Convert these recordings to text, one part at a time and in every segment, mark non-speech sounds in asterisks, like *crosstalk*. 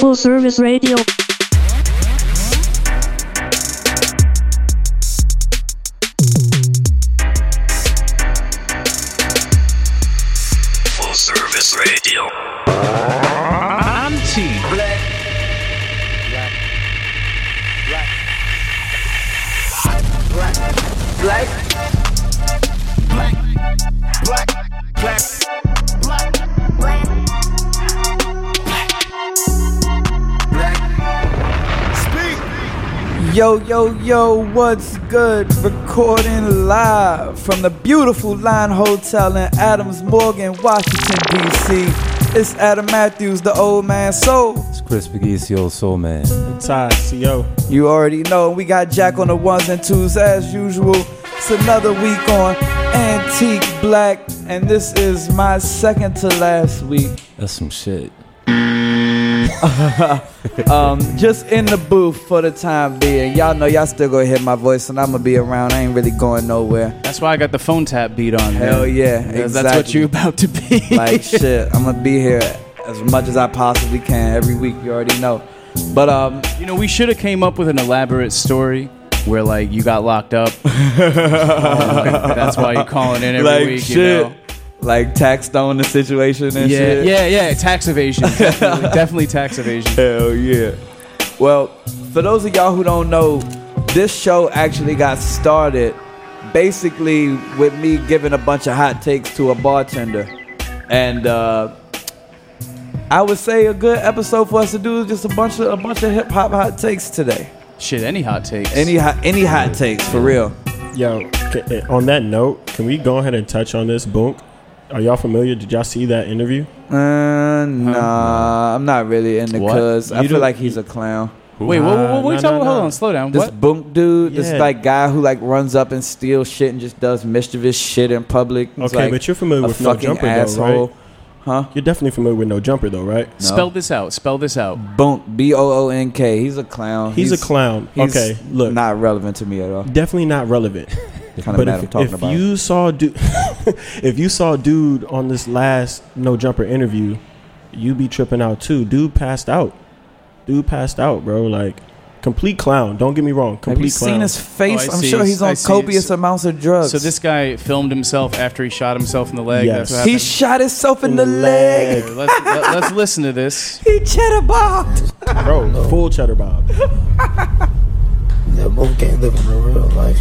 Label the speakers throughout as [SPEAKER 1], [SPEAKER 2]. [SPEAKER 1] Full Service Radio.
[SPEAKER 2] Full Service Radio.
[SPEAKER 3] I'm T.
[SPEAKER 4] Yo, yo, yo, what's good? Recording live from the beautiful Line Hotel in Adams Morgan, Washington, D.C. It's Adam Matthews, the old man soul.
[SPEAKER 5] It's Chris Biggie, Soul Man.
[SPEAKER 3] Ty, CEO.
[SPEAKER 4] You already know we got Jack on the ones and twos as usual. It's another week on Antique Black, and this is my second to last week.
[SPEAKER 5] That's
[SPEAKER 4] *laughs*
[SPEAKER 5] some shit.
[SPEAKER 4] Um, just in the booth for the time being. Y'all know y'all still gonna hear my voice, and I'm gonna be around. I ain't really going nowhere.
[SPEAKER 3] That's why I got the phone tap beat on.
[SPEAKER 4] Hell
[SPEAKER 3] man.
[SPEAKER 4] yeah,
[SPEAKER 3] Because That's what
[SPEAKER 4] exactly.
[SPEAKER 3] you about to be.
[SPEAKER 4] *laughs* like shit i'm gonna be here as much as i possibly can every week you already know but um
[SPEAKER 3] you know, we should have came up with an elaborate story where like you got locked
[SPEAKER 4] *laughs*
[SPEAKER 3] up. That's why you're calling in every
[SPEAKER 4] Uh, like
[SPEAKER 3] week.
[SPEAKER 4] shit
[SPEAKER 3] You know?
[SPEAKER 4] like tax stone the situation and
[SPEAKER 3] Yeah,
[SPEAKER 4] shit
[SPEAKER 3] yeah, yeah. Tax evasion. Definitely,
[SPEAKER 4] *laughs*
[SPEAKER 3] definitely tax evasion.
[SPEAKER 4] hell yeah well for those of y'all who don't know this show actually got started basically with me giving a bunch of hot takes to a bartender and uh I would say a good episode for us to do is just a bunch of a bunch of hip hop hot takes today.
[SPEAKER 3] Shit, any hot takes.
[SPEAKER 4] Any hot, any hot takes for real.
[SPEAKER 6] Yo, c- eh, on that note, can we go ahead and touch on this Boonk? Are y'all familiar? Did y'all see that interview?
[SPEAKER 4] Uh, nah, I'm not really into
[SPEAKER 3] What?
[SPEAKER 4] cuz. I
[SPEAKER 6] You
[SPEAKER 4] feel
[SPEAKER 6] don't-
[SPEAKER 4] like he's a clown.
[SPEAKER 3] Wait, what, what, what,
[SPEAKER 6] Nah,
[SPEAKER 3] we
[SPEAKER 6] nah,
[SPEAKER 3] talking about?
[SPEAKER 6] nah.
[SPEAKER 3] Hold on, slow down.
[SPEAKER 4] This
[SPEAKER 3] What?
[SPEAKER 4] bunk dude, this
[SPEAKER 6] Yeah.
[SPEAKER 4] like guy who like runs up and steals shit and just does mischievous shit in public. He's,
[SPEAKER 6] Okay,
[SPEAKER 4] like,
[SPEAKER 6] but you're familiar
[SPEAKER 4] a
[SPEAKER 6] with No
[SPEAKER 4] fucking
[SPEAKER 6] Jumper, though,
[SPEAKER 4] asshole.
[SPEAKER 6] right? You're definitely familiar with No Jumper, though, right?
[SPEAKER 3] Spell this out. Spell this out.
[SPEAKER 4] Bunk, B O O N K. He's a clown.
[SPEAKER 6] He's, a clown.
[SPEAKER 4] he's
[SPEAKER 6] okay, look,
[SPEAKER 4] not relevant to me at all.
[SPEAKER 6] definitely not
[SPEAKER 4] *laughs*
[SPEAKER 6] relevant.
[SPEAKER 4] Kind of
[SPEAKER 6] but
[SPEAKER 4] mad I'm
[SPEAKER 6] if,
[SPEAKER 4] talking
[SPEAKER 6] if
[SPEAKER 4] about. it.
[SPEAKER 6] you saw dude, *laughs* if you saw dude on this last No Jumper interview, you be tripping out too. Dude passed out. Dude passed out, bro. Like complete clown. Don't get me wrong. Complete
[SPEAKER 4] Have you
[SPEAKER 6] clown.
[SPEAKER 4] seen his face?
[SPEAKER 3] Oh, I
[SPEAKER 4] I'm
[SPEAKER 3] see.
[SPEAKER 4] sure he's
[SPEAKER 3] I
[SPEAKER 4] on
[SPEAKER 3] see.
[SPEAKER 4] copious
[SPEAKER 3] So-
[SPEAKER 4] amounts of drugs.
[SPEAKER 3] So this guy filmed himself after he shot himself in the leg.
[SPEAKER 6] Yes.
[SPEAKER 3] That's what
[SPEAKER 4] he
[SPEAKER 3] happened.
[SPEAKER 4] shot himself in, the leg.
[SPEAKER 3] Here, let's, let, let's listen to this.
[SPEAKER 4] *laughs* He cheddar bobbed.
[SPEAKER 6] bro, full cheddar bob.
[SPEAKER 7] They're both can't live in the real life.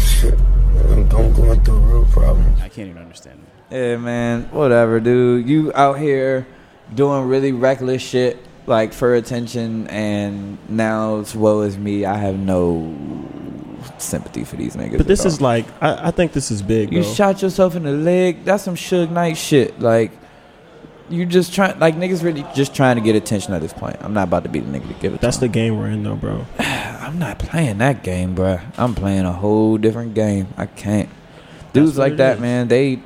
[SPEAKER 7] Shit. I'm I'm going through real problems.
[SPEAKER 3] I can't even understand. it.
[SPEAKER 4] Yeah, man. Whatever, dude. You out here doing really reckless shit, like for attention, and now it's woe is me. I have no sympathy for these niggas.
[SPEAKER 6] But this
[SPEAKER 4] at
[SPEAKER 6] is
[SPEAKER 4] all.
[SPEAKER 6] like, I, I think this is big.
[SPEAKER 4] you
[SPEAKER 6] bro.
[SPEAKER 4] shot yourself in the leg. That's some Suge Knight shit. Like you just trying, like niggas really just trying to get attention at this point. I'm not about to be the nigga to give it.
[SPEAKER 6] That's
[SPEAKER 4] to
[SPEAKER 6] the game we're in, though, bro.
[SPEAKER 4] them. *sighs* I'm not playing that game, bruh. I'm playing a whole different game. I can't. Dudes
[SPEAKER 6] what
[SPEAKER 4] like
[SPEAKER 6] it
[SPEAKER 4] that,
[SPEAKER 6] is.
[SPEAKER 4] man. They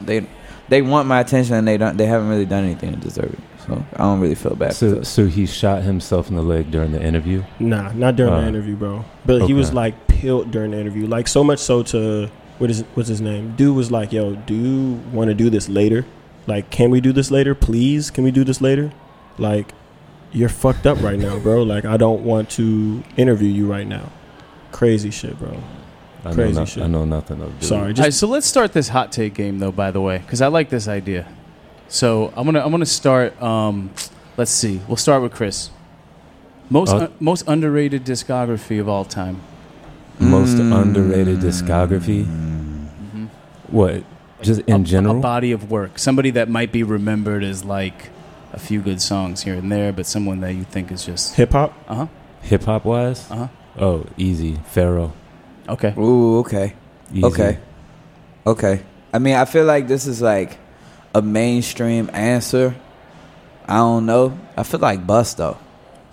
[SPEAKER 4] they they want my attention and they don't. They haven't really done anything to deserve it. So I don't really feel bad. for
[SPEAKER 5] So,
[SPEAKER 4] them.
[SPEAKER 5] so he shot himself in the leg during the interview.
[SPEAKER 6] Nah, not during
[SPEAKER 5] Uh,
[SPEAKER 6] the interview, bro. But he was
[SPEAKER 5] okay.
[SPEAKER 6] like peeled during the interview, like so much so to what is what's his name? Dude was like, "Yo, do you want to do this later? Like, can we do this later, please? Can we do this later? Like, you're fucked up right now, bro. Like, I don't want to interview you right now. Crazy shit, bro.
[SPEAKER 5] I
[SPEAKER 6] Crazy
[SPEAKER 5] know
[SPEAKER 6] shit.
[SPEAKER 5] I know nothing of. Dude.
[SPEAKER 6] Sorry,
[SPEAKER 3] All
[SPEAKER 6] just
[SPEAKER 3] right, so let's start this hot take game though. By the way, because I like this idea. So I'm gonna I'm gonna start. Um, let's see. We'll start with Chris. Most
[SPEAKER 5] Uh,
[SPEAKER 3] most underrated discography of all time. Mm.
[SPEAKER 5] Most
[SPEAKER 4] Mm.
[SPEAKER 5] underrated discography.
[SPEAKER 4] Mm-hmm.
[SPEAKER 5] What? Just in
[SPEAKER 3] a,
[SPEAKER 5] general.
[SPEAKER 3] a body of work. Somebody that might be remembered as like a few good songs here and there, but someone that you think is just
[SPEAKER 6] hip hop.
[SPEAKER 3] uh
[SPEAKER 4] Uh-huh.
[SPEAKER 3] huh.
[SPEAKER 5] Hip hop wise.
[SPEAKER 3] Uh-huh.
[SPEAKER 5] Oh, easy. Pharaoh.
[SPEAKER 3] Okay.
[SPEAKER 4] Ooh, okay.
[SPEAKER 5] Easy.
[SPEAKER 4] Okay. Okay. I mean, I feel like this is like a mainstream answer. I don't know. I feel like Bus though.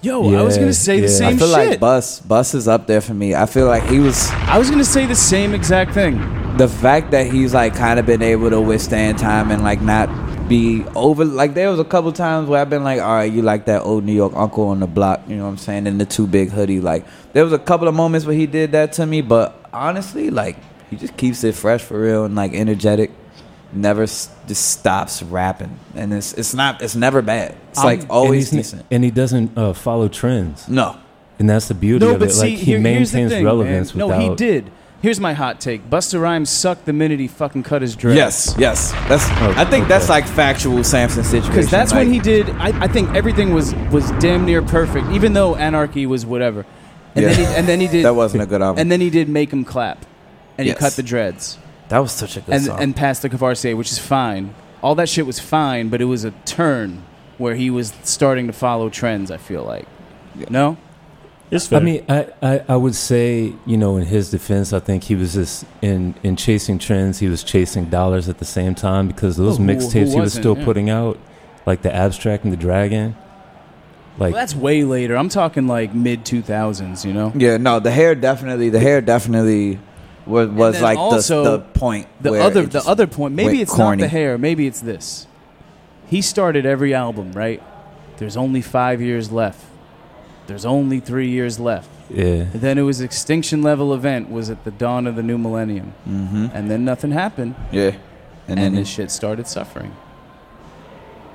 [SPEAKER 3] Yo, I was
[SPEAKER 5] Yeah,
[SPEAKER 3] gonna say the
[SPEAKER 5] yeah.
[SPEAKER 3] same
[SPEAKER 4] I feel
[SPEAKER 3] shit.
[SPEAKER 4] like Bus. Bus is up there for me. I feel like he was
[SPEAKER 3] I was gonna say the same exact thing.
[SPEAKER 4] the fact that he's like kind of been able to withstand time and like not be over. Like there was a couple times where I've been like, all right, you like that old New York uncle on the block. You know what I'm saying? In the too big hoodie. Like there was a couple of moments where he did that to me, but honestly, like he just keeps it fresh for real and like energetic. never s- just stops rapping, and it's it's not it's never bad. It's
[SPEAKER 5] I'm-
[SPEAKER 4] like always
[SPEAKER 5] Um, and he's-
[SPEAKER 4] decent.
[SPEAKER 5] and he doesn't uh, follow trends,
[SPEAKER 4] No,
[SPEAKER 5] and that's the beauty
[SPEAKER 3] No,
[SPEAKER 5] of it.
[SPEAKER 3] but
[SPEAKER 5] Like
[SPEAKER 3] see,
[SPEAKER 5] he
[SPEAKER 3] here- here's the
[SPEAKER 5] maintains
[SPEAKER 3] thing,
[SPEAKER 5] relevance
[SPEAKER 3] man. No,
[SPEAKER 5] without.
[SPEAKER 3] he did. Here's my hot take: Buster Rhymes sucked the minute he fucking cut his dread.
[SPEAKER 4] yes, yes. That's
[SPEAKER 5] Oh,
[SPEAKER 4] I think that's
[SPEAKER 5] okay.
[SPEAKER 4] like factual Samson situation.
[SPEAKER 3] because that's
[SPEAKER 4] like,
[SPEAKER 3] when he did. I, I think everything was was damn near perfect, even though Anarchy was whatever. And then
[SPEAKER 4] Yeah.
[SPEAKER 3] he, and then he did.
[SPEAKER 4] that
[SPEAKER 3] *laughs*
[SPEAKER 4] wasn't a good album.
[SPEAKER 3] and then he did make him clap, and
[SPEAKER 4] Yes.
[SPEAKER 3] he cut the dreads
[SPEAKER 4] that was such a good
[SPEAKER 3] and
[SPEAKER 4] song.
[SPEAKER 3] and passed the Cavarcier, which is fine. All that shit was fine, but it was a turn where he was starting to follow trends. I feel like. No,
[SPEAKER 6] It's
[SPEAKER 5] I
[SPEAKER 6] fair.
[SPEAKER 5] mean, I, I, I would say, you know, in his defense, I think he was just in, in chasing trends. He was chasing dollars at the same time because those
[SPEAKER 3] Oh, who- who
[SPEAKER 5] mixtapes he was
[SPEAKER 3] wasn't,
[SPEAKER 5] still
[SPEAKER 3] yeah.
[SPEAKER 5] putting out, like the abstract and the dragon. Like,
[SPEAKER 3] well, that's way later. I'm talking like mid 2000s. You know.
[SPEAKER 4] yeah, no, the hair definitely, the hair definitely was, was
[SPEAKER 3] then
[SPEAKER 4] like
[SPEAKER 3] also,
[SPEAKER 4] the, the point.
[SPEAKER 3] The
[SPEAKER 4] where
[SPEAKER 3] other
[SPEAKER 4] it
[SPEAKER 3] the
[SPEAKER 4] just-
[SPEAKER 3] other point, maybe
[SPEAKER 4] went
[SPEAKER 3] it's
[SPEAKER 4] corny.
[SPEAKER 3] not the hair, maybe it's this. He started every album, right? There's only 5 years left. There's only 3 years left.
[SPEAKER 5] yeah.
[SPEAKER 3] And then it was extinction level event was at the dawn of the new millennium.
[SPEAKER 4] Mhm.
[SPEAKER 3] And then nothing happened
[SPEAKER 4] yeah,
[SPEAKER 3] and,
[SPEAKER 4] and then
[SPEAKER 3] his
[SPEAKER 4] it,
[SPEAKER 3] shit started suffering.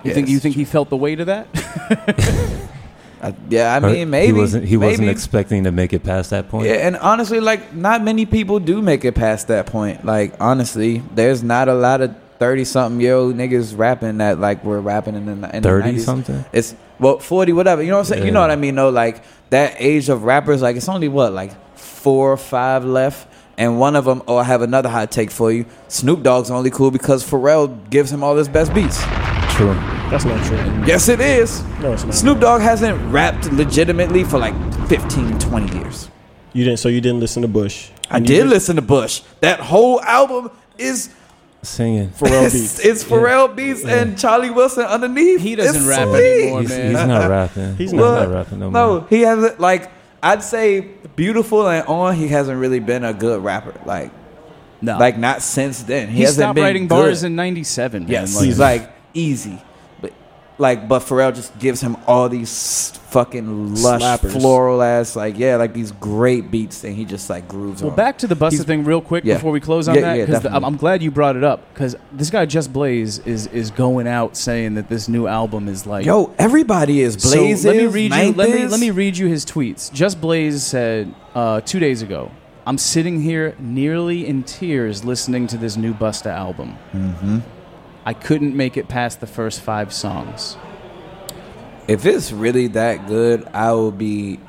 [SPEAKER 3] You
[SPEAKER 4] Yeah,
[SPEAKER 3] think you
[SPEAKER 4] it's
[SPEAKER 3] think he felt the weight of that?
[SPEAKER 4] *laughs*
[SPEAKER 3] *laughs*
[SPEAKER 4] I, yeah, I
[SPEAKER 5] Or
[SPEAKER 4] mean, maybe
[SPEAKER 5] he wasn't he wasn't
[SPEAKER 4] maybe.
[SPEAKER 5] expecting to make it past that point.
[SPEAKER 4] Yeah, and honestly, like not many people do make it past that point. Like honestly, there's not a lot of thirty something year old niggas rapping that like we're rapping in the ni- in the
[SPEAKER 5] Thirty
[SPEAKER 4] 90s.
[SPEAKER 5] something.
[SPEAKER 4] It's well forty whatever. You know what I'm saying? You know
[SPEAKER 5] Yeah.
[SPEAKER 4] what I mean? Though, like that age of rappers, like it's only what like four or five left. And one of them, oh, I have another hot take for you. Snoop Dogg's only cool because Pharrell gives him all his best beats.
[SPEAKER 5] True.
[SPEAKER 6] that's not true.
[SPEAKER 4] Yes, it is.
[SPEAKER 6] No, it's not.
[SPEAKER 4] Snoop Dogg hasn't rapped legitimately for like 15, 20 years.
[SPEAKER 6] You didn't. So you didn't listen to Bush.
[SPEAKER 4] I
[SPEAKER 6] And
[SPEAKER 4] did
[SPEAKER 6] you
[SPEAKER 4] listen to Bush. That whole album is
[SPEAKER 5] Singing.
[SPEAKER 4] *laughs*
[SPEAKER 6] Pharrell
[SPEAKER 4] it's,
[SPEAKER 6] beats.
[SPEAKER 4] it's Pharrell Beats and Charlie Wilson underneath.
[SPEAKER 3] He doesn't
[SPEAKER 4] It's
[SPEAKER 3] rap
[SPEAKER 4] sweet.
[SPEAKER 3] anymore,
[SPEAKER 5] He's,
[SPEAKER 3] man.
[SPEAKER 5] he's not rapping.
[SPEAKER 6] He's
[SPEAKER 5] He's
[SPEAKER 4] Well,
[SPEAKER 5] not rapping no,
[SPEAKER 4] no,
[SPEAKER 5] more.
[SPEAKER 4] he hasn't. Like I'd say, beautiful and on. He hasn't really been a good rapper. Like
[SPEAKER 3] no.
[SPEAKER 4] like not since then. He,
[SPEAKER 3] he,
[SPEAKER 4] hasn't
[SPEAKER 3] stopped
[SPEAKER 4] been
[SPEAKER 3] writing
[SPEAKER 4] good.
[SPEAKER 3] bars in 97, man.
[SPEAKER 4] Yes,
[SPEAKER 3] Like,
[SPEAKER 4] he's like easy, but like but Pharrell just gives him all these fucking lush
[SPEAKER 6] Slappers.
[SPEAKER 4] floral ass like yeah like these great beats and he just like grooves.
[SPEAKER 3] Well,
[SPEAKER 4] on.
[SPEAKER 3] back to the Busta
[SPEAKER 4] He's-
[SPEAKER 3] thing real quick
[SPEAKER 4] yeah.
[SPEAKER 3] before we close on
[SPEAKER 4] Yeah,
[SPEAKER 3] that.
[SPEAKER 4] yeah,
[SPEAKER 3] Because I'm,
[SPEAKER 4] definitely.
[SPEAKER 3] I'm glad you brought it up because this guy Just Blaze is is going out saying that this new album is like
[SPEAKER 4] Yo, everybody is
[SPEAKER 3] So
[SPEAKER 4] blazing.
[SPEAKER 3] let me read you. Let me let me read you his tweets. Just Blaze said uh, two days ago. I'm sitting here nearly in tears listening to this new Busta album. Mm-hmm. I couldn't make it past the first five songs.
[SPEAKER 4] if it's really that good, I will be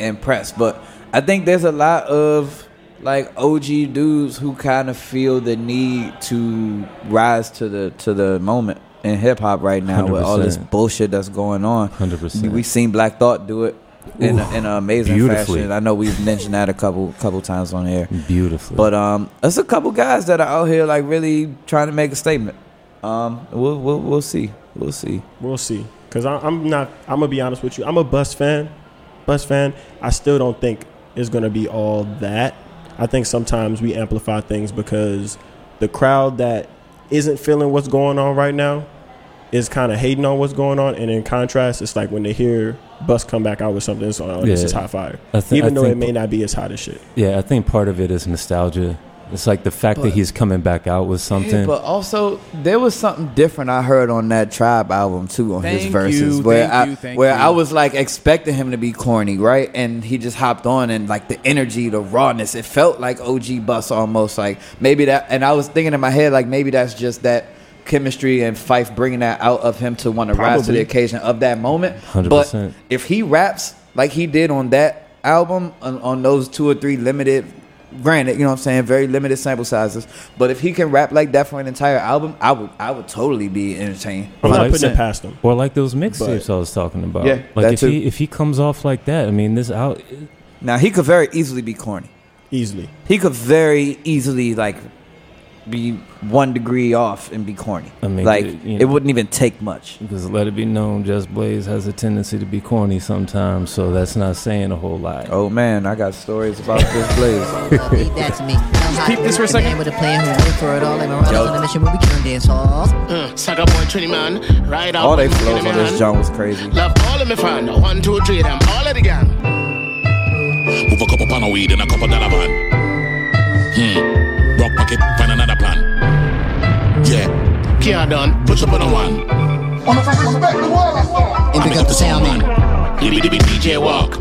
[SPEAKER 4] impressed. But I think there's a lot of like OG dudes who kind of feel the need to rise to the to the moment in hip hop right now with all this
[SPEAKER 5] 100%.
[SPEAKER 4] bullshit that's going on.
[SPEAKER 5] 100%.
[SPEAKER 4] We've seen Black Thought do it in,
[SPEAKER 5] Oof.
[SPEAKER 4] in an amazing
[SPEAKER 5] Beautifully.
[SPEAKER 4] fashion. I know we've mentioned that a couple couple times on air.
[SPEAKER 5] Beautifully.
[SPEAKER 4] But um, there's a couple guys that are out here like really trying to make a statement. Um, we'll we'll, we'll see. We'll see.
[SPEAKER 6] We'll see. Because I'm not. I'm gonna be honest with you. I'm a Bus fan. Bus fan. I still don't think it's gonna be all that. I think sometimes we amplify things because the crowd that isn't feeling what's going on right now is kind of hating on what's going on, and in contrast, it's like when they hear Bus come back out with something, it's like, oh, this
[SPEAKER 5] Yeah.
[SPEAKER 6] is hot fire,
[SPEAKER 5] I thi- I
[SPEAKER 6] even though
[SPEAKER 5] think-
[SPEAKER 6] it may not be as hot as shit.
[SPEAKER 5] yeah, I think part of it is nostalgia. It's like the fact that he's coming back out with something.
[SPEAKER 4] Yeah, but also there was something different I heard on that Tribe album too on his
[SPEAKER 3] Thank
[SPEAKER 4] verses
[SPEAKER 3] you,
[SPEAKER 4] where
[SPEAKER 3] thank
[SPEAKER 4] I
[SPEAKER 3] you, thank
[SPEAKER 4] where
[SPEAKER 3] you.
[SPEAKER 4] I was like expecting him to be corny, right? And he just hopped on and like the energy, the rawness, it felt like OG Bus almost like maybe that. And I was thinking in my head like maybe that's just that chemistry and Fife bringing that out of him to want to rise to the
[SPEAKER 6] Probably.
[SPEAKER 4] occasion of that moment.
[SPEAKER 5] 100%.
[SPEAKER 4] But if he raps like he did on that album on, on those two or three limited granted you know what i'm saying very limited sample sizes but if he can rap like that for an entire album i would i would totally be entertained
[SPEAKER 6] I'm not
[SPEAKER 5] 100%.
[SPEAKER 6] putting it past them.
[SPEAKER 5] Or like those mixtapes I was talking about.
[SPEAKER 4] Yeah, that
[SPEAKER 5] like if
[SPEAKER 4] too.
[SPEAKER 5] he if he comes off like that, I mean, this out.
[SPEAKER 4] now he could very easily be corny
[SPEAKER 6] easily.
[SPEAKER 4] he could very easily like be one degree off and be corny
[SPEAKER 5] I mean,
[SPEAKER 4] like
[SPEAKER 5] you
[SPEAKER 4] it
[SPEAKER 5] know.
[SPEAKER 4] wouldn't even take much
[SPEAKER 5] Because let it be known, Just Blaze has a tendency to be corny sometimes, so that's not saying a whole lot.
[SPEAKER 4] oh man i got stories about this place
[SPEAKER 1] Leave
[SPEAKER 8] *laughs*
[SPEAKER 1] that to me. Just
[SPEAKER 3] keep this for a second.
[SPEAKER 1] With a plan who went for it all like Morales on a mission where we can dance hall.
[SPEAKER 2] Mm, Sucker boy Trini man, right out.
[SPEAKER 4] all they
[SPEAKER 2] with
[SPEAKER 4] flows
[SPEAKER 2] Trini
[SPEAKER 4] on this
[SPEAKER 2] man.
[SPEAKER 4] joint was crazy
[SPEAKER 2] Love all of me fan. One, two, three, them all of the gang.
[SPEAKER 9] Move a couple pound of weed and a couple dollar van. Hmm. Rock pocket, find another plan. Yeah,
[SPEAKER 2] car done.
[SPEAKER 9] Push up on a one.
[SPEAKER 1] And big up to say I'm in.
[SPEAKER 9] Libby Libby DJ walk.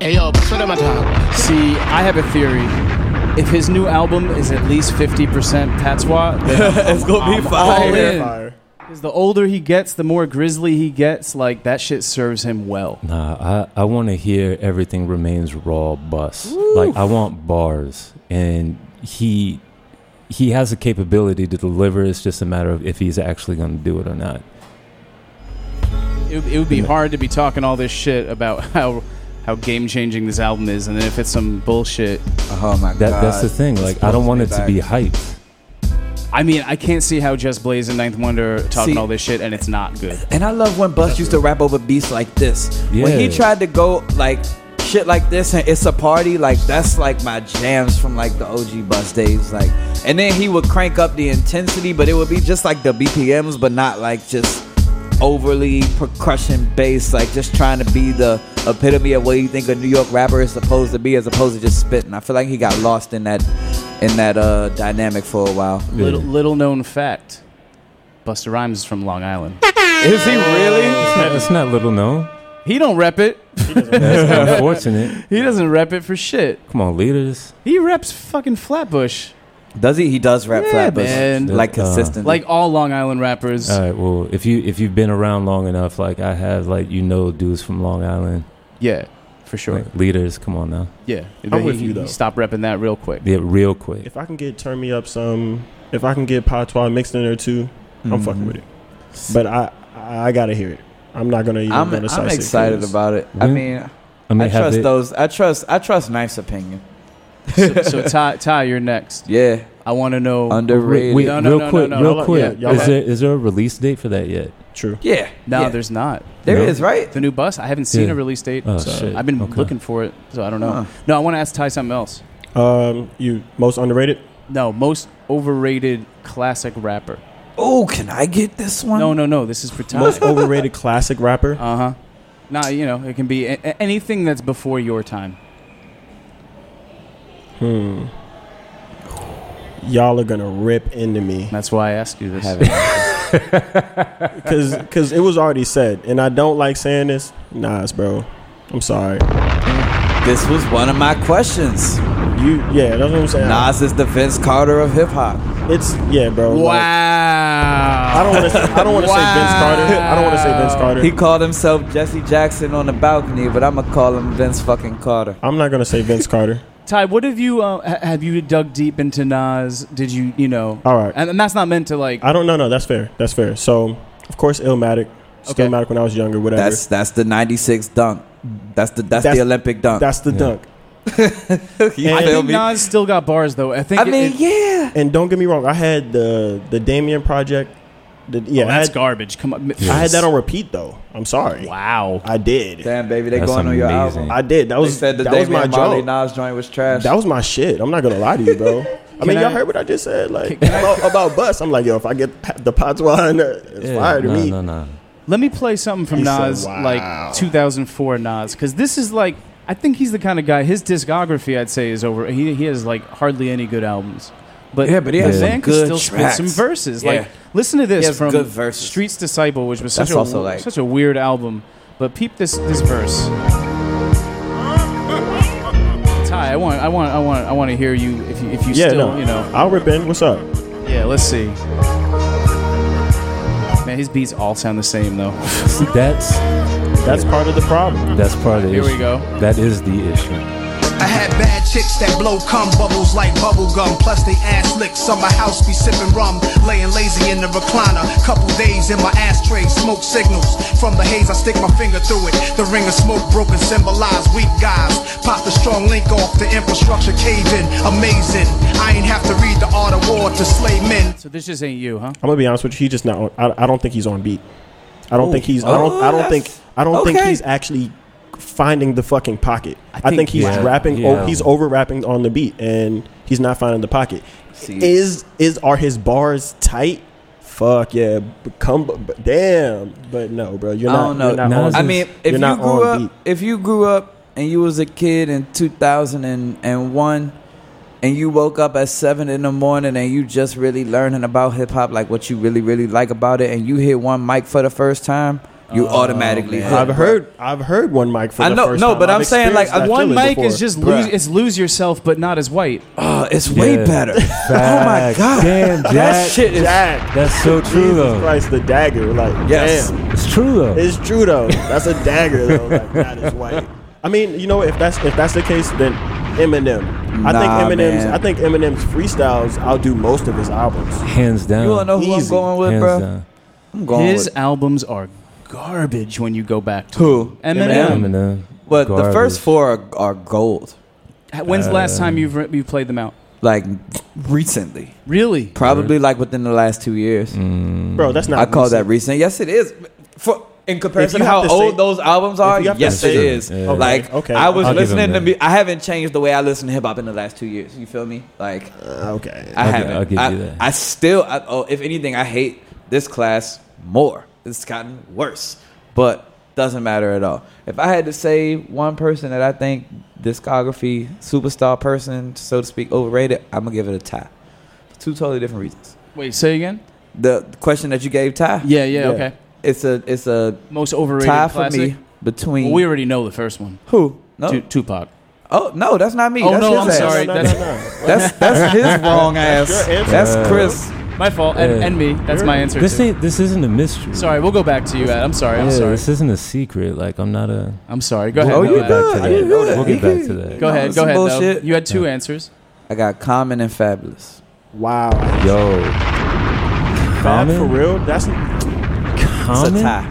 [SPEAKER 2] Hey yo, what's with them attack?
[SPEAKER 3] See, I have a theory. If his new album is at least 50% Patois, then
[SPEAKER 4] *laughs* *laughs* it's gonna be
[SPEAKER 3] all
[SPEAKER 4] fire.
[SPEAKER 3] in. 'Cause the older he gets, the more grizzly he gets, like that shit serves him well.
[SPEAKER 5] Nah, I, I want to hear everything remains raw bus. Like I want bars, and he he has the capability to deliver. It's just a matter of if he's actually going to do it or not.
[SPEAKER 3] It, would- it would be hard to be talking all this shit about *laughs* how how game changing this album is, and then if it's some bullshit,
[SPEAKER 4] Oh my
[SPEAKER 5] That
[SPEAKER 4] god.
[SPEAKER 5] that's the thing.
[SPEAKER 4] This
[SPEAKER 5] Like I
[SPEAKER 4] pulls
[SPEAKER 5] don't want
[SPEAKER 4] me
[SPEAKER 5] it to
[SPEAKER 4] back.
[SPEAKER 5] be hyped.
[SPEAKER 3] I mean, I can't see how Just Blaze and Ninth Wonder are talking
[SPEAKER 4] See-
[SPEAKER 3] all this shit and it's not good.
[SPEAKER 4] And I love when Bus used to rap over beats like this. When he
[SPEAKER 5] Yeah.
[SPEAKER 4] tried to go like shit like this and it's a party, like that's like my jams from like the OG Bus days. Like, and then he would crank up the intensity, but it would be just like the BPMs, but not like just overly percussion based. Like just trying to be the epitome of what you think a New York rapper is supposed to be, as opposed to just spitting. I feel like he got lost in that in that uh dynamic for a while.
[SPEAKER 3] Little, little known fact: Buster Rhymes is from Long Island.
[SPEAKER 4] Is he really?
[SPEAKER 5] It's not, it's not little known.
[SPEAKER 3] He don't rep it. *laughs*
[SPEAKER 5] That's unfortunate.
[SPEAKER 3] He doesn't rep it for shit.
[SPEAKER 5] Come on, leaders.
[SPEAKER 3] He reps fucking Flatbush,
[SPEAKER 4] Does he? He does rap
[SPEAKER 3] Yeah,
[SPEAKER 4] flat,
[SPEAKER 3] man.
[SPEAKER 4] but like
[SPEAKER 5] Uh,
[SPEAKER 4] consistently.
[SPEAKER 3] like all Long Island rappers.
[SPEAKER 5] All right. Well, if you if you've been around long enough, like I have, like you know, dudes from Long Island,
[SPEAKER 3] yeah, for sure.
[SPEAKER 5] like leaders. Come on now.
[SPEAKER 3] Yeah,
[SPEAKER 6] I'm with
[SPEAKER 3] He-
[SPEAKER 6] you,
[SPEAKER 3] he
[SPEAKER 6] though.
[SPEAKER 3] Stop repping that real quick.
[SPEAKER 5] Yeah, real quick.
[SPEAKER 6] If I can get turn me up some, if I can get patois mixed in there too, I'm fucking with it. But I I gotta hear it. I'm not gonna even.
[SPEAKER 4] I'm,
[SPEAKER 6] gonna
[SPEAKER 4] I'm
[SPEAKER 6] size it,
[SPEAKER 4] excited
[SPEAKER 6] 'cause
[SPEAKER 4] about it. I
[SPEAKER 5] We-
[SPEAKER 4] mean,
[SPEAKER 5] I mean,
[SPEAKER 4] I
[SPEAKER 5] have
[SPEAKER 4] trust
[SPEAKER 5] it-
[SPEAKER 4] those. I trust. I trust Knife's opinion.
[SPEAKER 3] so, so Ty, Ty, you're next.
[SPEAKER 4] Yeah,
[SPEAKER 3] I want to know.
[SPEAKER 4] underrated.
[SPEAKER 5] Wait,
[SPEAKER 3] No, no,
[SPEAKER 5] real
[SPEAKER 3] no,
[SPEAKER 5] quick,
[SPEAKER 3] no, no.
[SPEAKER 5] real
[SPEAKER 6] Y'all-
[SPEAKER 5] quick.
[SPEAKER 6] yeah, y'all-
[SPEAKER 5] is there is there a release date for that yet?
[SPEAKER 6] True.
[SPEAKER 4] yeah,
[SPEAKER 3] no,
[SPEAKER 4] yeah.
[SPEAKER 3] there's not.
[SPEAKER 4] there
[SPEAKER 5] no.
[SPEAKER 4] is right.
[SPEAKER 3] The new bus. I haven't seen
[SPEAKER 5] Yeah.
[SPEAKER 3] a release date.
[SPEAKER 5] Oh,
[SPEAKER 3] so
[SPEAKER 5] shit.
[SPEAKER 3] I've been
[SPEAKER 5] Okay.
[SPEAKER 3] looking for it, so I don't know.
[SPEAKER 4] Huh.
[SPEAKER 3] No, I want to ask Ty something else.
[SPEAKER 6] Um, you most underrated.
[SPEAKER 3] No, most overrated classic rapper.
[SPEAKER 4] Oh, can I get this one?
[SPEAKER 3] No, no, no. This is for Ty.
[SPEAKER 6] Most overrated classic rapper.
[SPEAKER 3] Uh
[SPEAKER 4] Uh-huh.
[SPEAKER 3] huh. *laughs* Nah, you know, it can be a- a- anything that's before your time.
[SPEAKER 6] Hmm. Y'all are gonna rip into me
[SPEAKER 3] That's why I asked you this.
[SPEAKER 4] Have it.
[SPEAKER 6] *laughs* because because it was already said, and I don't like saying this. Nas, bro, I'm sorry.
[SPEAKER 4] this was one of my questions.
[SPEAKER 6] You yeah, that's what I'm saying.
[SPEAKER 4] Nas is the Vince Carter of hip hop.
[SPEAKER 6] It's yeah, bro. like, I
[SPEAKER 3] Wow.
[SPEAKER 6] don't want to. I don't want to say Vince Carter. I don't want to say Vince Carter.
[SPEAKER 4] He called himself Jesse Jackson on the balcony, but I'ma call him Vince fucking Carter.
[SPEAKER 6] I'm not gonna say Vince Carter.
[SPEAKER 3] Ty, what have you uh, ha- have you dug deep into Nas? Did you you know?
[SPEAKER 6] All right.
[SPEAKER 3] And, and that's not meant to like.
[SPEAKER 6] I don't. No, no, that's fair. That's fair. So, of course, Illmatic,
[SPEAKER 3] Okay.
[SPEAKER 6] Illmatic when I was younger, whatever.
[SPEAKER 4] That's that's
[SPEAKER 6] That's,
[SPEAKER 4] the '96 dunk. That's the that's,
[SPEAKER 6] That's-
[SPEAKER 4] the Olympic dunk.
[SPEAKER 6] the dunk.
[SPEAKER 4] You
[SPEAKER 3] I
[SPEAKER 6] and-
[SPEAKER 4] feel
[SPEAKER 3] think
[SPEAKER 4] me?
[SPEAKER 3] Nas still got bars though. I think.
[SPEAKER 4] I mean,
[SPEAKER 3] it-
[SPEAKER 4] yeah.
[SPEAKER 6] And don't get me wrong, I had the the Damien project. The, yeah,
[SPEAKER 3] Oh,
[SPEAKER 6] I,
[SPEAKER 3] that's
[SPEAKER 6] had,
[SPEAKER 3] garbage. Come on.
[SPEAKER 6] I had that on repeat though. I'm sorry.
[SPEAKER 3] Wow.
[SPEAKER 6] I did.
[SPEAKER 4] Damn, baby, they
[SPEAKER 5] That's
[SPEAKER 4] going on your
[SPEAKER 5] amazing.
[SPEAKER 4] album.
[SPEAKER 6] I did. That
[SPEAKER 4] They
[SPEAKER 6] was
[SPEAKER 4] said the
[SPEAKER 6] that was my
[SPEAKER 4] Damian Marley
[SPEAKER 6] job.
[SPEAKER 4] Nas joint was trash.
[SPEAKER 6] That was my shit. I'm not gonna lie to you, bro. I mean,
[SPEAKER 3] Can
[SPEAKER 6] y'all
[SPEAKER 3] I-
[SPEAKER 6] heard what I just said, like about, about bus. I'm like, yo, if I get the patois, in there, it's
[SPEAKER 5] Yeah,
[SPEAKER 6] fire to
[SPEAKER 5] no,
[SPEAKER 6] me.
[SPEAKER 5] no, no.
[SPEAKER 3] Let me play something from
[SPEAKER 6] He said,
[SPEAKER 3] Nas,
[SPEAKER 6] "Wow."
[SPEAKER 3] like 2004 Nas, because this is like. I think he's the kind of guy. His discography, I'd say, is over. He, he has like hardly any good albums. But
[SPEAKER 4] Yeah, but he has
[SPEAKER 3] the
[SPEAKER 4] some
[SPEAKER 3] man can
[SPEAKER 4] good
[SPEAKER 3] still
[SPEAKER 4] tracks.
[SPEAKER 3] spit some verses.
[SPEAKER 4] Yeah.
[SPEAKER 3] Like, listen to
[SPEAKER 4] He
[SPEAKER 3] this
[SPEAKER 4] has
[SPEAKER 3] from
[SPEAKER 4] good verses.
[SPEAKER 3] Streets Disciple, which was such
[SPEAKER 4] That's
[SPEAKER 3] a
[SPEAKER 4] also, like-
[SPEAKER 3] such a weird album. But peep this this verse. Ty, I want I want I want I want to hear you if you if you
[SPEAKER 6] Yeah,
[SPEAKER 3] still
[SPEAKER 6] no,
[SPEAKER 3] you know.
[SPEAKER 6] I'll rip in. What's up?
[SPEAKER 3] Yeah, let's see. Man, his beats all sound the same though. *laughs*
[SPEAKER 5] See, that's
[SPEAKER 6] That's part of the problem.
[SPEAKER 5] that's part of the
[SPEAKER 3] Here we
[SPEAKER 5] issue.
[SPEAKER 3] go.
[SPEAKER 5] That is the issue.
[SPEAKER 10] I had bad chicks that blow cum bubbles like bubble gum. Plus they ass lick. Summer house be sipping rum, laying lazy in the recliner. Couple days in my ashtray, smoke signals from the haze. I stick my finger through it. The ring of smoke broken symbolize weak guys. Pop the strong link off the infrastructure caving. Amazing. I ain't have to read the art of war to slay men.
[SPEAKER 3] So this just ain't you, huh?
[SPEAKER 6] I'm gonna be honest with you. He's just not. On, I, I don't think he's on beat. I don't think he's. I don't.
[SPEAKER 4] Oh,
[SPEAKER 6] I don't think. I don't think
[SPEAKER 4] okay.
[SPEAKER 6] he's actually finding the fucking pocket. I think,
[SPEAKER 3] think-
[SPEAKER 6] he's
[SPEAKER 5] Yeah,
[SPEAKER 6] rapping.
[SPEAKER 5] yeah.
[SPEAKER 6] Oh, he's over rapping on the beat, and he's not finding the pocket.
[SPEAKER 4] See.
[SPEAKER 6] Is is are his bars tight? Fuck yeah, but come but damn. But no, bro, you're
[SPEAKER 4] I
[SPEAKER 6] not.
[SPEAKER 4] don't know.
[SPEAKER 6] You're not
[SPEAKER 5] Nas
[SPEAKER 6] on-
[SPEAKER 4] I
[SPEAKER 5] is-
[SPEAKER 4] mean, if
[SPEAKER 6] you're
[SPEAKER 4] you
[SPEAKER 6] not
[SPEAKER 4] grew
[SPEAKER 6] on
[SPEAKER 4] up,
[SPEAKER 6] beat.
[SPEAKER 4] if you grew up and you was a kid in 2001, and you woke up at seven in the morning and you just really learning about hip hop, like what you really really like about it, and you hit one mic for the first time, you
[SPEAKER 6] Oh,
[SPEAKER 4] automatically. hooked,
[SPEAKER 6] I've
[SPEAKER 4] bro.
[SPEAKER 6] heard I've heard one mic for
[SPEAKER 4] I
[SPEAKER 6] the
[SPEAKER 4] know-
[SPEAKER 6] first
[SPEAKER 4] no,
[SPEAKER 6] time.
[SPEAKER 4] but
[SPEAKER 6] I've
[SPEAKER 4] I'm saying, like,
[SPEAKER 6] experienced that
[SPEAKER 3] One
[SPEAKER 6] feeling
[SPEAKER 3] mic is
[SPEAKER 6] before.
[SPEAKER 3] just lose,
[SPEAKER 4] Bruh.
[SPEAKER 3] it's lose yourself, but not as white.
[SPEAKER 4] Oh, it's way
[SPEAKER 3] *laughs*
[SPEAKER 5] Yeah.
[SPEAKER 4] better. Oh my
[SPEAKER 5] Facts.
[SPEAKER 4] god,
[SPEAKER 5] Damn, Jack.
[SPEAKER 4] that shit is.
[SPEAKER 6] Jack.
[SPEAKER 5] That's so true
[SPEAKER 6] Jesus
[SPEAKER 5] though.
[SPEAKER 6] Christ, the dagger. Like,
[SPEAKER 4] Yes.
[SPEAKER 6] damn.
[SPEAKER 5] It's true though.
[SPEAKER 6] It's true though.
[SPEAKER 4] *laughs*
[SPEAKER 6] That's a dagger though. Like, that is white. I mean, you know, what? if that's if that's the case, then Eminem. I
[SPEAKER 4] Nah,
[SPEAKER 6] think Eminem's.
[SPEAKER 4] man.
[SPEAKER 6] I think Eminem's freestyles outdo most of his albums.
[SPEAKER 5] Hands down.
[SPEAKER 4] You wanna know who I'm
[SPEAKER 6] Easy.
[SPEAKER 4] going with,
[SPEAKER 5] Hands
[SPEAKER 4] bro?
[SPEAKER 5] down.
[SPEAKER 4] I'm going
[SPEAKER 3] His
[SPEAKER 4] with
[SPEAKER 3] albums are garbage when you go back to
[SPEAKER 4] who?
[SPEAKER 3] Eminem.
[SPEAKER 5] Eminem.
[SPEAKER 4] But the
[SPEAKER 5] Garbage.
[SPEAKER 4] first four are, are gold.
[SPEAKER 3] When's the last
[SPEAKER 4] Uh,
[SPEAKER 3] time you've re- you played them out?
[SPEAKER 4] Like recently,
[SPEAKER 3] Really?
[SPEAKER 4] probably like within the last two years.
[SPEAKER 6] Bro, that's not.
[SPEAKER 4] I call that recent.
[SPEAKER 6] recent.
[SPEAKER 4] Yes, it is. For in comparison to
[SPEAKER 6] you have
[SPEAKER 4] how
[SPEAKER 6] to say-
[SPEAKER 4] old those albums are,
[SPEAKER 6] you have to
[SPEAKER 4] yes,
[SPEAKER 6] say-
[SPEAKER 4] it is.
[SPEAKER 5] Yeah.
[SPEAKER 4] Like
[SPEAKER 6] Okay, okay.
[SPEAKER 4] I was
[SPEAKER 5] I'll give
[SPEAKER 4] listening
[SPEAKER 5] him
[SPEAKER 4] to
[SPEAKER 5] that.
[SPEAKER 4] me. I haven't changed the way I listen to hip hop in the last two years. You feel me? Like
[SPEAKER 6] Uh, okay.
[SPEAKER 4] I
[SPEAKER 5] I'll gi-
[SPEAKER 4] haven't.
[SPEAKER 5] I'll give
[SPEAKER 4] I,
[SPEAKER 5] you that.
[SPEAKER 4] I still. I, oh, if anything, I hate this class more. It's gotten worse, but doesn't matter at all. If I had to say one person that I think discography superstar person, so to speak, overrated, I'm gonna give it a tie. For two totally different reasons.
[SPEAKER 3] Wait, say again?
[SPEAKER 4] The question that you gave, Ty.
[SPEAKER 3] Yeah, yeah, okay.
[SPEAKER 4] It's a it's a
[SPEAKER 3] Most overrated
[SPEAKER 4] tie for
[SPEAKER 3] classic.
[SPEAKER 4] me between
[SPEAKER 3] Well, we already know the first one.
[SPEAKER 4] who? No.
[SPEAKER 3] Tu- Tupac.
[SPEAKER 4] Oh no, that's not me.
[SPEAKER 3] Oh,
[SPEAKER 4] that's
[SPEAKER 3] no,
[SPEAKER 4] his
[SPEAKER 3] I'm
[SPEAKER 4] ass.
[SPEAKER 3] sorry.
[SPEAKER 6] No, no,
[SPEAKER 3] That's- *laughs*
[SPEAKER 6] no, no.
[SPEAKER 4] That's that's his wrong ass.
[SPEAKER 6] your answer.
[SPEAKER 4] That's Chris.
[SPEAKER 3] My fault, and,
[SPEAKER 5] Yeah.
[SPEAKER 3] and me. That's my answer.
[SPEAKER 5] This
[SPEAKER 3] too.
[SPEAKER 5] ain't. This isn't a mystery.
[SPEAKER 3] Sorry, we'll go back to you, Ed. I'm sorry. I'm
[SPEAKER 5] Yeah,
[SPEAKER 3] sorry.
[SPEAKER 5] This isn't a secret. Like I'm not a.
[SPEAKER 3] I'm sorry. Go ahead.
[SPEAKER 4] Oh,
[SPEAKER 3] Go
[SPEAKER 4] you
[SPEAKER 3] ahead.
[SPEAKER 5] back
[SPEAKER 4] good?
[SPEAKER 5] to
[SPEAKER 4] I
[SPEAKER 5] that.
[SPEAKER 4] didn't know that.
[SPEAKER 5] We'll get back to that.
[SPEAKER 3] Go ahead.
[SPEAKER 4] This
[SPEAKER 3] Go ahead. though.
[SPEAKER 4] bullshit.
[SPEAKER 3] You had two answers.
[SPEAKER 4] I got Common and Fabulous.
[SPEAKER 6] Wow.
[SPEAKER 5] Yo.
[SPEAKER 6] Fab
[SPEAKER 5] Common?
[SPEAKER 6] for real? That's
[SPEAKER 4] It's a
[SPEAKER 5] Common.
[SPEAKER 4] tie.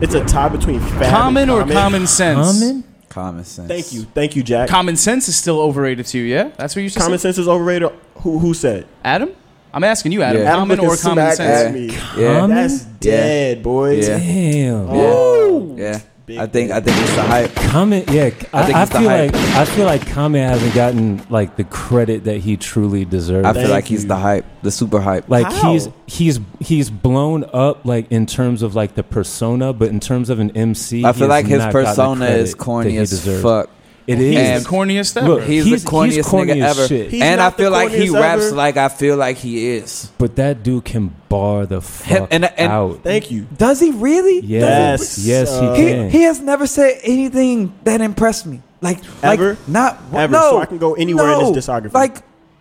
[SPEAKER 6] it's a tie between Fab
[SPEAKER 3] Common
[SPEAKER 6] and
[SPEAKER 3] or common sense?
[SPEAKER 5] Common.
[SPEAKER 4] Common sense.
[SPEAKER 6] Thank you, thank you, Jack.
[SPEAKER 3] Common sense is still overrated to you, yeah? That's what you just
[SPEAKER 6] common
[SPEAKER 3] common
[SPEAKER 6] sense is overrated. Who who said?
[SPEAKER 3] Adam? I'm asking you, Adam.
[SPEAKER 4] Yeah.
[SPEAKER 6] Adam
[SPEAKER 3] Common
[SPEAKER 6] looking
[SPEAKER 3] or common
[SPEAKER 6] smack
[SPEAKER 3] sense?
[SPEAKER 6] at me.
[SPEAKER 4] Yeah.
[SPEAKER 5] Common?
[SPEAKER 6] That's dead, boys.
[SPEAKER 4] Yeah.
[SPEAKER 5] Damn.
[SPEAKER 6] Oh.
[SPEAKER 4] Yeah.
[SPEAKER 6] Big
[SPEAKER 4] I think
[SPEAKER 6] man.
[SPEAKER 4] I think it's the hype.
[SPEAKER 5] Common, yeah,
[SPEAKER 4] I think
[SPEAKER 5] I, I
[SPEAKER 4] it's the
[SPEAKER 5] feel
[SPEAKER 4] hype.
[SPEAKER 5] like I feel like Common hasn't gotten like the credit that he truly deserves.
[SPEAKER 4] I feel
[SPEAKER 6] Thank
[SPEAKER 4] like he's
[SPEAKER 6] you.
[SPEAKER 4] the hype, the super hype.
[SPEAKER 5] like
[SPEAKER 6] How?
[SPEAKER 5] he's he's he's blown up like in terms of like the persona, but in terms of an MC,
[SPEAKER 4] I
[SPEAKER 5] he
[SPEAKER 4] feel
[SPEAKER 5] has
[SPEAKER 4] like his
[SPEAKER 5] not gotten the
[SPEAKER 4] persona
[SPEAKER 5] credit
[SPEAKER 4] is corny
[SPEAKER 5] that he
[SPEAKER 4] as
[SPEAKER 5] deserves.
[SPEAKER 4] fuck.
[SPEAKER 5] It
[SPEAKER 3] He's
[SPEAKER 5] is.
[SPEAKER 4] And-
[SPEAKER 3] the corniest ever.
[SPEAKER 5] Look,
[SPEAKER 4] He's,
[SPEAKER 5] He's-
[SPEAKER 4] the corniest
[SPEAKER 5] he's corny
[SPEAKER 4] nigga
[SPEAKER 5] as
[SPEAKER 4] ever,
[SPEAKER 5] shit.
[SPEAKER 6] He's
[SPEAKER 4] and I
[SPEAKER 6] not the
[SPEAKER 4] feel like he
[SPEAKER 6] corniest
[SPEAKER 4] raps
[SPEAKER 6] ever.
[SPEAKER 4] like I feel like he is.
[SPEAKER 5] but that dude can bar the fuck
[SPEAKER 4] and- and-
[SPEAKER 5] out.
[SPEAKER 6] Thank you.
[SPEAKER 4] Does he really?
[SPEAKER 5] yes,
[SPEAKER 6] Yes,
[SPEAKER 5] yes,
[SPEAKER 6] uh,
[SPEAKER 5] he
[SPEAKER 4] He,
[SPEAKER 5] can.
[SPEAKER 4] he has never said anything that impressed me. Like
[SPEAKER 6] Ever?
[SPEAKER 4] like, not w-
[SPEAKER 6] Ever.
[SPEAKER 4] No,
[SPEAKER 6] So I can go anywhere in
[SPEAKER 4] no.
[SPEAKER 6] his discography.
[SPEAKER 4] Like,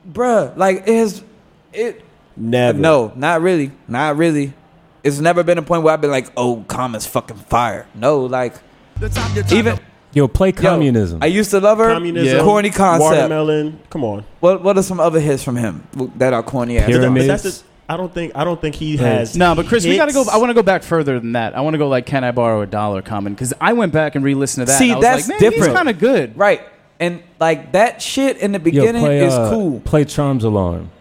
[SPEAKER 4] bruh, like it has it.
[SPEAKER 6] Never.
[SPEAKER 4] No, not really, not really. It's never been a point where I've been like, oh, Common's fucking fire. No, like even
[SPEAKER 5] Yo, play
[SPEAKER 4] yo,
[SPEAKER 5] communism.
[SPEAKER 4] I used to love her.
[SPEAKER 6] Communism.
[SPEAKER 4] Corny concept.
[SPEAKER 6] Watermelon. Come on.
[SPEAKER 4] What what are some other hits from him that are corny? ass?
[SPEAKER 5] Pyramid.
[SPEAKER 6] But
[SPEAKER 5] Pyramids.
[SPEAKER 6] that's the, I don't think I don't think he has.
[SPEAKER 3] No, but Chris, we gotta go.
[SPEAKER 6] hits.
[SPEAKER 3] I want to go back further than that. I want to go like, can I borrow a dollar? Common, because I went back and re-listened to that.
[SPEAKER 4] See,
[SPEAKER 3] and I was
[SPEAKER 4] that's
[SPEAKER 3] like, Man,
[SPEAKER 4] different.
[SPEAKER 3] He's kind of good.
[SPEAKER 4] Right. And like that shit in the
[SPEAKER 5] Yo,
[SPEAKER 4] beginning
[SPEAKER 5] play
[SPEAKER 4] is
[SPEAKER 5] uh,
[SPEAKER 4] cool.
[SPEAKER 5] Play Charms Alarm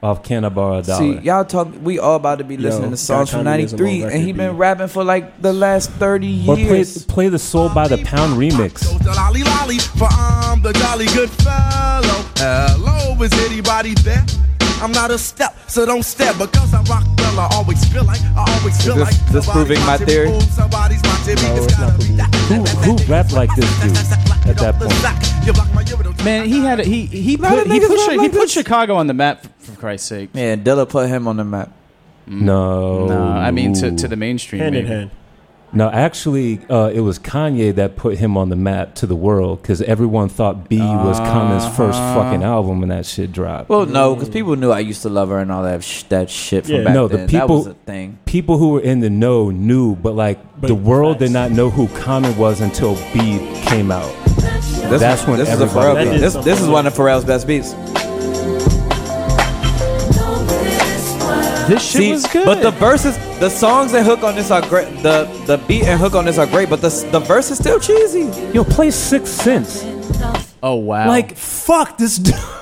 [SPEAKER 5] off Can I Borrow a Dollar?
[SPEAKER 4] See, y'all talk. We all about to be listening to
[SPEAKER 6] got
[SPEAKER 4] songs from
[SPEAKER 6] communism on
[SPEAKER 4] '93, and he
[SPEAKER 6] record,
[SPEAKER 4] been
[SPEAKER 6] B.
[SPEAKER 4] rapping for like the last thirty
[SPEAKER 5] or play,
[SPEAKER 4] years.
[SPEAKER 5] play the Soul by the Pound remix.
[SPEAKER 9] The lolly lolly, for I'm the jolly good fellow. Hello, is anybody there? I'm not a step, so don't step because I rock well. I always feel like I always feel
[SPEAKER 4] this-
[SPEAKER 9] like
[SPEAKER 4] this proving my theory?
[SPEAKER 9] Somebody's watching me.
[SPEAKER 6] No,
[SPEAKER 9] It's
[SPEAKER 6] it's not
[SPEAKER 9] gotta be
[SPEAKER 6] proving.
[SPEAKER 9] that-
[SPEAKER 5] Who who rapped like this dude at that point?
[SPEAKER 9] You block my ear, don't-
[SPEAKER 3] Man, he had a, he he
[SPEAKER 4] Lot of
[SPEAKER 3] put, he
[SPEAKER 4] niggas
[SPEAKER 3] put,
[SPEAKER 4] rap
[SPEAKER 3] he
[SPEAKER 4] like
[SPEAKER 3] put
[SPEAKER 4] this.
[SPEAKER 3] Chicago on the map for, for Christ's sake.
[SPEAKER 4] yeah, Dilla put him on the map. Mm.
[SPEAKER 5] No,
[SPEAKER 3] No, I mean to, to the mainstream.
[SPEAKER 6] hand in
[SPEAKER 3] maybe.
[SPEAKER 6] hand.
[SPEAKER 5] No, actually, uh, it was Kanye that put him on the map to the world because everyone thought B was Common's first fucking album when that shit dropped.
[SPEAKER 4] Uh-huh. Well, no, because people knew I used to love her and all that sh- that shit from
[SPEAKER 6] Yeah.
[SPEAKER 4] back
[SPEAKER 5] No, the
[SPEAKER 4] then. that was a
[SPEAKER 5] people-
[SPEAKER 4] thing.
[SPEAKER 5] People who were in the know knew, but like the world did not know who Common was until B came out.
[SPEAKER 4] This,
[SPEAKER 5] That's when
[SPEAKER 4] this is a
[SPEAKER 5] everybody-
[SPEAKER 4] Pharrell
[SPEAKER 5] That
[SPEAKER 4] beat.
[SPEAKER 6] did
[SPEAKER 4] This,
[SPEAKER 6] something
[SPEAKER 4] this is one of Pharrell's best beats.
[SPEAKER 3] This shit
[SPEAKER 4] See,
[SPEAKER 3] was good.
[SPEAKER 4] but the verses, the songs and hook on this are great. The the beat and hook on this are great, but the s- the verse is still cheesy.
[SPEAKER 5] Yo, play Sixth Sense.
[SPEAKER 3] oh wow,
[SPEAKER 5] Like fuck this.
[SPEAKER 6] *laughs*
[SPEAKER 5] dude. Oh, I'm-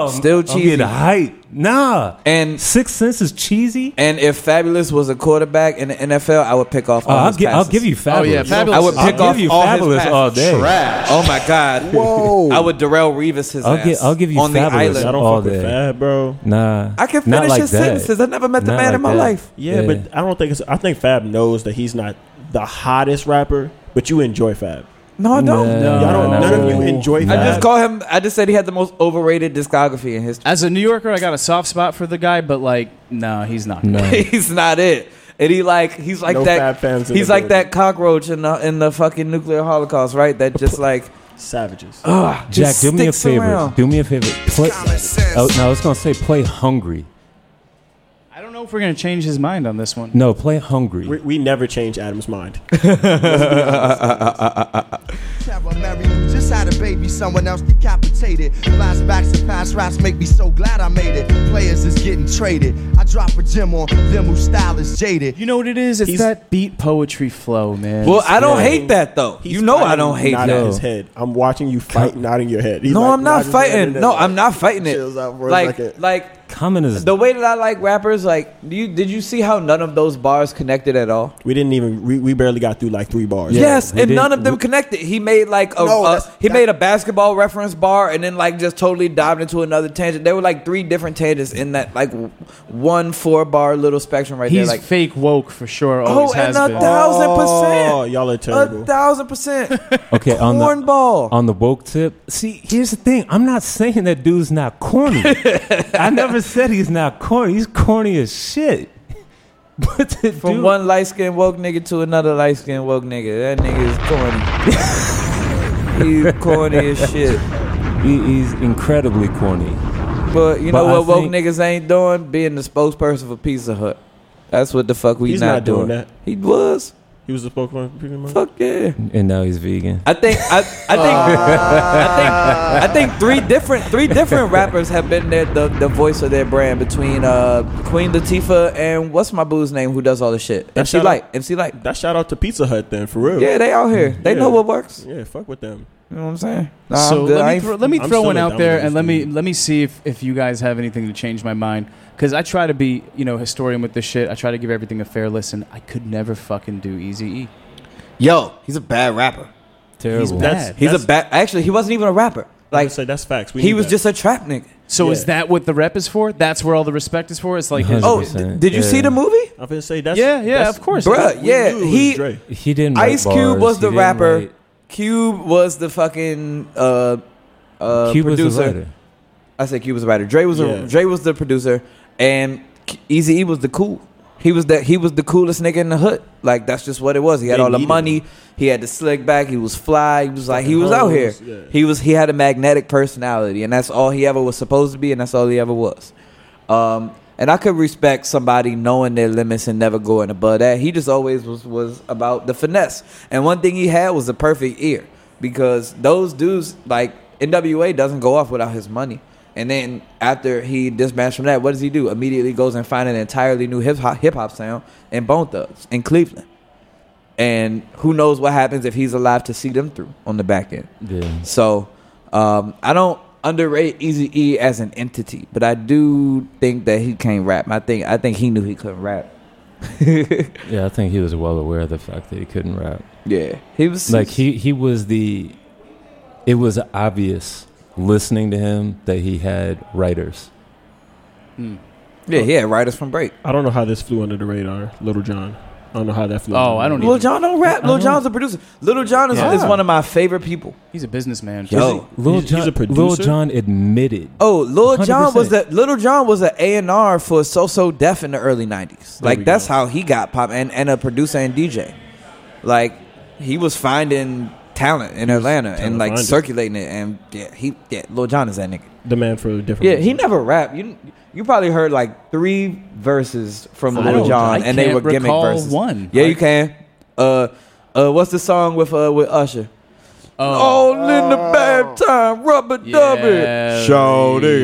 [SPEAKER 4] Um, Still
[SPEAKER 5] I'm
[SPEAKER 4] cheesy.
[SPEAKER 5] getting hype. Nah.
[SPEAKER 4] And-
[SPEAKER 5] Sixth Sense is cheesy.
[SPEAKER 4] And if Fabulous was a quarterback in the NFL, I would pick off.
[SPEAKER 5] Oh,
[SPEAKER 4] all
[SPEAKER 5] I'll,
[SPEAKER 4] his
[SPEAKER 5] gi- I'll
[SPEAKER 4] passes.
[SPEAKER 5] give you fabulous.
[SPEAKER 3] Oh, Fabulous
[SPEAKER 4] I would
[SPEAKER 3] I'll
[SPEAKER 4] pick
[SPEAKER 3] give
[SPEAKER 4] off
[SPEAKER 5] you
[SPEAKER 4] all
[SPEAKER 5] Fabulous
[SPEAKER 4] his passes.
[SPEAKER 5] all day. Trash.
[SPEAKER 4] Oh my god.
[SPEAKER 6] Whoa.
[SPEAKER 4] I would Darrell Reeves his
[SPEAKER 5] I'll
[SPEAKER 4] ass.
[SPEAKER 5] gi- I'll give you
[SPEAKER 4] on
[SPEAKER 5] Fabulous.
[SPEAKER 4] the
[SPEAKER 6] I
[SPEAKER 4] island.
[SPEAKER 6] don't
[SPEAKER 5] All
[SPEAKER 6] fuck with
[SPEAKER 5] day.
[SPEAKER 6] Fab, bro.
[SPEAKER 5] Nah.
[SPEAKER 4] I can
[SPEAKER 5] Not
[SPEAKER 4] finish
[SPEAKER 5] like
[SPEAKER 4] his
[SPEAKER 5] that.
[SPEAKER 4] sentences. I never met the
[SPEAKER 5] Not
[SPEAKER 4] man
[SPEAKER 5] like
[SPEAKER 4] in my
[SPEAKER 5] that.
[SPEAKER 4] life.
[SPEAKER 6] Yeah, but I don't think it's. I think Fab knows that he's not the hottest rapper, but you enjoy Fab.
[SPEAKER 4] No, I don't.
[SPEAKER 5] No,
[SPEAKER 6] Y'all don't.
[SPEAKER 5] no,
[SPEAKER 6] None of
[SPEAKER 5] no.
[SPEAKER 6] you enjoy
[SPEAKER 4] I
[SPEAKER 6] that.
[SPEAKER 4] just call him. I just said he had the most overrated discography in history.
[SPEAKER 3] As a New Yorker, I got a soft spot for the guy, but like, no, he's not.
[SPEAKER 5] No.
[SPEAKER 4] *laughs* he's not it. And he like he's like
[SPEAKER 6] No
[SPEAKER 4] that.
[SPEAKER 6] Fab Fabs in
[SPEAKER 4] he's
[SPEAKER 6] the
[SPEAKER 4] like
[SPEAKER 6] building.
[SPEAKER 4] that cockroach in the in the fucking nuclear holocaust, right? That just like
[SPEAKER 6] savages.
[SPEAKER 4] ugh,
[SPEAKER 5] Jack,
[SPEAKER 4] just
[SPEAKER 5] do me a
[SPEAKER 4] sticks
[SPEAKER 5] favor.
[SPEAKER 4] around.
[SPEAKER 5] Do me a favor. Play,
[SPEAKER 9] Common sense.
[SPEAKER 5] oh, no, I was gonna say play hungry.
[SPEAKER 3] I don't know if we're gonna change his mind on this one.
[SPEAKER 5] No, play hungry.
[SPEAKER 6] We, we never change Adam's
[SPEAKER 4] *laughs*
[SPEAKER 6] mind.
[SPEAKER 9] Sarah Mary, who just had a baby, someone else decapitated. Flashbacks and past raps make me so glad I made it. Players is getting traded. I drop a gem on them whose style is jaded.
[SPEAKER 3] You know what it is? It's
[SPEAKER 6] He's-
[SPEAKER 3] that beat poetry flow, man.
[SPEAKER 4] Well, I don't
[SPEAKER 6] Yeah.
[SPEAKER 4] hate that though.
[SPEAKER 6] He's
[SPEAKER 4] you know I
[SPEAKER 6] fighting
[SPEAKER 4] don't hate
[SPEAKER 6] not
[SPEAKER 4] that.
[SPEAKER 6] His head. I'm watching you fight, nodding your head. He's
[SPEAKER 4] No,
[SPEAKER 6] like
[SPEAKER 4] I'm not
[SPEAKER 6] nodding his head
[SPEAKER 4] fighting.
[SPEAKER 6] and then
[SPEAKER 4] No,
[SPEAKER 6] like-
[SPEAKER 4] I'm not fighting it.
[SPEAKER 6] chills out for a
[SPEAKER 4] Like,
[SPEAKER 6] second.
[SPEAKER 4] like
[SPEAKER 5] Common is
[SPEAKER 4] the way that I like rappers. Like, do you did you see how none of those bars connected at all?
[SPEAKER 6] We didn't even. We, we barely got through like three bars.
[SPEAKER 4] yes,
[SPEAKER 5] we
[SPEAKER 4] and
[SPEAKER 5] did-
[SPEAKER 4] none of them connected. He made like a,
[SPEAKER 9] No,
[SPEAKER 4] a-
[SPEAKER 9] that's-
[SPEAKER 4] he
[SPEAKER 9] that-
[SPEAKER 4] made a basketball reference bar, and then like just totally dived into another tangent. There were like three different tangents in that like w- one four bar little spectrum right
[SPEAKER 3] he's
[SPEAKER 4] there. Like,
[SPEAKER 3] fake woke for sure. Always
[SPEAKER 4] oh, and
[SPEAKER 3] has
[SPEAKER 4] a
[SPEAKER 3] been.
[SPEAKER 4] thousand
[SPEAKER 6] Oh,
[SPEAKER 4] percent,
[SPEAKER 6] y'all are
[SPEAKER 4] a
[SPEAKER 6] terrible.
[SPEAKER 4] thousand
[SPEAKER 6] *laughs*
[SPEAKER 4] percent
[SPEAKER 5] okay on the
[SPEAKER 4] cornball.
[SPEAKER 5] on the woke tip. See, here's the thing. I'm not saying that dude's
[SPEAKER 4] *laughs*
[SPEAKER 5] not corny. I never said he's not corny. He's corny as shit. But the
[SPEAKER 4] From
[SPEAKER 5] dude,
[SPEAKER 4] one light skinned woke nigga to another light skinned woke nigga. That nigga is corny. *laughs* He's corny as shit.
[SPEAKER 5] *laughs* he- he's incredibly corny.
[SPEAKER 4] But you
[SPEAKER 5] But I
[SPEAKER 4] know what woke
[SPEAKER 5] think-
[SPEAKER 4] niggas ain't doing? Being the spokesperson for Pizza Hut. That's what the fuck we
[SPEAKER 6] He's
[SPEAKER 4] not,
[SPEAKER 6] not doing that.
[SPEAKER 4] He was.
[SPEAKER 6] He was the spokesman.
[SPEAKER 4] Fuck yeah.
[SPEAKER 5] And now he's vegan.
[SPEAKER 4] I think I, I think I think I think three different three different rappers have been there the, the voice of their brand between uh, Queen Latifah and what's my boo's name who does all the shit
[SPEAKER 6] That's
[SPEAKER 4] MC
[SPEAKER 6] shout
[SPEAKER 4] Light MC Light
[SPEAKER 6] That shout out to Pizza Hut then for *laughs* real.
[SPEAKER 4] yeah they out here they know
[SPEAKER 6] Yeah.
[SPEAKER 4] what works
[SPEAKER 6] Yeah, fuck with them.
[SPEAKER 4] you know what I'm saying nah,
[SPEAKER 3] so
[SPEAKER 4] I'm good. I
[SPEAKER 3] let me,
[SPEAKER 4] ain't-
[SPEAKER 3] throw, let me
[SPEAKER 6] I'm
[SPEAKER 3] throw
[SPEAKER 6] still
[SPEAKER 3] one
[SPEAKER 6] a
[SPEAKER 3] out there
[SPEAKER 6] dominant
[SPEAKER 3] and let me
[SPEAKER 6] student.
[SPEAKER 3] let me see if, if you guys have anything to change my mind because I try to be you know historian with this shit. I try to give everything a fair listen. I could never fucking do Easy E.
[SPEAKER 2] Yo, he's a bad rapper.
[SPEAKER 5] Terrible.
[SPEAKER 6] That's,
[SPEAKER 4] he's
[SPEAKER 6] that's,
[SPEAKER 4] a bad actually he wasn't even a rapper like
[SPEAKER 6] say that's facts. We
[SPEAKER 4] he
[SPEAKER 6] need
[SPEAKER 4] was
[SPEAKER 6] that.
[SPEAKER 4] just a trap nigga
[SPEAKER 3] So
[SPEAKER 6] Yeah.
[SPEAKER 3] is that what the rep is for? That's where all the respect is for. It's like his,
[SPEAKER 5] Oh,
[SPEAKER 4] oh d-
[SPEAKER 5] 100%,
[SPEAKER 4] did you
[SPEAKER 5] yeah.
[SPEAKER 4] see the movie
[SPEAKER 6] I'm gonna say that's
[SPEAKER 3] yeah, yeah,
[SPEAKER 6] that's-
[SPEAKER 3] of course.
[SPEAKER 4] bruh
[SPEAKER 6] we
[SPEAKER 4] yeah
[SPEAKER 6] knew it was
[SPEAKER 4] he
[SPEAKER 6] Dre.
[SPEAKER 5] he didn't. write
[SPEAKER 4] Ice Cube
[SPEAKER 5] bars,
[SPEAKER 4] was
[SPEAKER 5] he
[SPEAKER 4] the
[SPEAKER 5] didn't
[SPEAKER 4] rapper.
[SPEAKER 5] write-
[SPEAKER 4] Cube was the fucking uh, uh,
[SPEAKER 5] Cube was
[SPEAKER 4] producer.
[SPEAKER 5] the writer.
[SPEAKER 4] I said Cube was the writer. Dre was
[SPEAKER 6] Yeah.
[SPEAKER 4] a, Dre was the producer, and Easy E was the cool. He was that he was the coolest nigga in the hood. Like that's just what it was. He had
[SPEAKER 6] They
[SPEAKER 4] all the
[SPEAKER 6] needed
[SPEAKER 4] money. He had the slick back. He was fly. He was like he
[SPEAKER 6] Fucking
[SPEAKER 4] was out here.
[SPEAKER 6] hoes, yeah.
[SPEAKER 4] He was he had a magnetic personality, and that's all he ever was supposed to be, and that's all he ever was. Um, and I could respect somebody knowing their limits and never going above that. He just always was was about the finesse. And one thing he had was the perfect ear because those dudes like NWA doesn't go off without his money. And then after he disbanded from that, what does he do? Immediately goes and find an entirely new hip hop hip hop sound in Bone Thugs in Cleveland. And who knows what happens if he's alive to see them through on the back end.
[SPEAKER 5] Yeah.
[SPEAKER 4] So um, I don't underrate Easy E as an entity, but I do think that he can't rap. I think I think he knew he couldn't rap.
[SPEAKER 5] yeah, I think he was well aware of the fact that he couldn't rap.
[SPEAKER 4] Yeah, he was
[SPEAKER 5] Like he he was the. It was obvious listening to him that he had writers.
[SPEAKER 4] yeah he had writers from break.
[SPEAKER 6] I don't know how this flew under the radar, Little John. I don't know how that flew.
[SPEAKER 3] Oh,
[SPEAKER 6] under
[SPEAKER 3] I
[SPEAKER 6] the
[SPEAKER 3] don't
[SPEAKER 6] radar.
[SPEAKER 4] Lil John don't rap. Lil
[SPEAKER 5] Uh-huh.
[SPEAKER 4] John's a producer. Lil John is,
[SPEAKER 3] Yeah.
[SPEAKER 4] is one of my favorite people.
[SPEAKER 3] He's a businessman.
[SPEAKER 4] Yo.
[SPEAKER 5] Lil
[SPEAKER 6] He's- he's
[SPEAKER 5] John,
[SPEAKER 6] a
[SPEAKER 5] Lil
[SPEAKER 6] producer?
[SPEAKER 5] John admitted.
[SPEAKER 4] Oh, Lil John was
[SPEAKER 5] 100%.
[SPEAKER 4] the Little John was an A and R for So So Def in the early nineties.
[SPEAKER 6] we
[SPEAKER 4] Like that's
[SPEAKER 6] go.
[SPEAKER 4] how he got pop and, and a producer and DJ. Like he was finding talent in Atlanta
[SPEAKER 6] trying to
[SPEAKER 4] and like
[SPEAKER 6] find it.
[SPEAKER 4] circulating it. and yeah, he yeah, Lil John is that nigga.
[SPEAKER 6] Demand for different.
[SPEAKER 4] Yeah, he
[SPEAKER 6] music.
[SPEAKER 4] never rapped. You you probably heard like three verses from
[SPEAKER 3] I
[SPEAKER 4] Lil
[SPEAKER 3] don't-
[SPEAKER 4] John,
[SPEAKER 3] I
[SPEAKER 4] and they
[SPEAKER 3] can't
[SPEAKER 4] were gimmick
[SPEAKER 3] recall
[SPEAKER 4] verses.
[SPEAKER 3] one.
[SPEAKER 4] Yeah,
[SPEAKER 3] I-
[SPEAKER 4] you can. Uh, uh, what's the song with uh with Usher?
[SPEAKER 6] Oh.
[SPEAKER 4] All in the bad time, rubber dubby.
[SPEAKER 5] *laughs*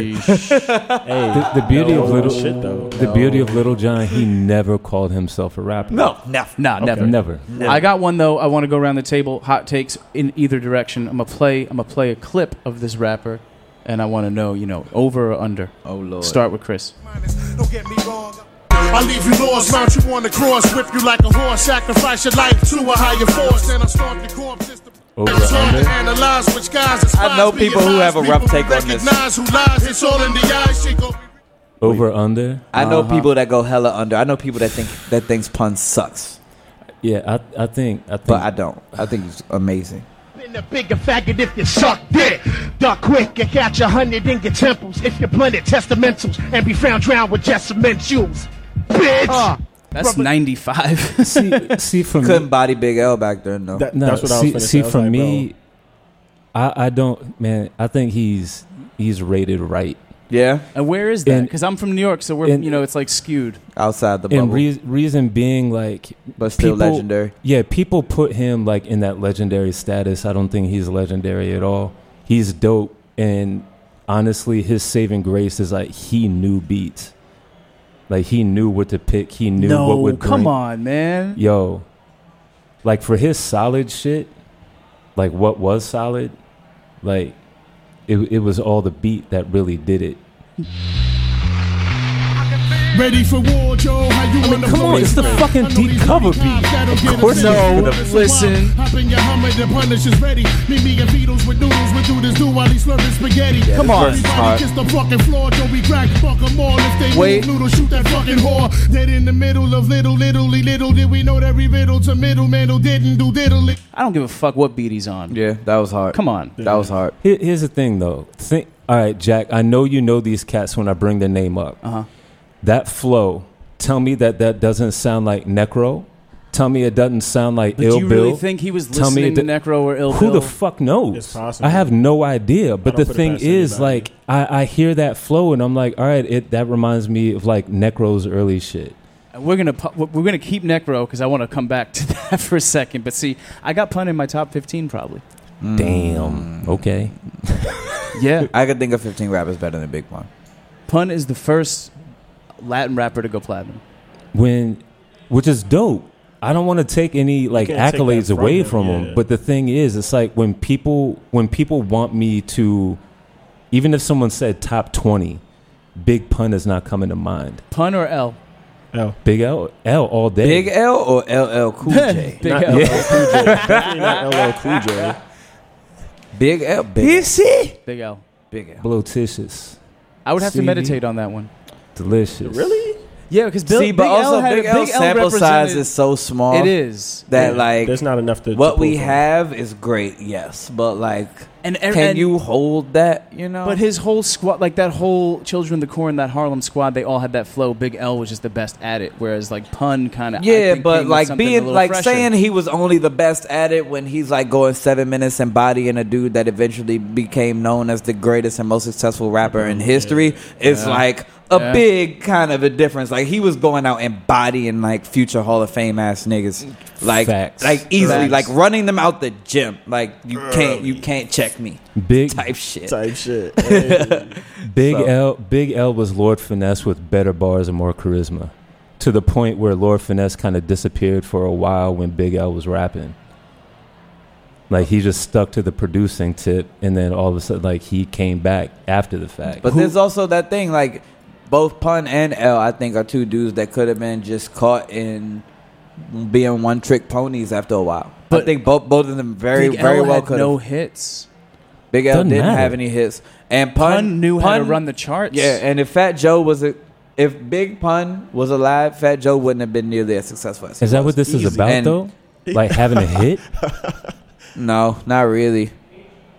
[SPEAKER 6] Hey,
[SPEAKER 5] The, the beauty
[SPEAKER 6] no,
[SPEAKER 5] of little
[SPEAKER 6] shit though.
[SPEAKER 5] the beauty of Little John, he never called himself a rapper.
[SPEAKER 4] No, never.
[SPEAKER 3] Nah, never.
[SPEAKER 5] never.
[SPEAKER 3] I got one though. I want to go around the table. Hot takes in either direction. I'm gonna play. I'm gonna play a clip of this rapper, and I want to know, you know, over or under.
[SPEAKER 4] Oh lord.
[SPEAKER 3] Start with Chris.
[SPEAKER 9] Don't get me wrong.
[SPEAKER 2] I leave you laws, mount you on the cross, whip you like a horse, sacrifice your life to a higher force, and I stomp your corpse. It's the-
[SPEAKER 5] Over,
[SPEAKER 2] It's hard
[SPEAKER 5] under.
[SPEAKER 2] to analyze which guys
[SPEAKER 4] I know people who have a rough take on this.
[SPEAKER 2] Recognize who lies, it's all in the eyes. She gon' be-
[SPEAKER 5] Over under. Uh-huh.
[SPEAKER 4] I know people that go hella under. I know people that think that thinks pun sucks,
[SPEAKER 5] Yeah, I I think I think
[SPEAKER 4] but I don't. I think it's amazing.
[SPEAKER 2] in a bigger faggot if you suck dick. Duck quick and catch a hundred in your temples if you blunted testamentals and be found drowned with jessamine jewels. Bitch!
[SPEAKER 4] Uh.
[SPEAKER 3] That's 95.
[SPEAKER 5] see, see for
[SPEAKER 4] Couldn't
[SPEAKER 5] me,
[SPEAKER 4] body Big L back then, no.
[SPEAKER 6] That-
[SPEAKER 5] no,
[SPEAKER 6] that's what I was
[SPEAKER 5] see,
[SPEAKER 6] finna say.
[SPEAKER 5] see
[SPEAKER 6] I was
[SPEAKER 5] for
[SPEAKER 6] like,
[SPEAKER 5] me, I, I don't, man. I think he's he's rated right.
[SPEAKER 4] yeah,
[SPEAKER 3] and where is that?
[SPEAKER 5] And-
[SPEAKER 3] Because I'm from New York, so we're,
[SPEAKER 5] and-
[SPEAKER 3] you know, it's like skewed.
[SPEAKER 4] outside the bubble,
[SPEAKER 5] and rea- reason being like
[SPEAKER 4] but still
[SPEAKER 5] people-
[SPEAKER 4] legendary.
[SPEAKER 5] yeah people put him like in that legendary status i don't think he's legendary at all he's dope and honestly his saving grace is like he knew beats like he knew what to pick he knew what would
[SPEAKER 3] come
[SPEAKER 5] bring-
[SPEAKER 3] on, man.
[SPEAKER 5] yo like for his solid shit like what was solid like it, it was all the beat that really did it
[SPEAKER 2] Ready for war, Joe? How you I mean,
[SPEAKER 5] come on, it's the fucking deep cover beat.
[SPEAKER 2] Of
[SPEAKER 5] course
[SPEAKER 3] No, listen.
[SPEAKER 2] Hop in your Hummer, the Punisher's ready. Meet me and Beatles with noodles, we do this do while he's slurping spaghetti.
[SPEAKER 4] Come this on. verse is hard.
[SPEAKER 2] Everybody kiss the fucking floor, Joey crack, fuck 'em all if they
[SPEAKER 4] Wait.
[SPEAKER 2] move noodle, shoot that fucking whore. Dead in the middle of little, little, little, did we know that we riddle to middle, middle, didn't do diddle.
[SPEAKER 3] I don't give a fuck what beat he's on.
[SPEAKER 4] Yeah, that was hard.
[SPEAKER 3] Come on.
[SPEAKER 4] that was hard.
[SPEAKER 5] Here- Here's the thing, though. Think, all right, Jack. I know you know these cats when I bring their name up.
[SPEAKER 3] Uh-huh.
[SPEAKER 5] That flow. Tell me that that doesn't sound like Necro. Tell me it doesn't sound like
[SPEAKER 3] But
[SPEAKER 5] Ill
[SPEAKER 3] do you
[SPEAKER 5] Bill.
[SPEAKER 3] really think he was
[SPEAKER 5] Tell me
[SPEAKER 3] listening
[SPEAKER 5] the-
[SPEAKER 3] to Necro or Ill
[SPEAKER 5] Who
[SPEAKER 3] Bill?
[SPEAKER 5] the fuck knows?
[SPEAKER 6] It's possible.
[SPEAKER 5] I have no idea. But
[SPEAKER 6] don't
[SPEAKER 5] the
[SPEAKER 6] put it
[SPEAKER 5] thing
[SPEAKER 6] past
[SPEAKER 5] is,
[SPEAKER 6] anybody.
[SPEAKER 5] like, I, I hear that flow and I'm like, all right, it that reminds me of like Necro's early shit.
[SPEAKER 3] We're gonna pu- we're gonna keep Necro because I want to come back *laughs* to that for a second. But see, I got pun in my top fifteen probably.
[SPEAKER 4] Mm.
[SPEAKER 5] Damn. Okay.
[SPEAKER 3] Yeah,
[SPEAKER 4] I could think of 15 rappers better than Big Pun.
[SPEAKER 3] pun is the first Latin rapper to go platinum.
[SPEAKER 5] when which is dope. I don't want to take any like
[SPEAKER 6] can't take that
[SPEAKER 5] accolades
[SPEAKER 6] from
[SPEAKER 5] away
[SPEAKER 6] him,
[SPEAKER 5] from him,
[SPEAKER 6] yeah.
[SPEAKER 5] but the thing is, it's like when people when people want me to, even if someone said top twenty, Big Pun is not coming to mind.
[SPEAKER 3] Pun or L?
[SPEAKER 6] Oh,
[SPEAKER 5] Big L L all day.
[SPEAKER 4] Big L or LL
[SPEAKER 3] *laughs*
[SPEAKER 4] Cool J?
[SPEAKER 3] Big
[SPEAKER 6] not
[SPEAKER 3] L.
[SPEAKER 6] LL Cool
[SPEAKER 3] *laughs*
[SPEAKER 6] J. Definitely not LL Cool J.
[SPEAKER 4] Big L. Big L.
[SPEAKER 3] Big L.
[SPEAKER 4] Big L.
[SPEAKER 5] Blotitious,
[SPEAKER 3] I would have to
[SPEAKER 5] See?
[SPEAKER 3] meditate on that one.
[SPEAKER 5] delicious.
[SPEAKER 6] Really?
[SPEAKER 3] Yeah, because Bill,
[SPEAKER 4] See, but
[SPEAKER 3] Big
[SPEAKER 4] also
[SPEAKER 3] L had
[SPEAKER 4] Big
[SPEAKER 3] a
[SPEAKER 4] L
[SPEAKER 3] Big L
[SPEAKER 4] sample size
[SPEAKER 3] represented-
[SPEAKER 4] is so small
[SPEAKER 3] It is.
[SPEAKER 4] that like
[SPEAKER 6] There's not enough to. to
[SPEAKER 4] what
[SPEAKER 6] pull
[SPEAKER 4] we
[SPEAKER 6] from.
[SPEAKER 4] have is great, yes, but like,
[SPEAKER 3] And- and-
[SPEAKER 4] can
[SPEAKER 3] and-
[SPEAKER 4] you hold that? You know,
[SPEAKER 3] But his whole squad, like that whole Children of the Corn, that Harlem squad, they all had that flow. Big L was just the best at it, whereas like Pun kind of
[SPEAKER 4] yeah, but like being like saying he was only the best at it when he's like going seven minutes and bodying a dude that eventually became known as the greatest and most successful rapper in history is like a
[SPEAKER 3] Yeah.
[SPEAKER 4] big kind of a difference. Like he was going out and bodying like future Hall of Fame ass niggas, like
[SPEAKER 5] Facts.
[SPEAKER 4] like easily,
[SPEAKER 3] Facts.
[SPEAKER 4] like running them out the gym. Like you can't you can't check me
[SPEAKER 5] Big
[SPEAKER 4] type shit. *laughs*
[SPEAKER 6] type shit. Hey,
[SPEAKER 5] Big L Big L was Lord Finesse with better bars and more charisma. To the point where Lord Finesse kind of disappeared for a while when Big L was rapping. Like he just stuck to the producing tip and then all of a sudden like he came back after the fact.
[SPEAKER 4] But there's also that thing like both Pun and L I think are two dudes that could have been just caught in being one trick ponies after a while. I
[SPEAKER 3] But-
[SPEAKER 4] think both both of them very
[SPEAKER 3] Big
[SPEAKER 4] very
[SPEAKER 3] L
[SPEAKER 4] well
[SPEAKER 3] had
[SPEAKER 4] could.
[SPEAKER 3] no
[SPEAKER 4] have.
[SPEAKER 3] hits.
[SPEAKER 4] Big L
[SPEAKER 5] Doesn't
[SPEAKER 4] didn't
[SPEAKER 5] matter.
[SPEAKER 4] have any hits, and Pun,
[SPEAKER 3] Pun knew how to
[SPEAKER 4] Pun-
[SPEAKER 3] run the charts.
[SPEAKER 4] Yeah, and if Fat Joe was a if Big Pun was alive, Fat Joe wouldn't have been nearly as successful. As he
[SPEAKER 5] is that
[SPEAKER 4] was.
[SPEAKER 5] what this
[SPEAKER 6] easy.
[SPEAKER 5] is about
[SPEAKER 4] And- *laughs*
[SPEAKER 5] though? Like having a hit?
[SPEAKER 4] No, not really.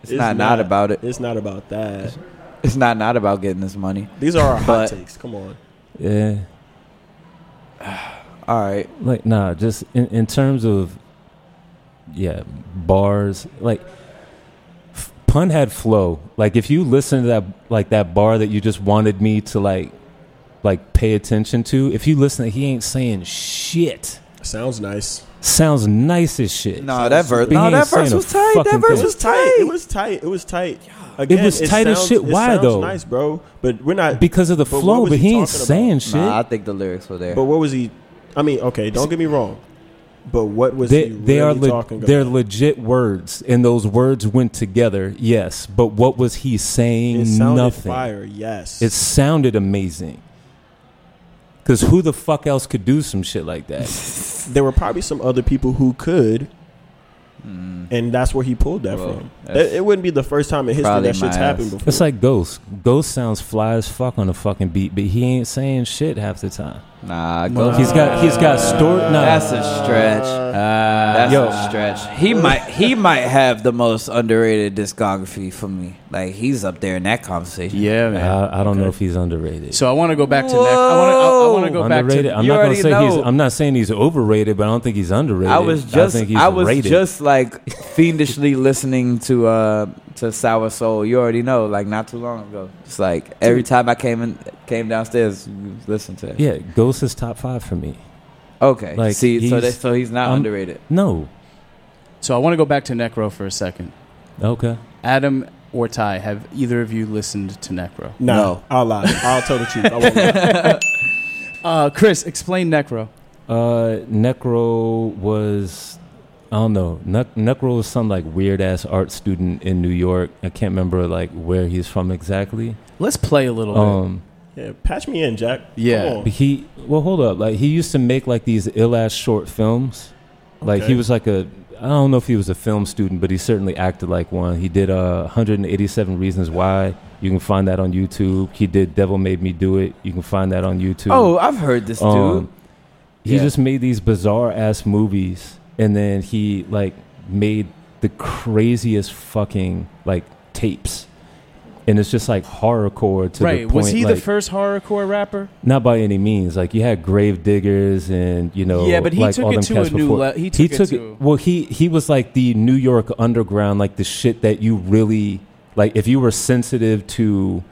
[SPEAKER 4] It's, not, not about it.
[SPEAKER 6] It's not about that.
[SPEAKER 4] It's not not about getting this money.
[SPEAKER 6] These are our
[SPEAKER 4] But-
[SPEAKER 6] hot takes. Come on.
[SPEAKER 5] Yeah.
[SPEAKER 4] *sighs* All right,
[SPEAKER 5] Like nah, just in, in terms of yeah, bars, like f- pun had flow. Like if you listen to that like that bar that you just wanted me to like like pay attention to, if you listen, he ain't saying shit.
[SPEAKER 6] Sounds nice.
[SPEAKER 5] Sounds nice as shit.
[SPEAKER 4] no, that verse,
[SPEAKER 5] He
[SPEAKER 4] no,
[SPEAKER 5] ain't
[SPEAKER 4] that
[SPEAKER 5] saying
[SPEAKER 4] verse
[SPEAKER 5] a
[SPEAKER 4] was tight. That
[SPEAKER 5] fucking
[SPEAKER 4] verse
[SPEAKER 5] thing.
[SPEAKER 4] was
[SPEAKER 6] It
[SPEAKER 4] tight.
[SPEAKER 6] was tight. It was tight. Again,
[SPEAKER 5] was tight as
[SPEAKER 6] sounds-
[SPEAKER 5] shit.
[SPEAKER 6] it
[SPEAKER 5] Why,
[SPEAKER 6] sounds
[SPEAKER 5] though?
[SPEAKER 6] Nice, bro. But we're not.
[SPEAKER 5] because of the
[SPEAKER 6] what
[SPEAKER 5] flow,
[SPEAKER 6] was
[SPEAKER 5] but he ain't
[SPEAKER 6] talking about?
[SPEAKER 5] saying shit.
[SPEAKER 4] Nah, I think the lyrics were there.
[SPEAKER 6] But what was he? I mean, okay. Don't get me wrong. But what was
[SPEAKER 5] they,
[SPEAKER 6] he really
[SPEAKER 5] they are le-
[SPEAKER 6] talking about?
[SPEAKER 5] they're legit words, and those words went together. Yes, but what was he saying?
[SPEAKER 6] it sounded
[SPEAKER 5] Nothing.
[SPEAKER 6] fire. Yes.
[SPEAKER 5] It sounded amazing. Cause who the fuck else could do some shit like that?
[SPEAKER 6] *laughs* there were probably some other people who could. And that's where he pulled that
[SPEAKER 4] Mm. Well,
[SPEAKER 6] from.
[SPEAKER 4] that's
[SPEAKER 6] It, it wouldn't be the first time in history
[SPEAKER 4] probably
[SPEAKER 6] that shit's
[SPEAKER 4] my
[SPEAKER 6] happened
[SPEAKER 4] ass.
[SPEAKER 6] before.
[SPEAKER 5] it's like Ghost. Ghost sounds fly as fuck on a fucking beat, but he ain't saying shit half the time.
[SPEAKER 4] Nah, go.
[SPEAKER 5] He's got he's got story. No,
[SPEAKER 4] That's a stretch. That's
[SPEAKER 5] yo.
[SPEAKER 4] a stretch. He might he might have the most underrated discography for me. Like he's up there in that conversation.
[SPEAKER 3] Yeah, man.
[SPEAKER 5] I, I don't know if he's underrated.
[SPEAKER 3] so I want to go back to neck. I want to. I, want to go
[SPEAKER 5] underrated.
[SPEAKER 3] back to.
[SPEAKER 5] I'm
[SPEAKER 4] You
[SPEAKER 5] not gonna
[SPEAKER 4] already
[SPEAKER 5] say he's.
[SPEAKER 4] know.
[SPEAKER 5] I'm not saying he's overrated, but I don't think he's underrated.
[SPEAKER 4] I was just
[SPEAKER 5] I, think he's
[SPEAKER 4] I, was
[SPEAKER 5] rated.
[SPEAKER 4] just like fiendishly listening to uh to Sour Soul. You already know, like not too long ago. It's like every time I came in came downstairs, you listen to it.
[SPEAKER 5] Yeah, Ghost is top five for me.
[SPEAKER 4] Okay.
[SPEAKER 5] Like,
[SPEAKER 4] See, so
[SPEAKER 5] he's-
[SPEAKER 4] that, so he's not
[SPEAKER 5] I'm-
[SPEAKER 4] underrated.
[SPEAKER 5] No.
[SPEAKER 3] So I want to go back to Necro for a second.
[SPEAKER 5] Okay.
[SPEAKER 3] Adam or Ty, have either of you listened to Necro?
[SPEAKER 6] Nah,
[SPEAKER 4] No.
[SPEAKER 6] I'll lie. I'll tell the truth. I won't lie.
[SPEAKER 3] *laughs* Uh, Chris, explain Necro.
[SPEAKER 5] Uh, Necro was, I don't know. Ne- Necro was some like weird ass art student in New York. I can't remember like where he's from exactly.
[SPEAKER 3] Let's play a little
[SPEAKER 5] Um,
[SPEAKER 6] Yeah, patch me in, Jack.
[SPEAKER 3] Yeah.
[SPEAKER 6] Come
[SPEAKER 5] but
[SPEAKER 6] on.
[SPEAKER 5] he well, hold up. Like he used to make like these ill ass short films. Like
[SPEAKER 6] Okay.
[SPEAKER 5] he was like a, I don't know if he was a film student, but he certainly acted like one. He did uh 187 Reasons Why. You can find that on YouTube. He did Devil Made Me Do It. You can find that on YouTube.
[SPEAKER 4] Oh, I've heard this
[SPEAKER 5] Um,
[SPEAKER 4] dude.
[SPEAKER 5] He
[SPEAKER 4] Yeah.
[SPEAKER 5] just made these bizarre ass movies, and then he like made the craziest fucking like tapes, and it's just like horrorcore
[SPEAKER 3] bit.
[SPEAKER 5] to the
[SPEAKER 3] Right?
[SPEAKER 5] point.
[SPEAKER 3] Was he the
[SPEAKER 5] like,
[SPEAKER 3] first horrorcore rapper?
[SPEAKER 5] Not by any means. Like you had grave diggers, and you know.
[SPEAKER 3] Yeah, but he
[SPEAKER 5] like,
[SPEAKER 3] took
[SPEAKER 5] all
[SPEAKER 3] it
[SPEAKER 5] them
[SPEAKER 3] to
[SPEAKER 5] cats
[SPEAKER 3] a new
[SPEAKER 5] before.
[SPEAKER 3] le- he took it to-
[SPEAKER 5] Well, he he was like the New York underground, like the shit that you really like. If you were sensitive to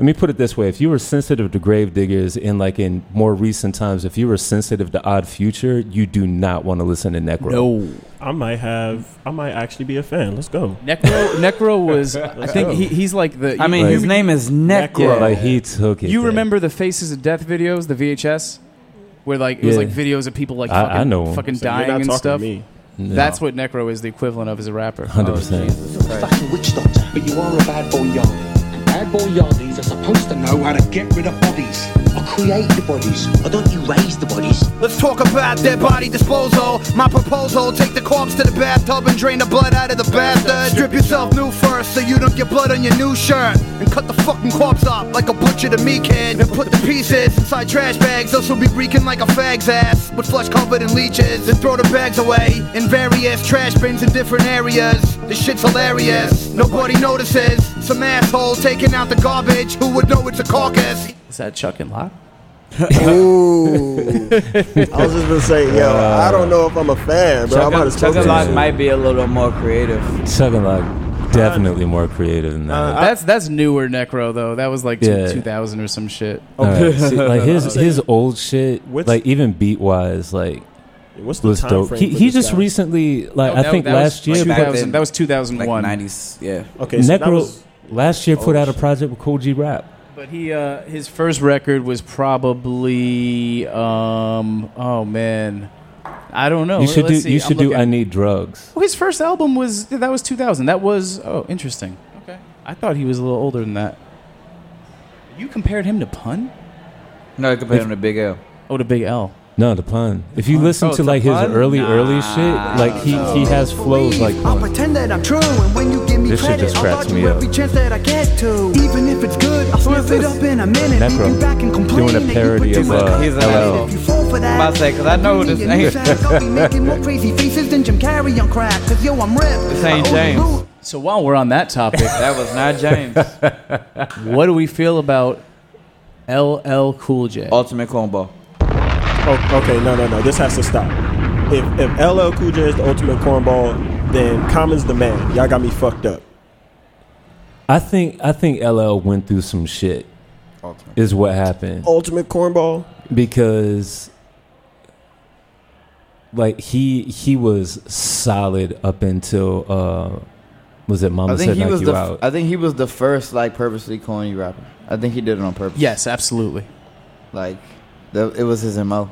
[SPEAKER 5] let me put it this way: If you were sensitive to grave diggers in like in more recent times, if you were sensitive to Odd Future, you do not want to listen to Necro.
[SPEAKER 6] I might have. I might actually be a fan. Let's go.
[SPEAKER 3] Necro. Necro
[SPEAKER 6] *laughs*
[SPEAKER 3] was. I think he, he's like the.
[SPEAKER 4] I mean,
[SPEAKER 3] you,
[SPEAKER 4] his name is Necro.
[SPEAKER 5] like he took it.
[SPEAKER 3] You
[SPEAKER 5] there.
[SPEAKER 3] remember the Faces of Death videos, the VHS, where like it was
[SPEAKER 5] Yeah.
[SPEAKER 3] like videos of people like
[SPEAKER 5] I-
[SPEAKER 3] fucking,
[SPEAKER 5] I know him.
[SPEAKER 3] fucking
[SPEAKER 6] So you're
[SPEAKER 3] dying
[SPEAKER 6] not
[SPEAKER 3] and
[SPEAKER 6] talking
[SPEAKER 3] stuff.
[SPEAKER 6] To me. Oh,
[SPEAKER 5] No.
[SPEAKER 3] That's what Necro is the equivalent of as a rapper.
[SPEAKER 5] 100%.
[SPEAKER 8] fucking witch doctor, but you are a bad boy yardie. And bad boy yardies are supposed to know how to get rid of bodies or create the bodies. Or don't you raise the bodies?
[SPEAKER 10] Let's talk about dead body disposal. My proposal take the corpse to the bathtub and drain the blood out of the bastard. Strip yourself new first so you don't get blood on your new shirt. And cut the fucking corpse up like a butcher to me, kid. And put the pieces inside trash bags. Those will be reeking like a fag's ass. With flesh covered in leeches. And throw the bags away in various trash bins in different areas. This shit's hilarious. Nobody notices. Some asshole taking out the garbage who would know it's a carcass.
[SPEAKER 3] Is that Chuck and
[SPEAKER 6] *laughs*
[SPEAKER 3] Lock? *laughs*
[SPEAKER 11] Ooh. I was just gonna say, yo,
[SPEAKER 5] Uh,
[SPEAKER 11] I don't know if I'm a fan, but I
[SPEAKER 4] Chuck,
[SPEAKER 11] might have
[SPEAKER 4] Chuck
[SPEAKER 11] spoken
[SPEAKER 4] and
[SPEAKER 11] to
[SPEAKER 4] Lock
[SPEAKER 5] him.
[SPEAKER 4] might be a little more creative.
[SPEAKER 5] Second Lock, definitely more creative than that.
[SPEAKER 3] Uh, that's that's newer Necro though. That was like
[SPEAKER 5] Yeah.
[SPEAKER 3] 2000 or some shit.
[SPEAKER 5] All right, see,
[SPEAKER 8] *laughs*
[SPEAKER 11] *laughs*
[SPEAKER 5] like his his old shit,
[SPEAKER 6] What's-
[SPEAKER 5] like even beat wise, like
[SPEAKER 6] What's the
[SPEAKER 5] was
[SPEAKER 6] time
[SPEAKER 5] dope.
[SPEAKER 6] frame?
[SPEAKER 5] He
[SPEAKER 6] for
[SPEAKER 5] he
[SPEAKER 6] this
[SPEAKER 5] just
[SPEAKER 6] guy?
[SPEAKER 5] recently, like
[SPEAKER 3] No,
[SPEAKER 5] I think
[SPEAKER 3] that
[SPEAKER 5] last
[SPEAKER 3] was
[SPEAKER 5] year,
[SPEAKER 4] back
[SPEAKER 3] 2000
[SPEAKER 4] then.
[SPEAKER 3] that was 2001.
[SPEAKER 4] Like 90s, yeah.
[SPEAKER 6] Okay, so that
[SPEAKER 5] Necro
[SPEAKER 6] was,
[SPEAKER 5] last year put
[SPEAKER 8] Oh,
[SPEAKER 5] out a project with Cool G Rap.
[SPEAKER 3] But he uh, his first record was probably um, oh man, I don't know.
[SPEAKER 5] you should
[SPEAKER 3] Let's
[SPEAKER 5] do
[SPEAKER 3] see.
[SPEAKER 5] you
[SPEAKER 3] I'm
[SPEAKER 5] should do
[SPEAKER 3] looking.
[SPEAKER 5] I Need Drugs.
[SPEAKER 3] Oh, his first album was that was 2000. That was oh interesting. Okay, I thought he was a little older than that. You compared him to Pun?
[SPEAKER 4] No, I compared him to Big L.
[SPEAKER 3] Oh, to Big L.
[SPEAKER 5] No, the pun. If you listen
[SPEAKER 4] Oh,
[SPEAKER 5] to like his
[SPEAKER 4] Dapan?
[SPEAKER 5] early
[SPEAKER 4] Nah,
[SPEAKER 5] early shit, like he he has flows like
[SPEAKER 8] I'll
[SPEAKER 5] pun.
[SPEAKER 8] pretend that I'm true, and when you give me
[SPEAKER 5] This shit
[SPEAKER 8] credit,
[SPEAKER 5] just
[SPEAKER 8] I'll
[SPEAKER 5] cracks
[SPEAKER 8] vouch
[SPEAKER 5] me
[SPEAKER 8] you
[SPEAKER 5] up.
[SPEAKER 8] every chance that I get to. Even if it's good, I'll sniff it up in a minute.
[SPEAKER 5] Necro
[SPEAKER 8] leave you back and complain
[SPEAKER 5] doing a
[SPEAKER 8] that you
[SPEAKER 5] parody
[SPEAKER 8] put
[SPEAKER 5] of,
[SPEAKER 8] your
[SPEAKER 5] uh,
[SPEAKER 8] mind
[SPEAKER 4] He's
[SPEAKER 8] in it.
[SPEAKER 4] LL.
[SPEAKER 8] If you fall for that,
[SPEAKER 4] I'm about to say, 'cause I know
[SPEAKER 8] bring
[SPEAKER 4] this
[SPEAKER 8] me a new
[SPEAKER 4] ain't-
[SPEAKER 8] sack. I'll be making more crazy faces than Jim Carrey on crack. Cause yo, I'm
[SPEAKER 4] *laughs*
[SPEAKER 8] ripped.
[SPEAKER 4] This ain't
[SPEAKER 8] I only
[SPEAKER 4] James.
[SPEAKER 8] root
[SPEAKER 3] So while we're on that topic,
[SPEAKER 4] *laughs* That was not James.
[SPEAKER 3] what do we feel about LL Cool J?
[SPEAKER 4] Ultimate Combo.
[SPEAKER 6] oh, okay, no, no, no. This has to stop. If if LL Cool J is the ultimate cornball, then Common's the man. Y'all got me fucked up.
[SPEAKER 5] I think I think LL went through some shit. Is what happened.
[SPEAKER 8] Oh,
[SPEAKER 6] Ultimate cornball.
[SPEAKER 5] because like he he was solid up until uh was it mama
[SPEAKER 12] I think
[SPEAKER 5] said
[SPEAKER 12] he
[SPEAKER 5] knock
[SPEAKER 12] was
[SPEAKER 5] you
[SPEAKER 12] the.
[SPEAKER 5] out
[SPEAKER 12] I think he was the first like purposely corny rapper. I think he did it on purpose.
[SPEAKER 3] yes, absolutely.
[SPEAKER 12] Like, the, it was his mo.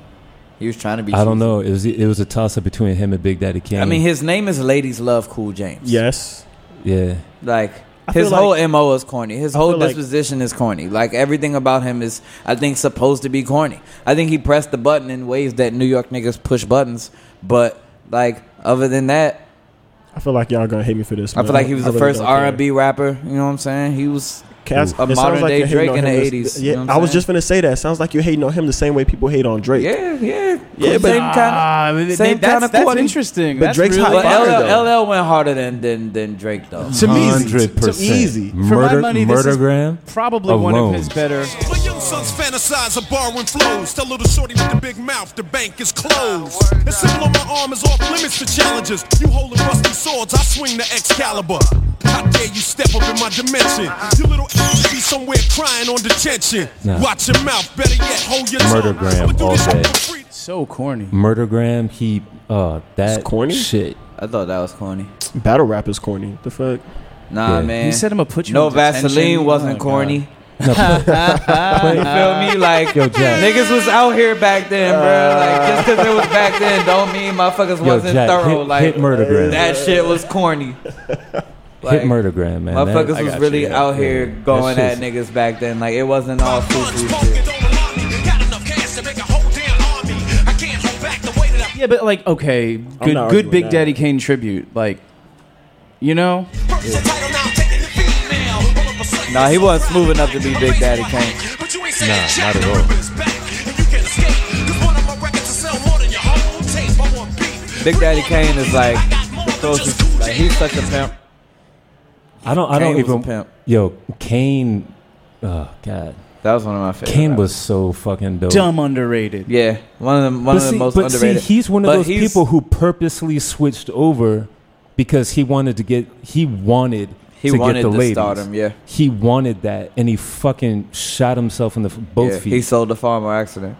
[SPEAKER 12] He was trying to be.
[SPEAKER 5] I don't
[SPEAKER 12] cheesy.
[SPEAKER 5] know it was it was a toss up between him and big daddy kane
[SPEAKER 4] I mean, his name is Ladies Love Cool James.
[SPEAKER 6] Yes.
[SPEAKER 5] yeah
[SPEAKER 4] Like
[SPEAKER 6] I
[SPEAKER 4] his
[SPEAKER 6] feel like-
[SPEAKER 4] whole MO is corny. His whole
[SPEAKER 6] feel like-
[SPEAKER 4] disposition is corny. Like everything about him is I think supposed to be corny. I think he pressed the button in ways that New York niggas push buttons, but like other than that,
[SPEAKER 6] I feel like y'all gonna hate me for this.
[SPEAKER 4] I
[SPEAKER 6] man.
[SPEAKER 4] feel like he was
[SPEAKER 6] I
[SPEAKER 4] the
[SPEAKER 6] really
[SPEAKER 4] first
[SPEAKER 6] don't care.
[SPEAKER 4] R&B rapper, you know what I'm saying? He was
[SPEAKER 6] Cass,
[SPEAKER 4] A
[SPEAKER 6] it sounds
[SPEAKER 4] modern day
[SPEAKER 6] you're hating
[SPEAKER 4] Drake
[SPEAKER 6] on
[SPEAKER 4] in
[SPEAKER 6] him
[SPEAKER 4] the
[SPEAKER 6] as-
[SPEAKER 4] 80s,
[SPEAKER 6] Yeah,
[SPEAKER 4] you know what
[SPEAKER 6] I
[SPEAKER 4] I'm
[SPEAKER 6] was
[SPEAKER 4] saying?
[SPEAKER 6] just gonna say that. Sounds like you hating on him the same way people hate on Drake.
[SPEAKER 4] Yeah, yeah,
[SPEAKER 6] yeah.
[SPEAKER 4] But
[SPEAKER 6] But
[SPEAKER 3] Ah, but they-
[SPEAKER 4] same
[SPEAKER 3] that's-
[SPEAKER 4] kind of
[SPEAKER 3] that's
[SPEAKER 4] corny.
[SPEAKER 3] interesting.
[SPEAKER 4] But
[SPEAKER 3] That's
[SPEAKER 4] Drake's
[SPEAKER 3] really
[SPEAKER 4] hot.
[SPEAKER 3] hard, though.
[SPEAKER 4] But LL, LL went harder than than than Drake though.
[SPEAKER 3] To me, to
[SPEAKER 5] 100%.
[SPEAKER 3] easy. For my
[SPEAKER 5] Murder-
[SPEAKER 3] money, this is
[SPEAKER 5] murdergram
[SPEAKER 3] probably one of his
[SPEAKER 5] alone.
[SPEAKER 3] better.
[SPEAKER 13] My young sons fantasize of borrowing flows. Tell little shorty with the big mouth, the bank is closed. The symbol on my arm is off limits to challenges. You holding rusty swords, I swing the Excalibur. How dare you step up in my dimension? You little ass be somewhere crying on detention.
[SPEAKER 5] Nah.
[SPEAKER 13] Watch your mouth, better yet, hold your tongue.
[SPEAKER 5] Murdergram all day.
[SPEAKER 3] So corny.
[SPEAKER 5] Murdergram, he uh that
[SPEAKER 6] corny?
[SPEAKER 5] shit.
[SPEAKER 4] I thought that was corny.
[SPEAKER 6] battle rap is corny. The fuck?
[SPEAKER 4] Nah, man.
[SPEAKER 3] He said I'ma put you
[SPEAKER 4] No
[SPEAKER 3] in detention.
[SPEAKER 4] Vaseline
[SPEAKER 3] Oh,
[SPEAKER 4] wasn't
[SPEAKER 3] God.
[SPEAKER 4] corny.
[SPEAKER 5] No, play-
[SPEAKER 4] *laughs* you feel me? Like
[SPEAKER 5] Yo, Jack.
[SPEAKER 4] niggas was out here back then, bro. Like just because it was back then, don't mean motherfuckers
[SPEAKER 5] Yo,
[SPEAKER 4] wasn't
[SPEAKER 5] Jack,
[SPEAKER 4] thorough.
[SPEAKER 5] hit-
[SPEAKER 4] like
[SPEAKER 5] hit Murdergram.
[SPEAKER 4] That shit was corny.
[SPEAKER 5] Hit Murdergram, man. That-
[SPEAKER 4] Motherfuckers
[SPEAKER 5] I
[SPEAKER 4] was
[SPEAKER 5] got
[SPEAKER 4] really
[SPEAKER 5] you.
[SPEAKER 4] out here
[SPEAKER 5] That
[SPEAKER 4] going at
[SPEAKER 5] shit's-
[SPEAKER 4] niggas back then. Like it wasn't all sushi shit.
[SPEAKER 3] Yeah, but like, okay, good,
[SPEAKER 4] not
[SPEAKER 3] good
[SPEAKER 4] arguing
[SPEAKER 3] Big
[SPEAKER 4] that.
[SPEAKER 3] Daddy Kane tribute. Like, you know,
[SPEAKER 4] Nah, he wasn't smooth enough to be Big Daddy Kane.
[SPEAKER 5] Nah, not at all.
[SPEAKER 4] Big Daddy Kane is like the closest. Like he's such a pimp.
[SPEAKER 5] I don't. I
[SPEAKER 4] Kane was
[SPEAKER 5] don't
[SPEAKER 4] a
[SPEAKER 5] even.
[SPEAKER 4] pimp.
[SPEAKER 5] Yo, Kane. Oh God,
[SPEAKER 4] that was one of my favorite.
[SPEAKER 5] Kane was so fucking dope.
[SPEAKER 3] dumb underrated.
[SPEAKER 4] Yeah, one of the one
[SPEAKER 5] but
[SPEAKER 4] of the
[SPEAKER 5] see,
[SPEAKER 4] most
[SPEAKER 5] but
[SPEAKER 4] underrated.
[SPEAKER 5] see, he's one of
[SPEAKER 4] But
[SPEAKER 5] those
[SPEAKER 4] he's-
[SPEAKER 5] people who purposely switched over because he wanted to get. He wanted.
[SPEAKER 4] He
[SPEAKER 5] to
[SPEAKER 4] wanted
[SPEAKER 5] get the
[SPEAKER 4] the
[SPEAKER 5] ladies.
[SPEAKER 4] stardom, yeah.
[SPEAKER 5] He wanted that, and he fucking shot himself in the f- both
[SPEAKER 4] yeah,
[SPEAKER 5] feet.
[SPEAKER 4] He sold the farmer accident.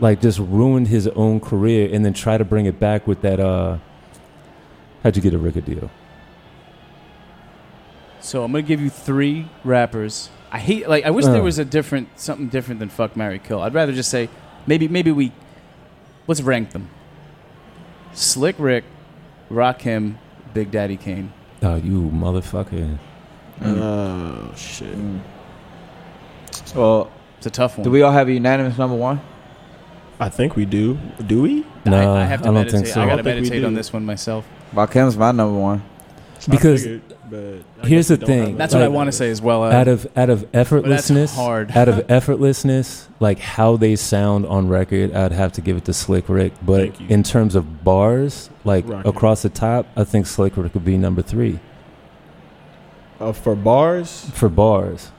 [SPEAKER 5] like just ruined his own career and then try to bring it back with that uh how'd you get a record deal
[SPEAKER 3] So I'm gonna give you three rappers. I hate like I wish
[SPEAKER 5] Uh.
[SPEAKER 3] there was a different something different than fuck Mary Kill. I'd rather just say maybe maybe we let's rank them. Slick Rick, Rakim, Big Daddy Kane.
[SPEAKER 5] oh you motherfucker Mm.
[SPEAKER 3] Uh,
[SPEAKER 6] Oh shit.
[SPEAKER 4] Well,
[SPEAKER 3] it's a tough one.
[SPEAKER 4] Do we all have a unanimous number one?
[SPEAKER 6] I think we do. Do we?
[SPEAKER 5] no
[SPEAKER 3] I,
[SPEAKER 5] i,
[SPEAKER 3] I have to
[SPEAKER 5] don't
[SPEAKER 3] meditate.
[SPEAKER 5] think so
[SPEAKER 3] I gotta
[SPEAKER 6] Uh, I don't think we
[SPEAKER 3] meditate on
[SPEAKER 6] do.
[SPEAKER 3] this one myself.
[SPEAKER 4] Rakim's my number one.
[SPEAKER 5] because here's the
[SPEAKER 3] don't have
[SPEAKER 5] thing
[SPEAKER 3] it. That's what I wanna say as well, uh,
[SPEAKER 5] out of out of effortlessness
[SPEAKER 3] hard.
[SPEAKER 5] out
[SPEAKER 3] *laughs*
[SPEAKER 5] of effortlessness like how they sound on record i'd have to give it to slick rick but in terms of bars like
[SPEAKER 6] Rock it.
[SPEAKER 5] across the top i think slick rick would be number three
[SPEAKER 6] Uh, for bars,
[SPEAKER 5] for bars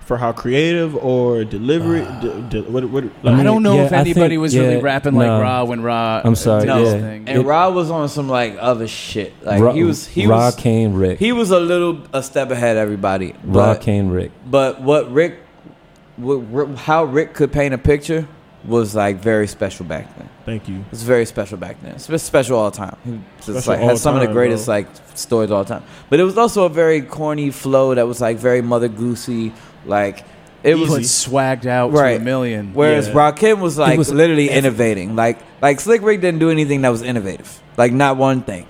[SPEAKER 6] for how creative or delivery, d- d- what, what,
[SPEAKER 5] Uh, I
[SPEAKER 3] I
[SPEAKER 5] mean,
[SPEAKER 3] don't know
[SPEAKER 5] yeah,
[SPEAKER 3] if
[SPEAKER 5] I
[SPEAKER 3] anybody
[SPEAKER 5] think-
[SPEAKER 3] was really
[SPEAKER 5] yeah,
[SPEAKER 3] rapping like
[SPEAKER 5] no.
[SPEAKER 3] Ra when Ra.
[SPEAKER 5] Um, I'm sorry,
[SPEAKER 3] did his
[SPEAKER 5] yeah.
[SPEAKER 3] thing.
[SPEAKER 4] And Ra was on some like other shit. Like
[SPEAKER 5] Ra-
[SPEAKER 4] he was he
[SPEAKER 5] Ra
[SPEAKER 4] was
[SPEAKER 5] Kane Rick.
[SPEAKER 4] He was a little a step ahead of everybody.
[SPEAKER 5] Ra
[SPEAKER 4] But,
[SPEAKER 5] Kane Rick.
[SPEAKER 4] but what Rick, what, Rick- how Rick could paint a picture was like very special back then.
[SPEAKER 6] Thank you.
[SPEAKER 4] It's very special back then. It's been special all the time. He Just
[SPEAKER 6] Special
[SPEAKER 4] like
[SPEAKER 6] all
[SPEAKER 4] has some of the
[SPEAKER 6] time,
[SPEAKER 4] greatest
[SPEAKER 6] bro.
[SPEAKER 4] like stories all the time. But it was also a very corny flow that was like very mother goosey. Like it was
[SPEAKER 3] He was swagged out to a million.
[SPEAKER 4] Whereas
[SPEAKER 3] Yeah.
[SPEAKER 4] Rakim was like
[SPEAKER 3] was
[SPEAKER 4] literally innovating. Like like Slick Rick didn't do anything that was innovative. Like not one thing.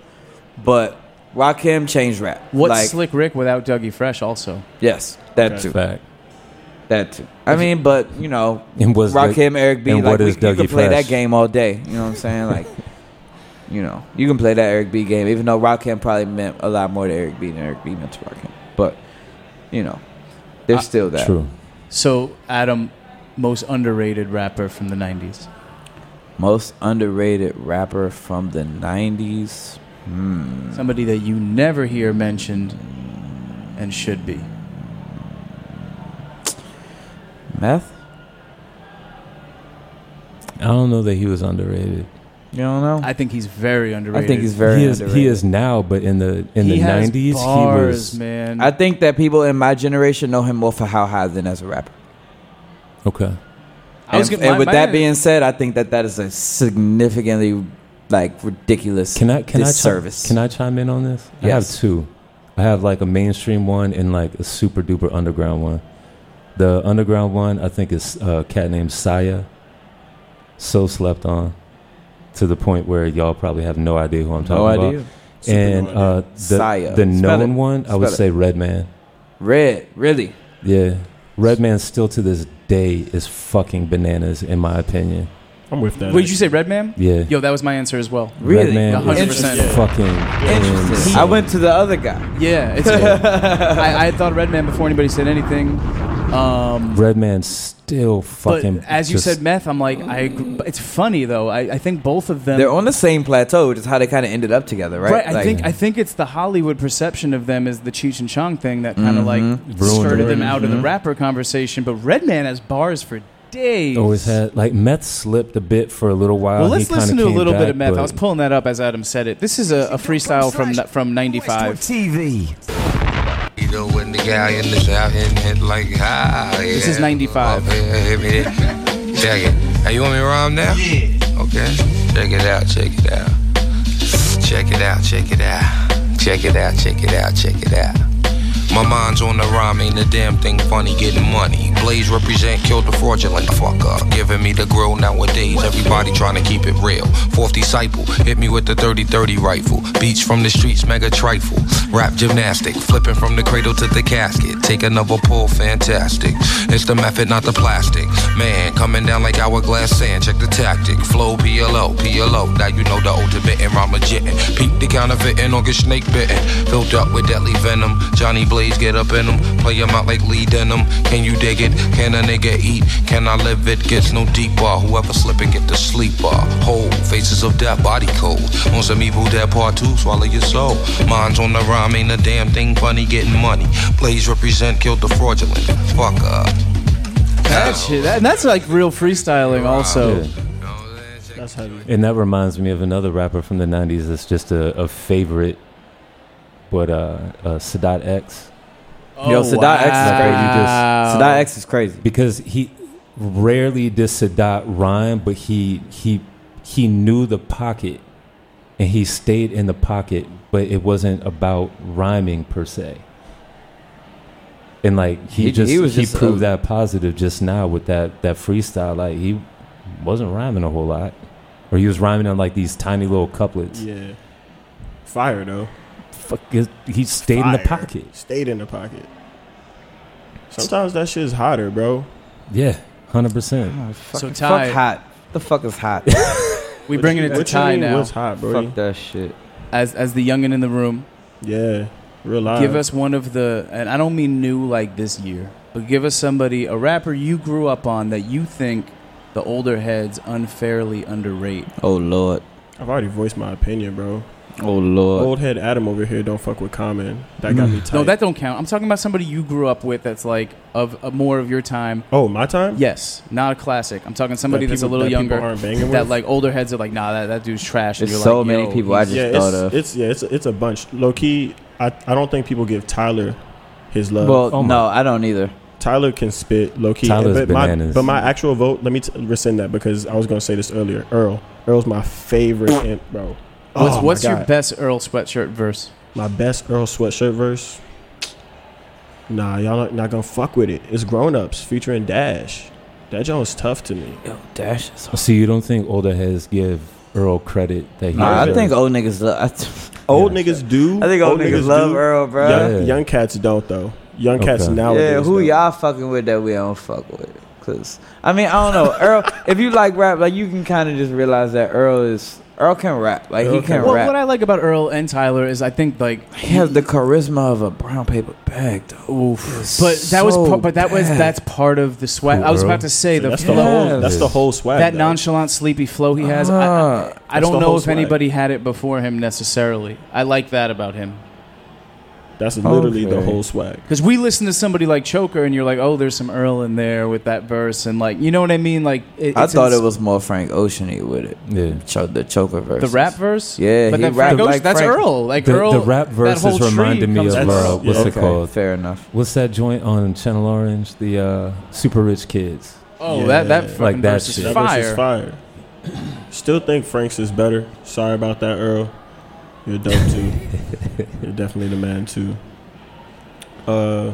[SPEAKER 4] But Rakim changed rap.
[SPEAKER 3] What's
[SPEAKER 4] like
[SPEAKER 3] Slick Rick without Dougie Fresh? Also,
[SPEAKER 4] yes, that
[SPEAKER 3] Okay.
[SPEAKER 4] too.
[SPEAKER 5] Fact.
[SPEAKER 4] That too. I mean, but you know,
[SPEAKER 5] *laughs* And was
[SPEAKER 4] Rakim,
[SPEAKER 5] Doug-
[SPEAKER 4] Eric B.
[SPEAKER 5] and
[SPEAKER 4] like
[SPEAKER 5] what
[SPEAKER 4] we,
[SPEAKER 5] is
[SPEAKER 4] you can
[SPEAKER 5] Dougie
[SPEAKER 4] play
[SPEAKER 5] Fresh?
[SPEAKER 4] that game all day. You know what I'm saying? Like, you know, you can play that Eric B. game, even though Rakim probably meant a lot more to Eric B. than Eric B. meant to Rakim. But you know, there's
[SPEAKER 5] Ah,
[SPEAKER 3] I-
[SPEAKER 4] still that.
[SPEAKER 3] So Adam, most underrated rapper from the '90s.
[SPEAKER 4] Most underrated rapper from the '90s. Hmm.
[SPEAKER 3] Somebody that you never hear mentioned and should be.
[SPEAKER 4] Meth?
[SPEAKER 5] I don't know that he was underrated.
[SPEAKER 4] You don't know?
[SPEAKER 3] I think he's very underrated.
[SPEAKER 5] he is, He is now, but in the in
[SPEAKER 3] He
[SPEAKER 5] the
[SPEAKER 3] has
[SPEAKER 5] nineties, he
[SPEAKER 3] bars,
[SPEAKER 5] was
[SPEAKER 3] man.
[SPEAKER 4] I think that people in my generation know him more for how high than as a rapper.
[SPEAKER 5] okay.
[SPEAKER 3] I was
[SPEAKER 4] and,
[SPEAKER 3] gonna-
[SPEAKER 4] and
[SPEAKER 3] my-
[SPEAKER 4] with
[SPEAKER 3] my-
[SPEAKER 4] that being said, I think that that is a significantly like ridiculous
[SPEAKER 5] Can I can I chi-
[SPEAKER 4] disservice.
[SPEAKER 5] Can I chime in on this? I have
[SPEAKER 4] Yes.
[SPEAKER 5] two. I have like a mainstream one and like a super duper underground one. The underground one, I think, is a cat named Saya. So slept on, to the point where y'all probably have no idea who I'm
[SPEAKER 4] No
[SPEAKER 5] talking about.
[SPEAKER 4] idea. Super
[SPEAKER 5] And
[SPEAKER 4] no idea.
[SPEAKER 5] uh, the
[SPEAKER 4] Saya.
[SPEAKER 5] the
[SPEAKER 4] Spell
[SPEAKER 5] known
[SPEAKER 4] it.
[SPEAKER 5] one, I would
[SPEAKER 4] Spell it.
[SPEAKER 5] say Redman.
[SPEAKER 4] Red, really?
[SPEAKER 5] Yeah, Redman still to this day is fucking bananas in my opinion.
[SPEAKER 6] I'm with that.
[SPEAKER 3] Wait, did you say Red Man?
[SPEAKER 5] Yeah.
[SPEAKER 3] Yo, that was my answer as well.
[SPEAKER 5] Really? Red Man was
[SPEAKER 3] 100. percent
[SPEAKER 5] fucking Interesting.
[SPEAKER 4] I went to the other guy.
[SPEAKER 3] Yeah,
[SPEAKER 4] *laughs*
[SPEAKER 3] it's. I, I had thought of Red Man before anybody said anything. Um,
[SPEAKER 5] Red Man's still fucking.
[SPEAKER 3] but as you
[SPEAKER 5] just-
[SPEAKER 3] said, meth. I'm like, I. agree- It's funny though. I, I think both of them.
[SPEAKER 4] They're on the same plateau, which is how they kind of ended up together, right?
[SPEAKER 3] Right, I
[SPEAKER 4] Like-
[SPEAKER 3] think I think it's the Hollywood perception of them as the Cheech and Chong thing that kind of
[SPEAKER 5] Mhm.
[SPEAKER 3] like
[SPEAKER 5] Ruined
[SPEAKER 3] started
[SPEAKER 5] it.
[SPEAKER 3] them out of the
[SPEAKER 5] Mhm.
[SPEAKER 3] rapper conversation. But Redman has bars for days.
[SPEAKER 5] Always had like meth slipped a bit for a little while.
[SPEAKER 3] well,
[SPEAKER 5] He
[SPEAKER 3] let's
[SPEAKER 5] kinda
[SPEAKER 3] listen to a
[SPEAKER 5] came
[SPEAKER 3] little bit
[SPEAKER 5] back,
[SPEAKER 3] of meth. I
[SPEAKER 5] but-
[SPEAKER 3] was pulling that up as Adam said it. This is a, a freestyle from from '95.
[SPEAKER 14] TV. You know when the guy in the south and hit like ah yeah. oh,
[SPEAKER 3] This is '95.
[SPEAKER 14] Yeah, hit me there. Check it. Hey, you want me to rhyme now? Yeah. Okay. Check it out. Check it out. Check it out. Check it out. Check it out. Check it out. Check it out. My mind's on the rhyme, ain't a damn thing funny getting money. Blaze represent killed the fraudulent fucker. Giving me the grill nowadays, everybody trying to keep it real. Fourth disciple, hit me with the 30-30 rifle. Beats from the streets, mega trifle. Rap gymnastic, flipping from the cradle to the casket. Take another pull, fantastic. It's the method, not the plastic. Man, coming down like hourglass sand, check the tactic. Flow PLO, PLO, now you know the old Tibetan rhyme legit. Peep the counterfeiting or get snake bitten. Filled up with deadly venom. Johnny Blaze get up in 'em, play 'em out like Lee Denim. Can you dig it? Can a nigga eat? Can I live it? Gets no deeper. Whoever slip and get the sleeper. Whole faces of death, body cold. On some evil dead part two, swallow your soul. Minds on the rhyme, ain't a damn thing funny getting money. Blaze represent killed the fraudulent. Fuck up.
[SPEAKER 3] That shit, that, and that's like real freestyling, also.
[SPEAKER 5] Yeah.
[SPEAKER 6] That's heavy.
[SPEAKER 5] And that reminds me of another rapper from the 90s that's just a, a favorite, but uh, uh, Sadat X.
[SPEAKER 4] Yo, Oh, Sadat X is wow. crazy. Sadat X is crazy.
[SPEAKER 5] Because he rarely did Sadat rhyme, but he, he, he knew the pocket and he stayed in the pocket, but it wasn't about rhyming per se. And like he,
[SPEAKER 4] He-
[SPEAKER 5] just
[SPEAKER 4] he
[SPEAKER 5] he,
[SPEAKER 4] was just
[SPEAKER 5] proved
[SPEAKER 4] a-
[SPEAKER 5] that positive just now with that that freestyle. Like he wasn't rhyming a whole lot, or he was rhyming on like these tiny little couplets.
[SPEAKER 6] Yeah. Fire though.
[SPEAKER 5] Fuck, he- he stayed in the
[SPEAKER 6] Fire.
[SPEAKER 5] pocket.
[SPEAKER 6] Stayed in the pocket. Sometimes that shit is hotter, bro.
[SPEAKER 5] Yeah, hundred percent.
[SPEAKER 3] So
[SPEAKER 4] fuck
[SPEAKER 3] Ty,
[SPEAKER 4] hot. The fuck is
[SPEAKER 3] *laughs*
[SPEAKER 4] hot?
[SPEAKER 3] we bringing it to Ty now.
[SPEAKER 4] Fuck that shit.
[SPEAKER 3] As as the youngin in the room.
[SPEAKER 6] Yeah, real life.
[SPEAKER 3] Give us one of the, and I don't mean new like this year, but give us somebody, a rapper you grew up on that you think the older heads unfairly underrate.
[SPEAKER 4] Oh lord.
[SPEAKER 6] I've already voiced my opinion, bro.
[SPEAKER 4] Oh lord.
[SPEAKER 6] Old head Adam over here don't fuck with Common. That got me tight.
[SPEAKER 3] Mm. No, that don't count. I'm talking about somebody you grew up with that's like of uh, more of your time.
[SPEAKER 6] Oh, my time?
[SPEAKER 3] Yes, not a classic. I'm talking somebody
[SPEAKER 6] That
[SPEAKER 3] that's a
[SPEAKER 6] people-
[SPEAKER 3] little
[SPEAKER 6] that people
[SPEAKER 3] younger
[SPEAKER 6] aren't banging
[SPEAKER 3] that
[SPEAKER 6] with?
[SPEAKER 3] like older heads are like, nah, that, that dude's trash. And
[SPEAKER 4] There's
[SPEAKER 3] you're
[SPEAKER 4] so
[SPEAKER 3] like,
[SPEAKER 4] many
[SPEAKER 3] yo,
[SPEAKER 4] people I
[SPEAKER 3] he's-
[SPEAKER 4] just
[SPEAKER 6] yeah,
[SPEAKER 4] thought
[SPEAKER 6] it's,
[SPEAKER 4] of.
[SPEAKER 6] it's yeah, it's it's a bunch. Low key, I I don't think people give Tyler his love.
[SPEAKER 4] Well, Oh my- no, I don't either.
[SPEAKER 6] Tyler can spit low key.
[SPEAKER 5] Tyler's
[SPEAKER 6] but my,
[SPEAKER 5] bananas.
[SPEAKER 6] but my actual vote, let me t- rescind that because I was gonna say this earlier. Earl, Earl's my favorite imp, bro.
[SPEAKER 3] What's,
[SPEAKER 6] Oh, my
[SPEAKER 3] what's your
[SPEAKER 6] God.
[SPEAKER 3] best Earl sweatshirt verse?
[SPEAKER 6] My best Earl sweatshirt verse. Nah, y'all not, not gonna fuck with it. It's grown ups featuring Dash. That joint's tough to me.
[SPEAKER 4] Yo, Dash is
[SPEAKER 5] So you don't think older heads give Earl credit that he?
[SPEAKER 4] Nah, I
[SPEAKER 5] deserves?
[SPEAKER 4] think old niggas love. I,
[SPEAKER 6] *laughs* Old niggas do.
[SPEAKER 4] I think old niggas love Earl, bro.
[SPEAKER 6] Young,
[SPEAKER 4] Yeah.
[SPEAKER 6] young cats don't though. Young cats
[SPEAKER 5] Okay.
[SPEAKER 6] nowadays.
[SPEAKER 4] yeah, who
[SPEAKER 6] though.
[SPEAKER 4] y'all fucking with that we don't fuck with? Cause I mean I don't know
[SPEAKER 3] *laughs*
[SPEAKER 4] Earl. If you like rap, like you can kind of just realize that Earl is Earl can rap. Like he can
[SPEAKER 3] Well,
[SPEAKER 4] rap.
[SPEAKER 3] What I like about Earl and Tyler is I think like
[SPEAKER 4] he has the charisma of a brown paper bag, though. Oof.
[SPEAKER 3] But that was part, but that was that's part of the swag.
[SPEAKER 4] Who,
[SPEAKER 3] I was
[SPEAKER 4] Earl?
[SPEAKER 3] about to say the
[SPEAKER 6] That's the
[SPEAKER 3] flow.
[SPEAKER 6] whole- that's the whole swag,
[SPEAKER 3] That
[SPEAKER 6] though.
[SPEAKER 3] nonchalant, sleepy flow he has. I- I, I,
[SPEAKER 6] That's
[SPEAKER 3] don't
[SPEAKER 6] the
[SPEAKER 3] know
[SPEAKER 6] whole
[SPEAKER 3] if
[SPEAKER 6] swag.
[SPEAKER 3] anybody had it before him necessarily. I like that about him
[SPEAKER 6] That's literally the
[SPEAKER 3] Okay.
[SPEAKER 6] whole swag.
[SPEAKER 3] because we listen to somebody like Choker, and you're like, oh, there's some Earl in there with that verse, and like, you know what I mean? Like, it,
[SPEAKER 4] I
[SPEAKER 3] it's
[SPEAKER 4] thought
[SPEAKER 3] ins-
[SPEAKER 4] it was more Frank Oceany with it.
[SPEAKER 5] Yeah,
[SPEAKER 4] Cho- the choker verse.
[SPEAKER 3] the rap verse.
[SPEAKER 4] Yeah,
[SPEAKER 3] but
[SPEAKER 4] he
[SPEAKER 3] that Frank
[SPEAKER 4] rapped
[SPEAKER 3] Ocean-
[SPEAKER 4] like
[SPEAKER 3] that's
[SPEAKER 4] Frank.
[SPEAKER 3] Earl. Like
[SPEAKER 5] the,
[SPEAKER 3] Earl,
[SPEAKER 5] the rap verses reminded me of uh, what's it
[SPEAKER 4] Okay,
[SPEAKER 5] called?
[SPEAKER 4] Fair enough.
[SPEAKER 5] What's that joint on Channel Orange? The uh, Super Rich Kids.
[SPEAKER 3] Oh, that- that fucking verse is
[SPEAKER 5] shit.
[SPEAKER 6] That verse is fire. Still think Frank's is better. Sorry about that, Earl. You're dope
[SPEAKER 4] *laughs*
[SPEAKER 6] too. You're definitely the man too. Uh,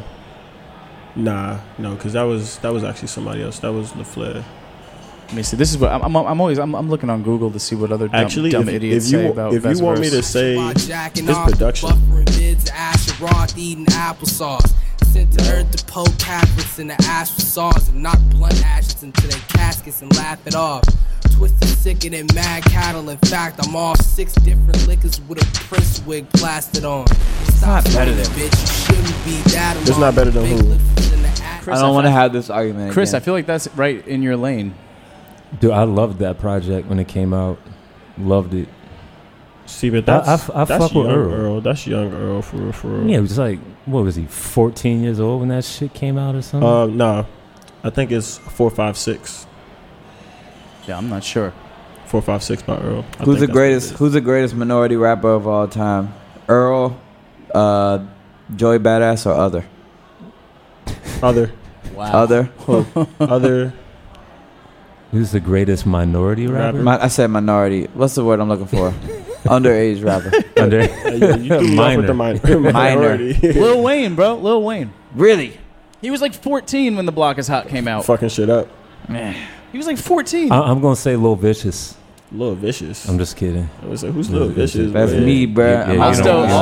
[SPEAKER 6] nah, no, because that was that was actually somebody else. That was LaFleur.
[SPEAKER 3] Let me see. This is what I'm. I'm, I'm always. I'm, I'm looking on Google to see what other dumb,
[SPEAKER 6] Actually,
[SPEAKER 3] dumb
[SPEAKER 6] if-
[SPEAKER 3] idiots
[SPEAKER 6] if you
[SPEAKER 3] say
[SPEAKER 6] wa-
[SPEAKER 3] about
[SPEAKER 6] if you
[SPEAKER 3] best
[SPEAKER 6] want me
[SPEAKER 3] verse.
[SPEAKER 6] to say-
[SPEAKER 15] By Jack and
[SPEAKER 6] This
[SPEAKER 15] Austin,
[SPEAKER 6] production.
[SPEAKER 15] Buffering bids to Asheroth, eating applesauce. Sent to earth to poke Catholics in the ash for saws and knock blunt ashes into their caskets and laugh it off. Twisted sicker than mad cattle. In fact, I'm all six different liquors with a prince wig plastered on. It's
[SPEAKER 3] not better than-
[SPEAKER 15] bitch. You shouldn't be that
[SPEAKER 4] It's not better than who?
[SPEAKER 3] Chris,
[SPEAKER 4] I don't want to
[SPEAKER 3] feel-
[SPEAKER 4] have this argument.
[SPEAKER 3] Chris, I
[SPEAKER 4] again.
[SPEAKER 3] feel like that's right in your lane.
[SPEAKER 5] Dude, I loved that project when it came out. Loved it.
[SPEAKER 6] See, but
[SPEAKER 5] I,
[SPEAKER 6] that's,
[SPEAKER 5] f- I
[SPEAKER 6] that's
[SPEAKER 5] fuck
[SPEAKER 6] young
[SPEAKER 5] with
[SPEAKER 6] Earl.
[SPEAKER 5] Earl.
[SPEAKER 6] That's young Earl for real, for real.
[SPEAKER 5] Yeah, it was like, what was he, 14 years old when that shit came out or something?
[SPEAKER 6] Uh, no, I think it's four, five, six.
[SPEAKER 3] Yeah, I'm not sure.
[SPEAKER 6] Four, five, six by Earl. I think
[SPEAKER 4] Who's the
[SPEAKER 6] that's what it
[SPEAKER 4] greatest? Who's the greatest minority rapper of all time? Earl, uh, Joey Badass,
[SPEAKER 3] *laughs*
[SPEAKER 4] or other?
[SPEAKER 6] Other.
[SPEAKER 3] Wow.
[SPEAKER 4] Other. *laughs*
[SPEAKER 6] Other.
[SPEAKER 5] *laughs* Who's the greatest minority rapper?
[SPEAKER 4] Mi- I said minority. What's the word I'm
[SPEAKER 3] *laughs*
[SPEAKER 4] looking for? Underage rapper.
[SPEAKER 5] Under- *laughs*
[SPEAKER 3] *laughs*
[SPEAKER 4] minor.
[SPEAKER 3] Lil Wayne, bro. Lil Wayne.
[SPEAKER 4] Really?
[SPEAKER 3] He was like 14 when the Block is Hot came out.
[SPEAKER 6] Fucking shit up.
[SPEAKER 3] He was like 14.
[SPEAKER 5] I, I'm going to say Lil Vicious.
[SPEAKER 6] Lil Vicious.
[SPEAKER 5] I'm just kidding.
[SPEAKER 6] I was like, who's Lil Vicious,
[SPEAKER 4] That's bro? me, bruh.
[SPEAKER 5] Yeah, yeah, you don't
[SPEAKER 3] also,
[SPEAKER 5] wanna-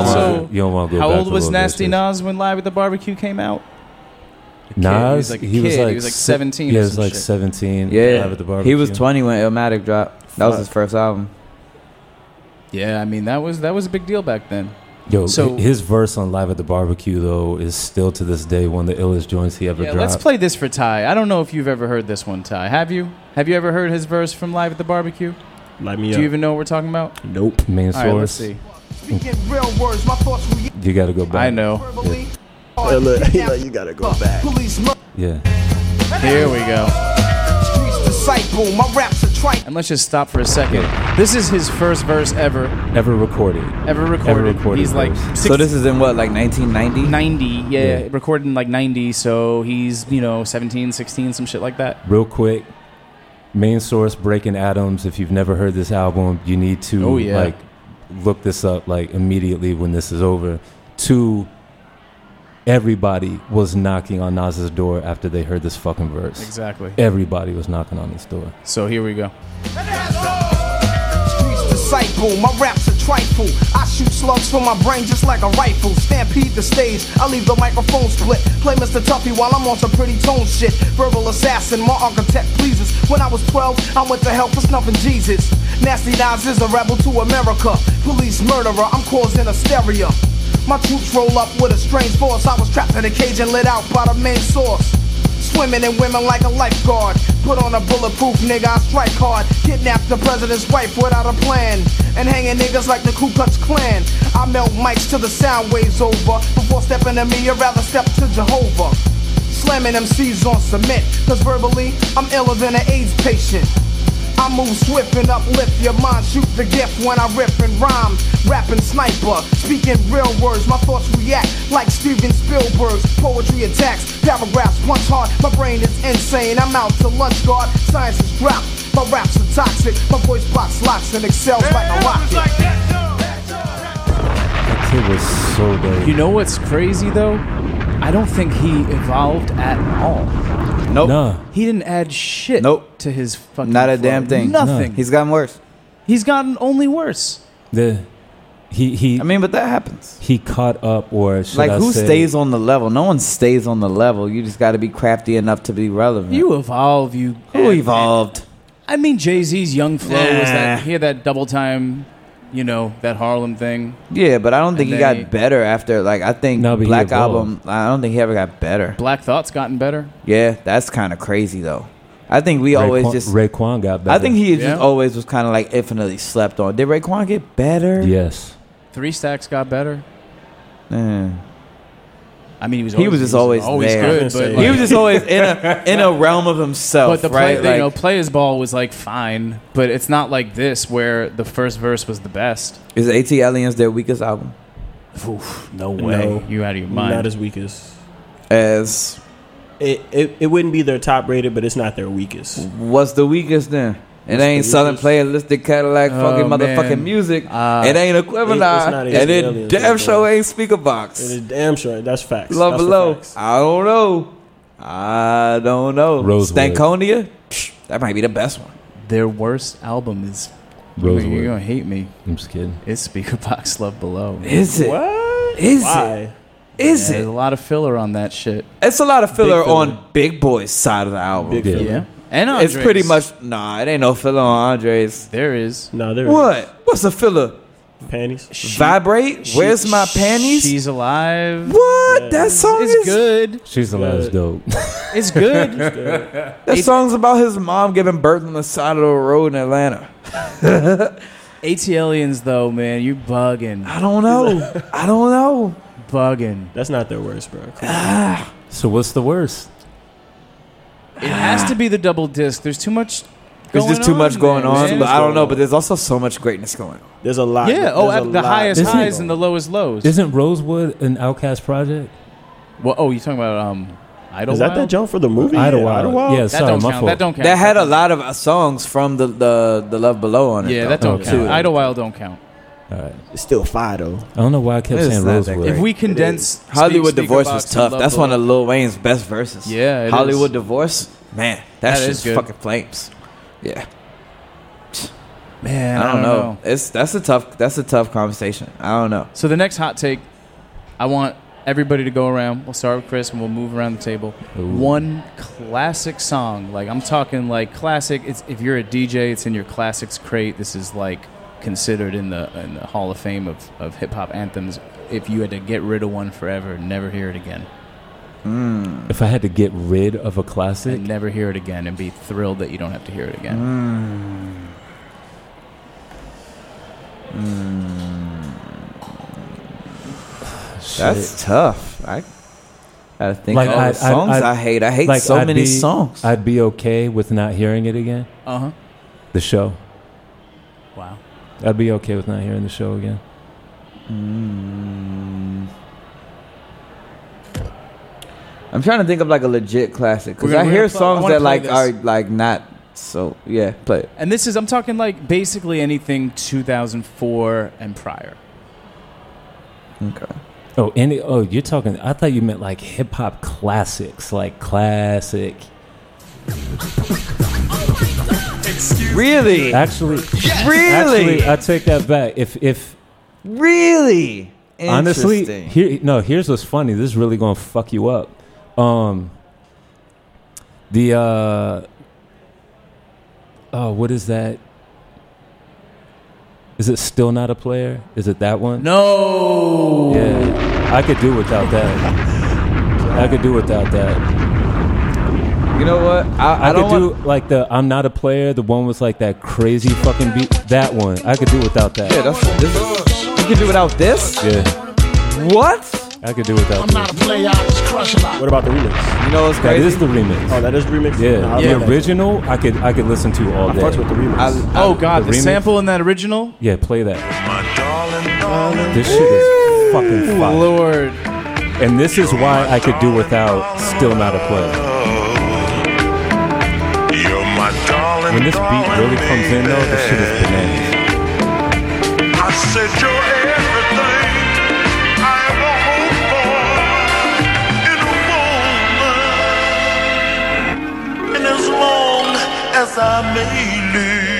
[SPEAKER 3] also,
[SPEAKER 5] you don't want to go
[SPEAKER 3] how
[SPEAKER 5] back
[SPEAKER 3] old
[SPEAKER 5] to
[SPEAKER 3] was
[SPEAKER 5] Lil
[SPEAKER 3] Nasty
[SPEAKER 5] Vicious.
[SPEAKER 3] Nas when Live at the Barbecue came out?
[SPEAKER 5] Nas,
[SPEAKER 3] He was like a kid. He was like 17
[SPEAKER 5] si-
[SPEAKER 3] or
[SPEAKER 5] Yeah, he was
[SPEAKER 3] some
[SPEAKER 5] like
[SPEAKER 3] shit.
[SPEAKER 5] 17.
[SPEAKER 4] Yeah,
[SPEAKER 5] live at the
[SPEAKER 4] he was
[SPEAKER 5] barbecue.
[SPEAKER 4] 20 when Illmatic dropped. That was his
[SPEAKER 3] Fuck.
[SPEAKER 4] first album.
[SPEAKER 3] Yeah, I mean that was that was a big deal back then.
[SPEAKER 5] Yo,
[SPEAKER 3] so
[SPEAKER 5] his verse on Live at the Barbecue though is still to this day one of the illest joints he ever
[SPEAKER 3] yeah,
[SPEAKER 5] dropped.
[SPEAKER 3] let's play this for Ty. I don't know if you've ever heard this one, Ty. Have you? Have you ever heard his verse from Live at the Barbecue?
[SPEAKER 6] Light
[SPEAKER 3] Do you even know what we're talking about?
[SPEAKER 5] Nope. Main
[SPEAKER 3] All right, let's
[SPEAKER 5] source.
[SPEAKER 3] see.
[SPEAKER 2] Speaking real words, my thoughts were
[SPEAKER 5] You got to go back.
[SPEAKER 3] I know.
[SPEAKER 13] Oh.
[SPEAKER 6] Hey, look, *laughs* he like, you gotta go back.
[SPEAKER 2] Police murder.
[SPEAKER 5] Yeah.
[SPEAKER 3] Here we go.
[SPEAKER 2] Streets disciple. My raps are trite.
[SPEAKER 3] And let's just stop for a second. This is his first verse ever,
[SPEAKER 5] Ever recorded.
[SPEAKER 3] ever recorded. He's like
[SPEAKER 4] so this is in what, like 1990?
[SPEAKER 3] 90, yeah, recorded in like 90, so he's, you know, 17, 16, some shit like that.
[SPEAKER 5] Real quick, main source Breaking Adams. If you've never heard this album, you need to
[SPEAKER 3] Oh, yeah.
[SPEAKER 5] like look this up like immediately when this is over. Two, everybody was knocking on Nas's door after they heard this fucking verse.
[SPEAKER 3] Exactly.
[SPEAKER 5] Everybody was knocking on his door.
[SPEAKER 3] So here we go.
[SPEAKER 2] Streets disciple. My raps are trifle. I shoot slugs from my brain just like a rifle. Stampede the stage. I leave the microphone split. Play Mr. Tuffy while I'm on some pretty tone shit. Verbal assassin. My architect pleases. When I was 12, I went to hell for snuffing Jesus. Nasty Nas is a rebel to America. Police murderer. I'm causing hysteria. My troops roll up with a strange force. I was trapped in a cage and lit out by the main source. Swimming in women like a lifeguard. Put on a bulletproof nigga, I strike hard. Kidnap the president's wife without a plan. And hanging niggas like the Ku Klux Klan. I melt mics till the sound waves over. Before stepping to me, I'd rather step to Jehovah. Slamming MCs on cement. Cause verbally, I'm iller than an AIDS patient. I move swift and uplift your mind. Shoot the gift when I rip and rhyme. Rapping sniper, speaking real words. My thoughts react like Steven Spielberg's poetry attacks. Paragraphs punch hard. My brain is insane. I'm out to lunch guard. Science is dropped. My raps are toxic. My voice box locks and excels like a rocket.
[SPEAKER 5] That kid was so dope.
[SPEAKER 3] You know what's crazy though? I don't think he evolved at all.
[SPEAKER 4] Nope.
[SPEAKER 3] He didn't add shit
[SPEAKER 4] Nope.
[SPEAKER 3] to his fucking
[SPEAKER 4] Not a
[SPEAKER 3] flow.
[SPEAKER 4] damn thing.
[SPEAKER 3] Nothing.
[SPEAKER 4] He's gotten worse.
[SPEAKER 3] He's gotten only worse.
[SPEAKER 5] The he he. I
[SPEAKER 4] mean, but that happens.
[SPEAKER 5] He caught up, or should
[SPEAKER 4] like
[SPEAKER 5] I
[SPEAKER 4] who
[SPEAKER 5] say-
[SPEAKER 4] stays on the level? No one stays on the level. You just got to be crafty enough to be relevant.
[SPEAKER 3] You evolve, you
[SPEAKER 4] who evolved?
[SPEAKER 3] I mean, Jay Z's Young Flow was that.
[SPEAKER 4] Nah.
[SPEAKER 3] He had that double time, you know, that Harlem thing.
[SPEAKER 4] Yeah, but I don't think
[SPEAKER 3] And
[SPEAKER 4] he
[SPEAKER 3] then
[SPEAKER 4] got better after. Like I think
[SPEAKER 5] No, but he
[SPEAKER 4] Black
[SPEAKER 5] evolved.
[SPEAKER 4] Album. I don't think he ever got better.
[SPEAKER 3] Black Thought's gotten better.
[SPEAKER 4] Yeah, that's kind of crazy though. I think we
[SPEAKER 5] Raekwon-
[SPEAKER 4] always just.
[SPEAKER 5] Raekwon got better.
[SPEAKER 4] I think he
[SPEAKER 3] Yeah.
[SPEAKER 4] just always was kind of like infinitely slept on. Did Raekwon get better?
[SPEAKER 5] Yes.
[SPEAKER 3] Three Stacks got better. I mean, he was
[SPEAKER 4] He was
[SPEAKER 3] always,
[SPEAKER 4] just always,
[SPEAKER 3] always
[SPEAKER 4] there.
[SPEAKER 3] good, but
[SPEAKER 4] he
[SPEAKER 3] like-
[SPEAKER 4] was just always in a in a realm of himself.
[SPEAKER 3] But the play,
[SPEAKER 4] right?
[SPEAKER 3] you
[SPEAKER 4] Like-
[SPEAKER 3] know, players ball was like fine, but it's not like this where the first verse was the best.
[SPEAKER 4] *laughs* Is AT Aliens their weakest album?
[SPEAKER 3] Oof, no way, you out of your mind.
[SPEAKER 6] Not as weak as.
[SPEAKER 4] As
[SPEAKER 6] It, it, it wouldn't be their top rated, but it's not their weakest.
[SPEAKER 4] what's the weakest then? It ain't Southern playlistic Cadillac fucking
[SPEAKER 6] Oh, man.
[SPEAKER 4] motherfucking music.
[SPEAKER 3] Ah.
[SPEAKER 6] Uh,
[SPEAKER 4] it ain't
[SPEAKER 6] It- it's not
[SPEAKER 4] Equivalent,
[SPEAKER 6] AT
[SPEAKER 4] and it
[SPEAKER 6] Aliens,
[SPEAKER 4] damn
[SPEAKER 6] it's
[SPEAKER 4] show ain't Speaker Box.
[SPEAKER 6] It is damn sure. That's facts.
[SPEAKER 4] Love
[SPEAKER 6] That's the
[SPEAKER 4] below.
[SPEAKER 6] facts.
[SPEAKER 4] I don't know. I don't know.
[SPEAKER 5] Rosewood.
[SPEAKER 4] Stankonia? That might be the best one.
[SPEAKER 3] Their worst album is.
[SPEAKER 5] Rosewood.
[SPEAKER 3] You're gonna hate me.
[SPEAKER 5] I'm just kidding.
[SPEAKER 3] It's Speaker Box *laughs* Love Below.
[SPEAKER 4] Is it?
[SPEAKER 3] What?
[SPEAKER 4] Is it? Is
[SPEAKER 3] There's
[SPEAKER 4] it?
[SPEAKER 3] a lot of filler on that shit.
[SPEAKER 4] It's a lot of
[SPEAKER 3] Big
[SPEAKER 4] filler,
[SPEAKER 3] filler.
[SPEAKER 4] on Big Boy's side of the album.
[SPEAKER 3] Big Yeah. filler. Yeah. And
[SPEAKER 4] And it's
[SPEAKER 3] Andre's.
[SPEAKER 4] pretty much nah. It ain't no filler on Andres.
[SPEAKER 3] There is
[SPEAKER 6] no. There
[SPEAKER 4] what? What's a filler?
[SPEAKER 6] Panties.
[SPEAKER 4] Vibrate.
[SPEAKER 3] She-
[SPEAKER 4] Where's my panties?
[SPEAKER 3] She's alive.
[SPEAKER 4] What? That song
[SPEAKER 3] It's
[SPEAKER 4] is
[SPEAKER 3] good.
[SPEAKER 5] She's the last dope.
[SPEAKER 3] It's good.
[SPEAKER 4] That song's about his mom giving birth on the side of the road
[SPEAKER 3] *laughs*
[SPEAKER 4] in Atlanta.
[SPEAKER 3] ATLians though, man, you bugging. *laughs* I
[SPEAKER 4] don't know. I don't know.
[SPEAKER 3] Bugging.
[SPEAKER 6] That's not their worst, bro.
[SPEAKER 5] So what's the worst?
[SPEAKER 3] It has to be the double disc. There's too much.
[SPEAKER 4] There's just too much going
[SPEAKER 3] there, man.
[SPEAKER 4] on, but I don't know. But there's also so much greatness going on.
[SPEAKER 6] There's a lot.
[SPEAKER 3] Yeah. Oh, at the highest
[SPEAKER 5] Isn't-
[SPEAKER 3] highs and the lowest lows.
[SPEAKER 5] Isn't Rosewood an Outcast project?
[SPEAKER 3] Well, oh, you talking about um, Idlewild?
[SPEAKER 5] Is that that
[SPEAKER 6] jump for the movie?
[SPEAKER 5] Idlewild. Idlewild? Yeah,
[SPEAKER 3] that
[SPEAKER 5] sorry,
[SPEAKER 3] don't
[SPEAKER 5] my
[SPEAKER 3] count.
[SPEAKER 5] fault.
[SPEAKER 3] That don't count.
[SPEAKER 4] That had a lot of uh, songs from the the, the Love Below on it.
[SPEAKER 3] yeah,
[SPEAKER 4] though.
[SPEAKER 3] that don't
[SPEAKER 4] Too.
[SPEAKER 3] count. Idlewild don't count.
[SPEAKER 5] All right.
[SPEAKER 6] It's still fire though.
[SPEAKER 5] I don't know why I kept
[SPEAKER 4] It's
[SPEAKER 5] saying
[SPEAKER 4] not that
[SPEAKER 5] Rosewood.
[SPEAKER 4] great.
[SPEAKER 3] If we condense
[SPEAKER 4] Hollywood
[SPEAKER 3] Speak-
[SPEAKER 4] Divorce
[SPEAKER 3] Speakerbox
[SPEAKER 4] was
[SPEAKER 3] and
[SPEAKER 4] tough.
[SPEAKER 3] Love
[SPEAKER 4] That's
[SPEAKER 3] Below.
[SPEAKER 4] one of Lil Wayne's best verses.
[SPEAKER 3] Yeah, it is.
[SPEAKER 4] Hollywood Divorce. Man, that,
[SPEAKER 3] That
[SPEAKER 4] shit's
[SPEAKER 3] is good.
[SPEAKER 4] fucking flames. Yeah.
[SPEAKER 3] Man,
[SPEAKER 4] I don't, know. It's that's a tough that's a tough conversation. I don't know.
[SPEAKER 3] So the next hot take, I want everybody to go around. We'll start with Chris, and we'll move around the table. One classic song, like I'm talking like classic. It's if you're a DJ, it's in your classics crate. This is like considered in the in the Hall of Fame of, of hip hop anthems. If you had to get rid of one forever, and never hear it again,
[SPEAKER 5] If I had to get rid of a classic,
[SPEAKER 3] and never hear it again, and be thrilled that you don't have to hear it again.
[SPEAKER 4] Mm.
[SPEAKER 3] *sighs*
[SPEAKER 4] That's tough. I I think
[SPEAKER 5] like
[SPEAKER 4] all
[SPEAKER 5] I'd-
[SPEAKER 4] the songs
[SPEAKER 5] I'd-
[SPEAKER 4] I hate. I hate
[SPEAKER 5] like,
[SPEAKER 4] so
[SPEAKER 5] I'd
[SPEAKER 4] many
[SPEAKER 5] be-
[SPEAKER 4] songs.
[SPEAKER 5] I'd be okay with not hearing it again.
[SPEAKER 3] Uh huh.
[SPEAKER 5] The show.
[SPEAKER 3] Wow.
[SPEAKER 5] I'd be okay with not hearing the show again.
[SPEAKER 4] Mm. I'm trying to think of like a legit classic because
[SPEAKER 3] We're gonna-
[SPEAKER 4] I
[SPEAKER 3] we're
[SPEAKER 4] hear
[SPEAKER 3] gonna play- I
[SPEAKER 4] songs
[SPEAKER 3] wanna
[SPEAKER 4] that
[SPEAKER 3] play
[SPEAKER 4] like
[SPEAKER 3] this.
[SPEAKER 4] are like not so. Yeah, play it.
[SPEAKER 3] And this is I'm talking like basically anything 2004 and prior.
[SPEAKER 4] Okay.
[SPEAKER 5] Oh, any? Oh, you're talking. I thought you meant like hip hop classics, like classic.
[SPEAKER 4] Really? *laughs*
[SPEAKER 5] Actually,
[SPEAKER 4] Really?
[SPEAKER 5] Actually, I take that back. If if
[SPEAKER 4] Really?
[SPEAKER 5] honestly,
[SPEAKER 4] Interesting.
[SPEAKER 5] here no. Here's what's funny. This is really gonna fuck you up. Um, the uh, oh, what is that? Is it still not a player? Is it that one?
[SPEAKER 3] No.
[SPEAKER 5] Yeah, I could do without that. I could do without that.
[SPEAKER 4] You know what? I, I,
[SPEAKER 5] I,
[SPEAKER 4] don't
[SPEAKER 5] could
[SPEAKER 4] want,
[SPEAKER 5] do like the I'm not a player. The one was like that crazy fucking beat. That one I could do without that.
[SPEAKER 4] Yeah, that's this is, you can do without this.
[SPEAKER 5] Yeah,
[SPEAKER 4] What?
[SPEAKER 5] I could do without. That.
[SPEAKER 8] not a player, I was crushing lot.
[SPEAKER 6] What about the remix?
[SPEAKER 4] You know what's
[SPEAKER 5] that
[SPEAKER 4] crazy?
[SPEAKER 5] is the remix.
[SPEAKER 6] Oh, that is remix.
[SPEAKER 5] Yeah,
[SPEAKER 6] Nah, I
[SPEAKER 5] the
[SPEAKER 6] love that.
[SPEAKER 5] original I could I could listen to all
[SPEAKER 6] I
[SPEAKER 5] day.
[SPEAKER 6] fucks with the remix.
[SPEAKER 4] I, I,
[SPEAKER 3] Oh god, the,
[SPEAKER 5] remix?
[SPEAKER 3] sample in that original?
[SPEAKER 5] Yeah, play that. This shit is fucking fire.
[SPEAKER 3] Lord.
[SPEAKER 5] And this is why I could do without still not a player.
[SPEAKER 13] You're my darling.
[SPEAKER 5] When this beat really comes in though, this shit is bananas.
[SPEAKER 13] I said you're everything I ever hoped for in a woman. And as long as I may live.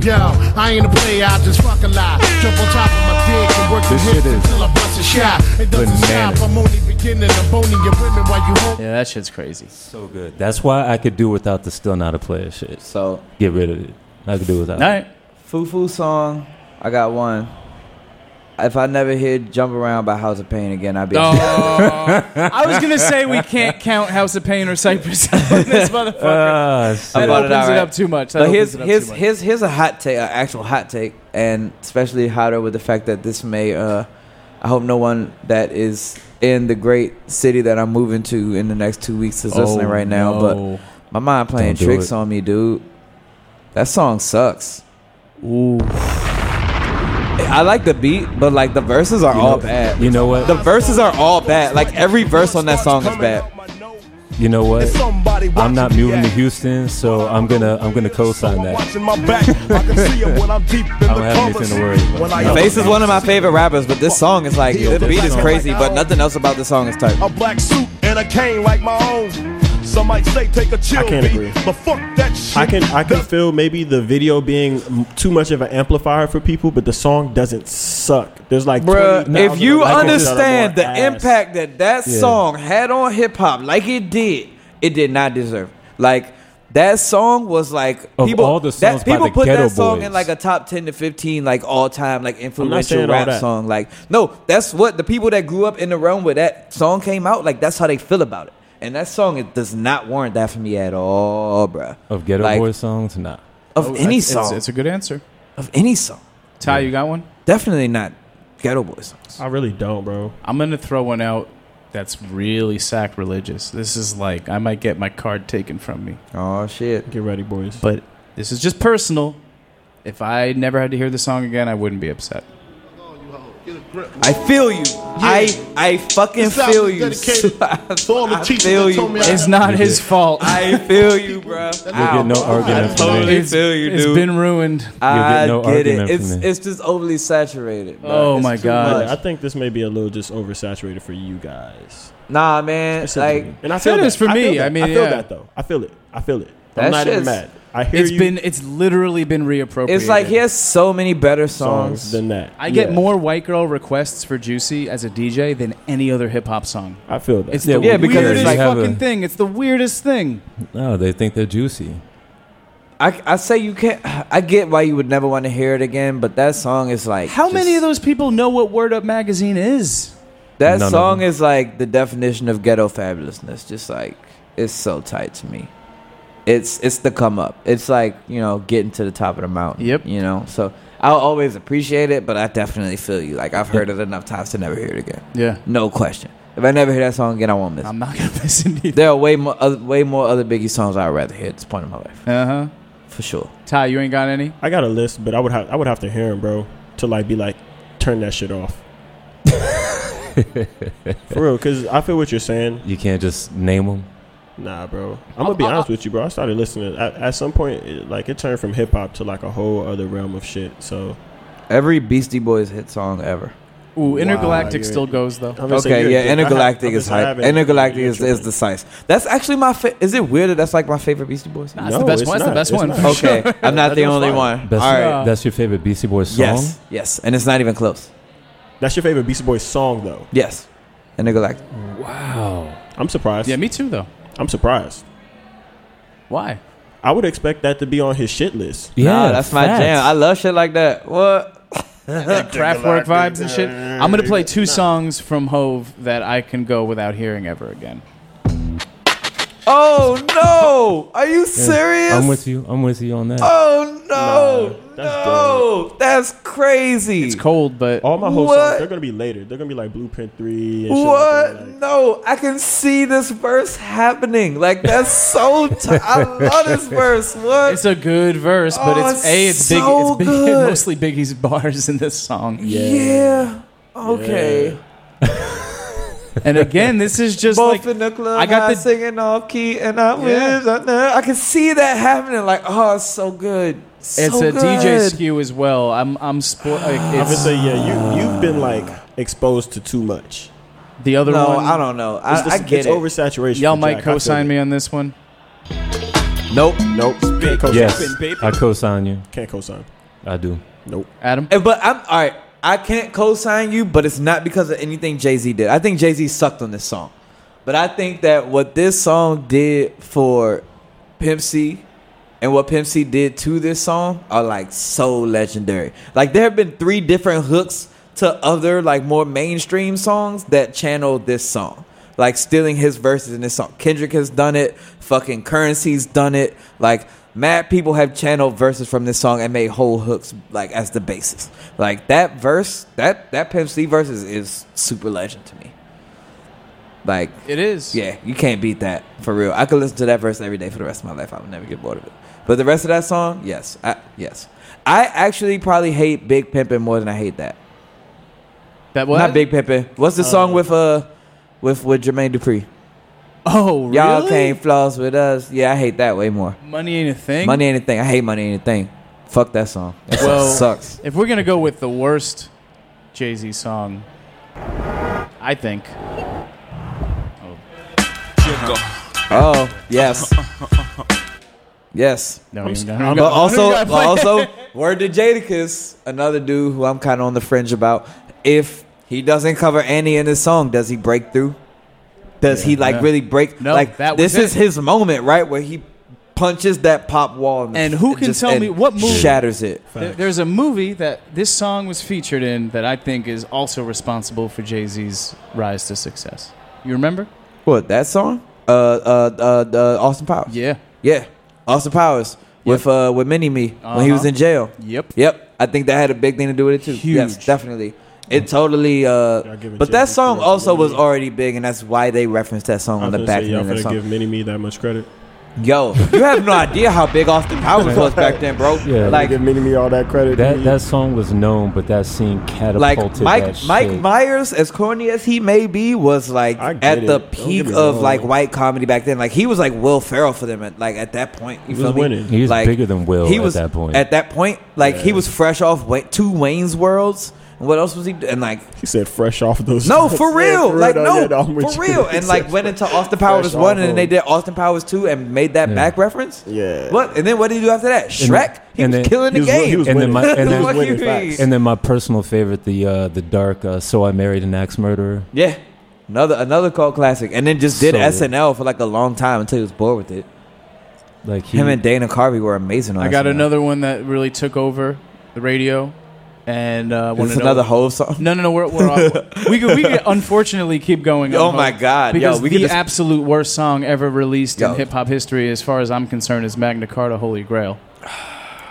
[SPEAKER 8] Yo, I ain't a player, I just fucking lie. Jump on top of my dick and work
[SPEAKER 5] This
[SPEAKER 8] the
[SPEAKER 5] shit
[SPEAKER 8] hips
[SPEAKER 5] is
[SPEAKER 8] until I bust a shot. It doesn't
[SPEAKER 5] bananas.
[SPEAKER 8] stop, I'm only beginning. I'm boning your women while you hold.
[SPEAKER 3] Yeah, that shit's crazy.
[SPEAKER 5] So good. That's why I could do without the still not a player shit.
[SPEAKER 4] So
[SPEAKER 5] Get rid of it. I could do without.
[SPEAKER 3] All right.
[SPEAKER 4] Foo Foo song. I got one. If I never hear "Jump Around" by House of Pain again, *laughs* I'd be.
[SPEAKER 3] Oh.
[SPEAKER 5] *laughs*
[SPEAKER 3] I was gonna say we can't count House of Pain or Cypress Hill in
[SPEAKER 5] *laughs*
[SPEAKER 3] this motherfucker.
[SPEAKER 4] Uh,
[SPEAKER 5] Ah,
[SPEAKER 3] that
[SPEAKER 4] About
[SPEAKER 3] opens it,
[SPEAKER 4] alright.
[SPEAKER 3] up too much. That
[SPEAKER 4] But
[SPEAKER 3] opens
[SPEAKER 4] here's
[SPEAKER 3] it up
[SPEAKER 4] here's
[SPEAKER 3] too much.
[SPEAKER 4] here's here's a hot take, an actual hot take, and especially hotter with the fact that this may. Uh, I hope no one that is in the great city that I'm moving to in the next two weeks is listening
[SPEAKER 3] Oh,
[SPEAKER 4] right now.
[SPEAKER 3] no.
[SPEAKER 4] But my mind playing
[SPEAKER 5] Don't do
[SPEAKER 4] tricks
[SPEAKER 5] it.
[SPEAKER 4] on me, dude. That song sucks.
[SPEAKER 3] Ooh.
[SPEAKER 4] I like the beat, but like the verses are
[SPEAKER 5] You
[SPEAKER 4] all
[SPEAKER 5] know-
[SPEAKER 4] bad.
[SPEAKER 5] You know
[SPEAKER 4] The
[SPEAKER 5] what?
[SPEAKER 4] verses are all bad. Like every verse on that song is bad.
[SPEAKER 5] You know what?
[SPEAKER 13] Somebody
[SPEAKER 5] I'm not
[SPEAKER 13] watching me
[SPEAKER 5] moving to
[SPEAKER 13] act.
[SPEAKER 5] Houston, so I'm gonna I'm gonna co-sign
[SPEAKER 13] I'm
[SPEAKER 5] that.
[SPEAKER 13] watching my back. I can see it when I'm deep in
[SPEAKER 5] I don't
[SPEAKER 13] the
[SPEAKER 5] have anything to worry about.
[SPEAKER 13] When I
[SPEAKER 5] No.
[SPEAKER 4] Face is one of my favorite rappers, but this song is like the beat is crazy, but nothing else about the song is tight.
[SPEAKER 13] A black suit and a cane like my own. Some might say take a chill
[SPEAKER 6] can't
[SPEAKER 13] beat,
[SPEAKER 6] agree.
[SPEAKER 13] but fuck that shit.
[SPEAKER 6] I can I can feel maybe the video being m- too much of an amplifier for people, but the song doesn't suck. There's like
[SPEAKER 4] Bruh,
[SPEAKER 6] 20,000
[SPEAKER 4] if you
[SPEAKER 6] other
[SPEAKER 4] understand
[SPEAKER 6] more
[SPEAKER 4] the
[SPEAKER 6] ass.
[SPEAKER 4] impact that that
[SPEAKER 6] Yeah.
[SPEAKER 4] song had on hip hop, like it did, it did not deserve. Like that song was like
[SPEAKER 5] Of
[SPEAKER 4] people
[SPEAKER 5] all the
[SPEAKER 4] that-
[SPEAKER 5] songs by
[SPEAKER 4] people
[SPEAKER 5] the
[SPEAKER 4] put
[SPEAKER 5] Ghetto
[SPEAKER 4] that song
[SPEAKER 5] Boys.
[SPEAKER 4] in like a top ten to fifteen like all time like influential
[SPEAKER 5] saying all
[SPEAKER 4] rap
[SPEAKER 5] that.
[SPEAKER 4] song. Like no, that's what the people that grew up in the realm where that song came out like that's how they feel about it. And that song it does not warrant that for me at all, bruh.
[SPEAKER 5] Of Ghetto
[SPEAKER 4] Like,
[SPEAKER 5] Boy songs? Nah.
[SPEAKER 4] Of
[SPEAKER 3] Oh,
[SPEAKER 4] any
[SPEAKER 3] it's-
[SPEAKER 4] song,
[SPEAKER 3] it's- it's a good answer.
[SPEAKER 4] Of any song,
[SPEAKER 3] Ty, you got one?
[SPEAKER 4] Definitely not Ghetto Boys.
[SPEAKER 6] I really don't, bro.
[SPEAKER 3] I'm gonna throw one out that's really sacrilegious. This is like I might get my card taken from me.
[SPEAKER 4] Oh shit!
[SPEAKER 6] Get ready, boys.
[SPEAKER 3] But this is just personal. If I never had to hear the song again, I wouldn't be upset.
[SPEAKER 4] I feel you. I I fucking
[SPEAKER 3] This album
[SPEAKER 4] feel
[SPEAKER 3] is
[SPEAKER 4] you. *laughs*
[SPEAKER 3] dedicated
[SPEAKER 4] to
[SPEAKER 13] all
[SPEAKER 3] the teachers that told me I- It's not his fault.
[SPEAKER 4] I feel you, bro.
[SPEAKER 5] You'll get no argument from me.
[SPEAKER 4] totally feel you,
[SPEAKER 3] It's
[SPEAKER 4] dude.
[SPEAKER 3] been ruined.
[SPEAKER 4] I
[SPEAKER 5] no
[SPEAKER 4] get it.
[SPEAKER 5] argument
[SPEAKER 4] It's
[SPEAKER 5] from me.
[SPEAKER 4] it's just overly saturated. bro.
[SPEAKER 3] Oh
[SPEAKER 4] It's too
[SPEAKER 6] I
[SPEAKER 4] much.
[SPEAKER 6] think this may be a little just oversaturated for you guys.
[SPEAKER 4] Nah, man.
[SPEAKER 6] Specifically.
[SPEAKER 4] like-
[SPEAKER 6] and I feel
[SPEAKER 4] It
[SPEAKER 6] that.
[SPEAKER 4] is for
[SPEAKER 6] I feel
[SPEAKER 4] me.
[SPEAKER 6] that.
[SPEAKER 4] I mean,
[SPEAKER 6] I feel
[SPEAKER 4] yeah.
[SPEAKER 6] that though. I feel it. I feel it.
[SPEAKER 4] That
[SPEAKER 6] I'm not even
[SPEAKER 4] shit's-
[SPEAKER 6] mad. I hear
[SPEAKER 3] It's
[SPEAKER 6] you.
[SPEAKER 3] been it's literally been reappropriated.
[SPEAKER 4] It's like he has so many better songs,
[SPEAKER 6] Songs than that.
[SPEAKER 3] I get
[SPEAKER 4] Yeah.
[SPEAKER 3] more white girl requests for Juicy as a DJ than any other hip hop song.
[SPEAKER 6] I feel that.
[SPEAKER 3] It's
[SPEAKER 5] Yeah,
[SPEAKER 3] the
[SPEAKER 5] yeah, because
[SPEAKER 3] weirdest
[SPEAKER 5] it's like-
[SPEAKER 3] fucking thing. It's the weirdest thing.
[SPEAKER 5] No, they think they're juicy.
[SPEAKER 4] I I say you can't. I get why you would never want to hear it again, but that song is like
[SPEAKER 3] How
[SPEAKER 4] just-
[SPEAKER 3] many of those people know what Word Up magazine is?
[SPEAKER 4] That
[SPEAKER 3] None of
[SPEAKER 4] song is like the definition of ghetto fabulousness. Just like it's so tight to me. It's it's the come up. It's like you know getting to the top of the mountain. Yep. You know, so I'll always appreciate it, but I definitely feel you. Like I've heard it enough times to never hear it again.
[SPEAKER 3] Yeah.
[SPEAKER 4] No question. If I never hear that song again, I won't miss. I'm
[SPEAKER 3] not gonna *laughs* miss it. Either.
[SPEAKER 4] There are way more other, way more other Biggie songs I'd rather hear at this point in my life.
[SPEAKER 3] Uh huh.
[SPEAKER 4] For sure.
[SPEAKER 3] Ty, you ain't got any.
[SPEAKER 6] I got a list, but I would have I would have to hear him, bro, to like be like, turn that
[SPEAKER 3] *laughs*
[SPEAKER 6] shit off. For real, because I feel what you're saying.
[SPEAKER 5] You can't just name them.
[SPEAKER 6] Nah, bro. I'm gonna be honest with you, bro. I started listening at, at some point. It, like it turned from hip hop to like a whole other realm of shit. So
[SPEAKER 4] Every Beastie Boys hit song ever.
[SPEAKER 3] Ooh, Intergalactic
[SPEAKER 6] Wow, you're-
[SPEAKER 3] still goes though.
[SPEAKER 6] I'm gonna say
[SPEAKER 4] Okay,
[SPEAKER 6] you're-
[SPEAKER 4] yeah,
[SPEAKER 6] I have-
[SPEAKER 4] intergalactic
[SPEAKER 6] I'm
[SPEAKER 4] is
[SPEAKER 6] just- I
[SPEAKER 4] hype.
[SPEAKER 6] haven't-
[SPEAKER 4] Intergalactic
[SPEAKER 6] you're
[SPEAKER 4] is, is the size. That's actually my. Fa- is it weird that that's like my favorite Beastie Boys?
[SPEAKER 3] Nah, it's the No, best it's one, it's the not. best It's one, not. for *laughs*
[SPEAKER 4] Okay,
[SPEAKER 3] sure.
[SPEAKER 4] I'm not
[SPEAKER 3] That
[SPEAKER 4] the
[SPEAKER 3] was
[SPEAKER 4] only
[SPEAKER 3] fire. *laughs*
[SPEAKER 4] one.
[SPEAKER 5] That's,
[SPEAKER 4] All right,
[SPEAKER 5] that's your favorite BC Boy song?
[SPEAKER 4] yes, yes, and it's not even close.
[SPEAKER 6] That's your favorite Beastie Boys song, though.
[SPEAKER 4] Yes, Intergalactic.
[SPEAKER 5] Wow.
[SPEAKER 6] I'm surprised.
[SPEAKER 3] Yeah, me too though.
[SPEAKER 6] I'm surprised.
[SPEAKER 3] Why?
[SPEAKER 6] I would expect that to be on his shit list.
[SPEAKER 4] Yeah, Nah, that's my facts. jam. I love shit like that.
[SPEAKER 3] *laughs*
[SPEAKER 4] What?
[SPEAKER 3] Craftwork vibes and shit. I'm gonna play two songs from Hove that I can go without hearing ever again.
[SPEAKER 4] *laughs* Oh no! Are you
[SPEAKER 5] Yeah.
[SPEAKER 4] serious?
[SPEAKER 5] I'm with you. I'm with you on that.
[SPEAKER 4] Oh no! *laughs* no, that's crazy.
[SPEAKER 3] It's cold, but
[SPEAKER 6] All my whole
[SPEAKER 4] What?
[SPEAKER 6] songs, they're gonna be later. They're gonna be like Blueprint Three. And shit
[SPEAKER 4] What? no, I can see this verse happening. Like that's so. T- I
[SPEAKER 3] *laughs*
[SPEAKER 4] love this verse. What?
[SPEAKER 3] It's a good verse, but
[SPEAKER 4] Oh,
[SPEAKER 3] it's a it's
[SPEAKER 4] it's
[SPEAKER 3] big
[SPEAKER 4] so
[SPEAKER 3] it's big, *laughs*
[SPEAKER 4] good.
[SPEAKER 3] mostly Biggie's bars in this song.
[SPEAKER 4] Yeah. Okay.
[SPEAKER 3] And again, this is just
[SPEAKER 4] Both
[SPEAKER 3] like
[SPEAKER 4] in the club,
[SPEAKER 3] I
[SPEAKER 4] I
[SPEAKER 3] got
[SPEAKER 4] got
[SPEAKER 3] the-
[SPEAKER 4] singing off key, and I
[SPEAKER 3] Yeah.
[SPEAKER 4] wish I knew. I can see that happening. Like, oh, it's so good. So
[SPEAKER 3] it's a
[SPEAKER 4] good.
[SPEAKER 3] DJ skew as well. I'm I'm spo-
[SPEAKER 6] *sighs*
[SPEAKER 3] like
[SPEAKER 6] I'm gonna
[SPEAKER 3] it's
[SPEAKER 6] say, yeah, you you've been like exposed to too much.
[SPEAKER 3] the other
[SPEAKER 4] No,
[SPEAKER 3] one.
[SPEAKER 4] I don't know. I,
[SPEAKER 6] It's the-
[SPEAKER 4] I get
[SPEAKER 6] it's
[SPEAKER 4] it.
[SPEAKER 6] oversaturation.
[SPEAKER 3] Y'all
[SPEAKER 6] for
[SPEAKER 3] might
[SPEAKER 6] Jack. I feel
[SPEAKER 3] co-sign
[SPEAKER 6] it.
[SPEAKER 3] me on this one.
[SPEAKER 4] Nope.
[SPEAKER 6] Nope. Can't co-sign.
[SPEAKER 5] Yes. I co sign you.
[SPEAKER 6] Can't co-sign.
[SPEAKER 5] I do.
[SPEAKER 6] Nope.
[SPEAKER 3] Adam.
[SPEAKER 4] But I'm all right. I can't co-sign you, but it's not because of anything Jay Z did. I think Jay Z sucked on this song, but I think that what this song did for Pimp C and what Pimp C did to this song are like so legendary. Like there have been three different hooks to other like more mainstream songs that channel this song. Like stealing his verses in this song. Kendrick has done it. Fucking Currency's done it. Like mad people have channeled verses from this song and made whole hooks like as the basis. Like that verse, that that Pimp C verse is, is super legend to me. Like
[SPEAKER 3] It is.
[SPEAKER 4] yeah, you can't beat that for real. I could listen to that verse every day for the rest of my life. I would never get bored of it. But the rest of that song, yes, I, yes. I actually probably hate Big Pimpin' more than I hate that.
[SPEAKER 3] That what?
[SPEAKER 4] Not Big Pimpin'. What's the song with uh with with Jermaine Dupri?
[SPEAKER 3] Oh, really?
[SPEAKER 4] Y'all can't floss with us. Yeah, I hate that way more.
[SPEAKER 3] Money ain't a thing.
[SPEAKER 4] Money ain't a thing. I hate money ain't a thing. Fuck that song. That song
[SPEAKER 3] well,
[SPEAKER 4] sucks.
[SPEAKER 3] If we're gonna go with the worst Jay Z song, I think.
[SPEAKER 13] Jigga.
[SPEAKER 4] Oh, yes. Yes.
[SPEAKER 3] No,
[SPEAKER 4] I'm
[SPEAKER 3] you
[SPEAKER 4] s-
[SPEAKER 3] got- I don't
[SPEAKER 4] but
[SPEAKER 3] got- I don't
[SPEAKER 4] also,
[SPEAKER 3] got-
[SPEAKER 4] but also, word to Jadakiss, another dude who I'm kind of on the fringe about. If he doesn't cover Annie in his song, does he break through? Does he like
[SPEAKER 3] Yeah.
[SPEAKER 4] really break?
[SPEAKER 3] No,
[SPEAKER 4] like
[SPEAKER 3] that was
[SPEAKER 4] this is
[SPEAKER 3] it.
[SPEAKER 4] his moment, right, where he punches that pop wall and,
[SPEAKER 3] And who can
[SPEAKER 4] just-
[SPEAKER 3] tell
[SPEAKER 4] and
[SPEAKER 3] me what movie
[SPEAKER 4] shatters it?
[SPEAKER 3] There- there's a movie that this song was featured in that I think is also responsible for Jay Z's rise to success. You remember?
[SPEAKER 4] What that song? Uh, uh, uh, the Austin Powers.
[SPEAKER 3] Yeah,
[SPEAKER 4] yeah, Austin Powers with uh with Mini Me when he was
[SPEAKER 3] Uh-huh.
[SPEAKER 4] in jail.
[SPEAKER 3] Yep.
[SPEAKER 4] yep. I think that had a big thing to do with it too. Yes,
[SPEAKER 3] Huge.
[SPEAKER 4] definitely. It totally. Uh,
[SPEAKER 6] give it
[SPEAKER 4] but
[SPEAKER 6] to
[SPEAKER 4] that
[SPEAKER 6] you.
[SPEAKER 4] song also was already big, and that's why they referenced that song on the back end
[SPEAKER 6] y'all
[SPEAKER 4] of that
[SPEAKER 6] finna
[SPEAKER 4] song.
[SPEAKER 6] give Mini Me that much credit.
[SPEAKER 4] Yo, you have no idea how big Austin Powers was back then,
[SPEAKER 6] *laughs*
[SPEAKER 4] bro.
[SPEAKER 5] Yeah.
[SPEAKER 4] like
[SPEAKER 5] give
[SPEAKER 6] Mini Me all that credit.
[SPEAKER 5] That that song was known, but that scene
[SPEAKER 4] like
[SPEAKER 5] catapulted
[SPEAKER 4] Mike
[SPEAKER 5] that
[SPEAKER 4] Mike
[SPEAKER 5] shit.
[SPEAKER 4] Myers, as corny as he may be, was like
[SPEAKER 5] get
[SPEAKER 4] at the
[SPEAKER 5] it. Don't get
[SPEAKER 4] peak
[SPEAKER 5] me
[SPEAKER 4] of
[SPEAKER 5] wrong.
[SPEAKER 4] like white comedy back then. Like he was like Will Ferrell for them. At, like at that point, you
[SPEAKER 5] He
[SPEAKER 4] feel
[SPEAKER 5] was
[SPEAKER 4] me?
[SPEAKER 5] winning. He was
[SPEAKER 4] like,
[SPEAKER 5] bigger than Will
[SPEAKER 4] He
[SPEAKER 5] at
[SPEAKER 4] was
[SPEAKER 5] that point.
[SPEAKER 4] At that point, like he
[SPEAKER 5] Yeah.
[SPEAKER 4] was fresh off Wa- two Wayne's Worlds. And what else was he? do- And like
[SPEAKER 6] He said fresh off
[SPEAKER 4] *laughs*
[SPEAKER 6] those. *laughs*
[SPEAKER 4] no, for
[SPEAKER 6] Yeah,
[SPEAKER 4] real, like
[SPEAKER 6] though,
[SPEAKER 4] no,
[SPEAKER 6] yeah, though, I'm with
[SPEAKER 4] for
[SPEAKER 6] you.
[SPEAKER 4] real, and like went into Austin
[SPEAKER 6] fresh
[SPEAKER 4] Powers
[SPEAKER 6] off
[SPEAKER 4] one, and
[SPEAKER 6] of-
[SPEAKER 4] then they did Austin Powers two, and made that
[SPEAKER 5] Yeah.
[SPEAKER 4] back reference.
[SPEAKER 6] Yeah.
[SPEAKER 4] What? And then what did he do after that? Shrek. He was killing the game. *laughs*
[SPEAKER 5] and then my and then,
[SPEAKER 4] What do you mean?
[SPEAKER 5] and then my personal favorite, the uh, the dark. Uh, so I married an axe murderer.
[SPEAKER 4] Yeah. Another another cult classic. And then just did
[SPEAKER 5] So-
[SPEAKER 4] SNL for like a long time until he was bored with it.
[SPEAKER 5] Like
[SPEAKER 4] him
[SPEAKER 5] he-
[SPEAKER 4] and Dana Carvey were amazing on
[SPEAKER 3] I got
[SPEAKER 4] SNL.
[SPEAKER 3] another one that really took over the radio. And uh, wanted
[SPEAKER 4] Is this
[SPEAKER 3] to know-
[SPEAKER 4] another Hove song?
[SPEAKER 3] No, no, no. We're, we're off. we could, we
[SPEAKER 4] *laughs*
[SPEAKER 3] could unfortunately keep going. on
[SPEAKER 4] Oh my
[SPEAKER 3] Hove
[SPEAKER 4] God, yo,
[SPEAKER 3] Because
[SPEAKER 4] we
[SPEAKER 3] the
[SPEAKER 4] could just-
[SPEAKER 3] absolute worst song ever released
[SPEAKER 4] Yo.
[SPEAKER 3] in hip hop history, as far as I'm concerned, is Magna Carta Holy
[SPEAKER 4] *sighs*
[SPEAKER 3] Grail.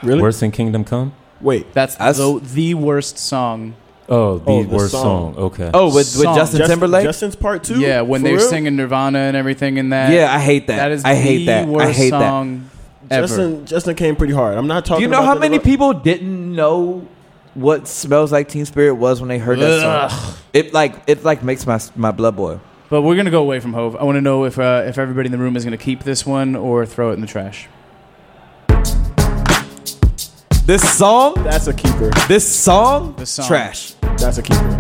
[SPEAKER 6] Really?
[SPEAKER 5] Worse than Kingdom Come.
[SPEAKER 6] Wait,
[SPEAKER 3] that's, the, the worst song.
[SPEAKER 5] Oh, the, worst song. Okay.
[SPEAKER 4] Oh,
[SPEAKER 3] Song.
[SPEAKER 6] Justin's part two.
[SPEAKER 3] Yeah, when
[SPEAKER 6] For
[SPEAKER 3] they were
[SPEAKER 6] real?
[SPEAKER 3] singing Nirvana and everything in that.
[SPEAKER 4] Yeah, I hate that.
[SPEAKER 3] That is
[SPEAKER 4] I hate
[SPEAKER 3] the
[SPEAKER 4] that. I
[SPEAKER 3] worst
[SPEAKER 4] hate that.
[SPEAKER 3] song ever.
[SPEAKER 6] Justin Justin came pretty hard. I'm not
[SPEAKER 4] Do
[SPEAKER 6] talking.
[SPEAKER 4] you know
[SPEAKER 6] about
[SPEAKER 4] how
[SPEAKER 6] the-
[SPEAKER 4] many people didn't know what Smells Like Teen Spirit was when they heard that
[SPEAKER 3] Ugh.
[SPEAKER 4] song? It like it like makes my my blood boil.
[SPEAKER 3] But we're gonna go away from Hove. I want to know if uh, if everybody in the room is gonna keep this one or throw it in the trash.
[SPEAKER 4] This song?
[SPEAKER 6] That's a keeper.
[SPEAKER 4] *laughs* This song?
[SPEAKER 3] This song.
[SPEAKER 4] Trash.
[SPEAKER 6] That's a keeper.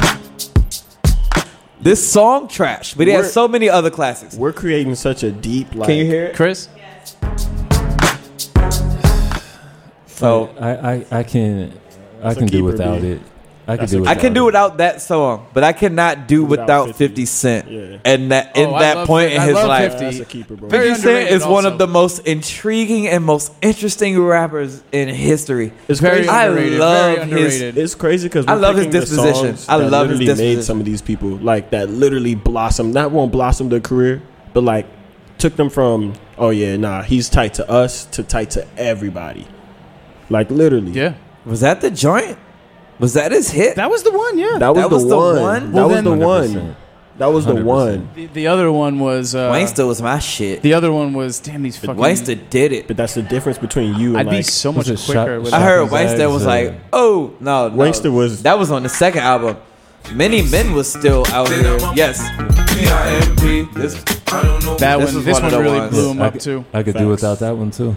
[SPEAKER 4] This song trash. But it
[SPEAKER 6] We're-
[SPEAKER 4] has so many other classics.
[SPEAKER 6] We're creating such a deep. Like,
[SPEAKER 4] Can you hear it?
[SPEAKER 3] Chris?
[SPEAKER 5] So I, I, I can I
[SPEAKER 4] That's a
[SPEAKER 5] can do
[SPEAKER 4] keeper,
[SPEAKER 5] without
[SPEAKER 4] B.
[SPEAKER 5] it. I can
[SPEAKER 4] That's
[SPEAKER 5] do
[SPEAKER 4] a-
[SPEAKER 5] without
[SPEAKER 4] I can do
[SPEAKER 5] it.
[SPEAKER 4] without that song, but I cannot do without
[SPEAKER 5] Without 50.
[SPEAKER 4] 50 Cent.
[SPEAKER 5] Yeah.
[SPEAKER 4] And that in
[SPEAKER 5] Oh, I
[SPEAKER 4] that
[SPEAKER 5] love
[SPEAKER 4] point
[SPEAKER 5] fif-
[SPEAKER 4] in
[SPEAKER 5] I
[SPEAKER 4] his
[SPEAKER 5] love
[SPEAKER 4] life,
[SPEAKER 5] 50. That's a keeper,
[SPEAKER 4] 50
[SPEAKER 5] bro. Very
[SPEAKER 4] Cent is
[SPEAKER 5] underrated
[SPEAKER 4] one of
[SPEAKER 5] also.
[SPEAKER 4] the most intriguing and most interesting rappers in history.
[SPEAKER 6] It's crazy.
[SPEAKER 4] I love his.
[SPEAKER 6] It's crazy because
[SPEAKER 4] I love his disposition. I love his
[SPEAKER 6] literally
[SPEAKER 4] disposition.
[SPEAKER 6] made some of these people like that literally blossom. Not won't blossom their career, but like took them from oh yeah nah he's tight to us to tight to everybody. Like literally.
[SPEAKER 3] Yeah.
[SPEAKER 4] Was that the joint? Was that his hit?
[SPEAKER 3] That was the one. Yeah.
[SPEAKER 6] That was,
[SPEAKER 4] That
[SPEAKER 6] the,
[SPEAKER 4] was the
[SPEAKER 6] one.
[SPEAKER 4] one?
[SPEAKER 6] That
[SPEAKER 4] Well,
[SPEAKER 6] was
[SPEAKER 4] then-
[SPEAKER 6] the
[SPEAKER 4] 100%.
[SPEAKER 6] one. That was the
[SPEAKER 4] 100%.
[SPEAKER 6] one.
[SPEAKER 3] The, the other one was uh,
[SPEAKER 4] Wangsta was my shit.
[SPEAKER 3] The other one was damn these fucking.
[SPEAKER 4] Wangsta did it.
[SPEAKER 6] But that's the difference between you and
[SPEAKER 3] I'd be
[SPEAKER 6] like-
[SPEAKER 3] so much Was it quicker Shot- with
[SPEAKER 4] I heard
[SPEAKER 6] Shotgun's
[SPEAKER 4] Wangsta
[SPEAKER 6] Eyes,
[SPEAKER 4] was
[SPEAKER 6] uh,
[SPEAKER 4] like, oh no, no.
[SPEAKER 6] Wangsta was
[SPEAKER 4] that was on the second album. Many men was still out here. Yes. P.I.M.P. This
[SPEAKER 3] That
[SPEAKER 4] this
[SPEAKER 3] one-
[SPEAKER 4] was
[SPEAKER 3] this
[SPEAKER 4] of
[SPEAKER 3] one
[SPEAKER 4] the
[SPEAKER 3] really
[SPEAKER 4] ones.
[SPEAKER 3] blew him
[SPEAKER 5] I
[SPEAKER 3] up,
[SPEAKER 5] could-
[SPEAKER 3] too.
[SPEAKER 5] I could do without that one too.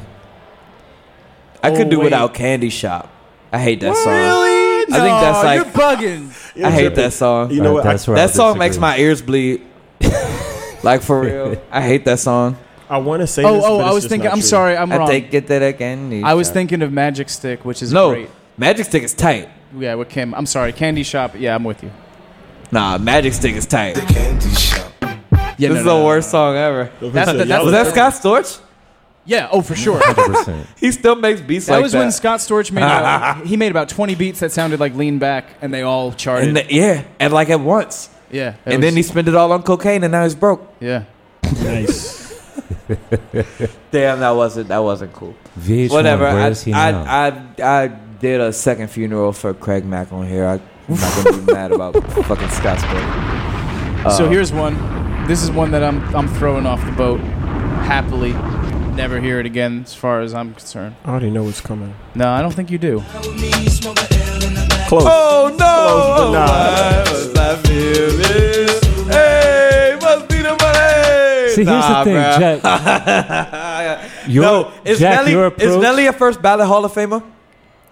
[SPEAKER 4] I could
[SPEAKER 3] Oh,
[SPEAKER 4] do
[SPEAKER 3] wait.
[SPEAKER 4] without Candy Shop. I hate that song.
[SPEAKER 3] Really?
[SPEAKER 4] I think that's like
[SPEAKER 3] bugging.
[SPEAKER 4] I hate that song.
[SPEAKER 6] You know what?
[SPEAKER 4] That song makes my ears bleed. *laughs* like for *laughs* real, I hate that song.
[SPEAKER 6] I want to say.
[SPEAKER 3] Oh, this, oh, but I it's was just thinking- not I'm true. sorry, I'm
[SPEAKER 4] I
[SPEAKER 3] wrong.
[SPEAKER 4] think it that again.
[SPEAKER 3] I was thinking of Magic Stick, which is
[SPEAKER 4] no,
[SPEAKER 3] great.
[SPEAKER 4] Magic Stick is tight.
[SPEAKER 3] Yeah, with Kim. I'm sorry, Candy Shop. Yeah, I'm with you.
[SPEAKER 4] Nah, Magic Stick is tight. The
[SPEAKER 3] Candy
[SPEAKER 4] Shop.
[SPEAKER 3] Yeah,
[SPEAKER 4] this
[SPEAKER 3] no,
[SPEAKER 4] is
[SPEAKER 3] no,
[SPEAKER 4] the
[SPEAKER 3] no,
[SPEAKER 4] worst song ever.
[SPEAKER 3] That's- that- that's-
[SPEAKER 4] was that Scott Storch?
[SPEAKER 3] Yeah. Oh, for sure.
[SPEAKER 4] He still makes beats
[SPEAKER 3] That
[SPEAKER 4] like
[SPEAKER 3] was
[SPEAKER 4] that.
[SPEAKER 3] when Scott Storch made
[SPEAKER 4] *laughs*
[SPEAKER 3] uh, he made about 20 beats that sounded like Lean Back, and they all charted.
[SPEAKER 4] And the- yeah, and like at once.
[SPEAKER 3] Yeah, that
[SPEAKER 4] And then he
[SPEAKER 3] was-
[SPEAKER 4] spent it all on cocaine, and now he's broke.
[SPEAKER 3] Yeah.
[SPEAKER 6] Nice.
[SPEAKER 4] *laughs* Damn, that wasn't that wasn't cool.
[SPEAKER 5] VH1,
[SPEAKER 4] Whatever.
[SPEAKER 5] where
[SPEAKER 4] I,
[SPEAKER 5] is he
[SPEAKER 4] I,
[SPEAKER 5] now?
[SPEAKER 4] I I did a second funeral for Craig Mack on here. I, I'm not gonna *laughs* be mad about fucking Scott Storch. Uh,
[SPEAKER 3] so here's one. This is one that I'm I'm throwing off the boat happily. Never hear it again, as far as I'm concerned.
[SPEAKER 6] I already know what's coming.
[SPEAKER 3] No, I don't think you do.
[SPEAKER 6] Close.
[SPEAKER 4] Oh no!
[SPEAKER 6] Close, but nah.
[SPEAKER 4] Why must I feel this? Hey, must be the money.
[SPEAKER 5] See, here's
[SPEAKER 4] Nah,
[SPEAKER 5] the thing,
[SPEAKER 4] *laughs* bruh.
[SPEAKER 5] You're-
[SPEAKER 4] no, Uh, is
[SPEAKER 5] Jack,
[SPEAKER 4] Nelly
[SPEAKER 5] your
[SPEAKER 4] is
[SPEAKER 5] approach-
[SPEAKER 4] Nelly a first ballot Hall of Famer?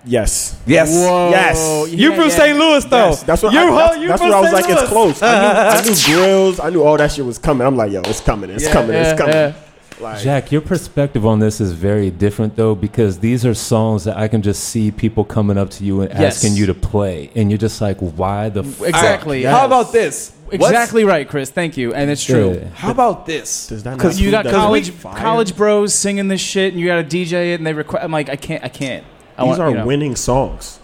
[SPEAKER 6] Yes.
[SPEAKER 4] Yes.
[SPEAKER 6] Whoa. Yes.
[SPEAKER 4] You
[SPEAKER 6] Yeah,
[SPEAKER 4] from
[SPEAKER 6] yeah.
[SPEAKER 4] St. Louis though.
[SPEAKER 6] Yes, that's what
[SPEAKER 4] you.
[SPEAKER 6] I,
[SPEAKER 4] ho-
[SPEAKER 6] that's,
[SPEAKER 4] you
[SPEAKER 6] that's
[SPEAKER 4] from
[SPEAKER 6] what I was
[SPEAKER 4] St.
[SPEAKER 6] like. It's
[SPEAKER 4] Louis. *laughs*
[SPEAKER 6] close. I, knew, I knew grills. I knew all that shit was coming. I'm like, yo, it's coming. It's
[SPEAKER 4] Yeah,
[SPEAKER 6] coming.
[SPEAKER 4] yeah,
[SPEAKER 6] it's coming.
[SPEAKER 4] yeah.
[SPEAKER 11] Like,
[SPEAKER 5] Jack, your perspective on this is very different though, because these are songs that I can just see people coming up to you and
[SPEAKER 3] Yes.
[SPEAKER 5] asking you to play, and you're just like, "Why the fuck?
[SPEAKER 3] Exactly.
[SPEAKER 4] oh. How about this?
[SPEAKER 3] Exactly right, Chris. Thank you, and it's true.
[SPEAKER 4] What's- how about this? Does
[SPEAKER 3] Because you got college college bros singing this shit, and you got to DJ it, and they request. I'm like, I can't, I can't. I
[SPEAKER 6] These are
[SPEAKER 3] you know.
[SPEAKER 6] winning songs.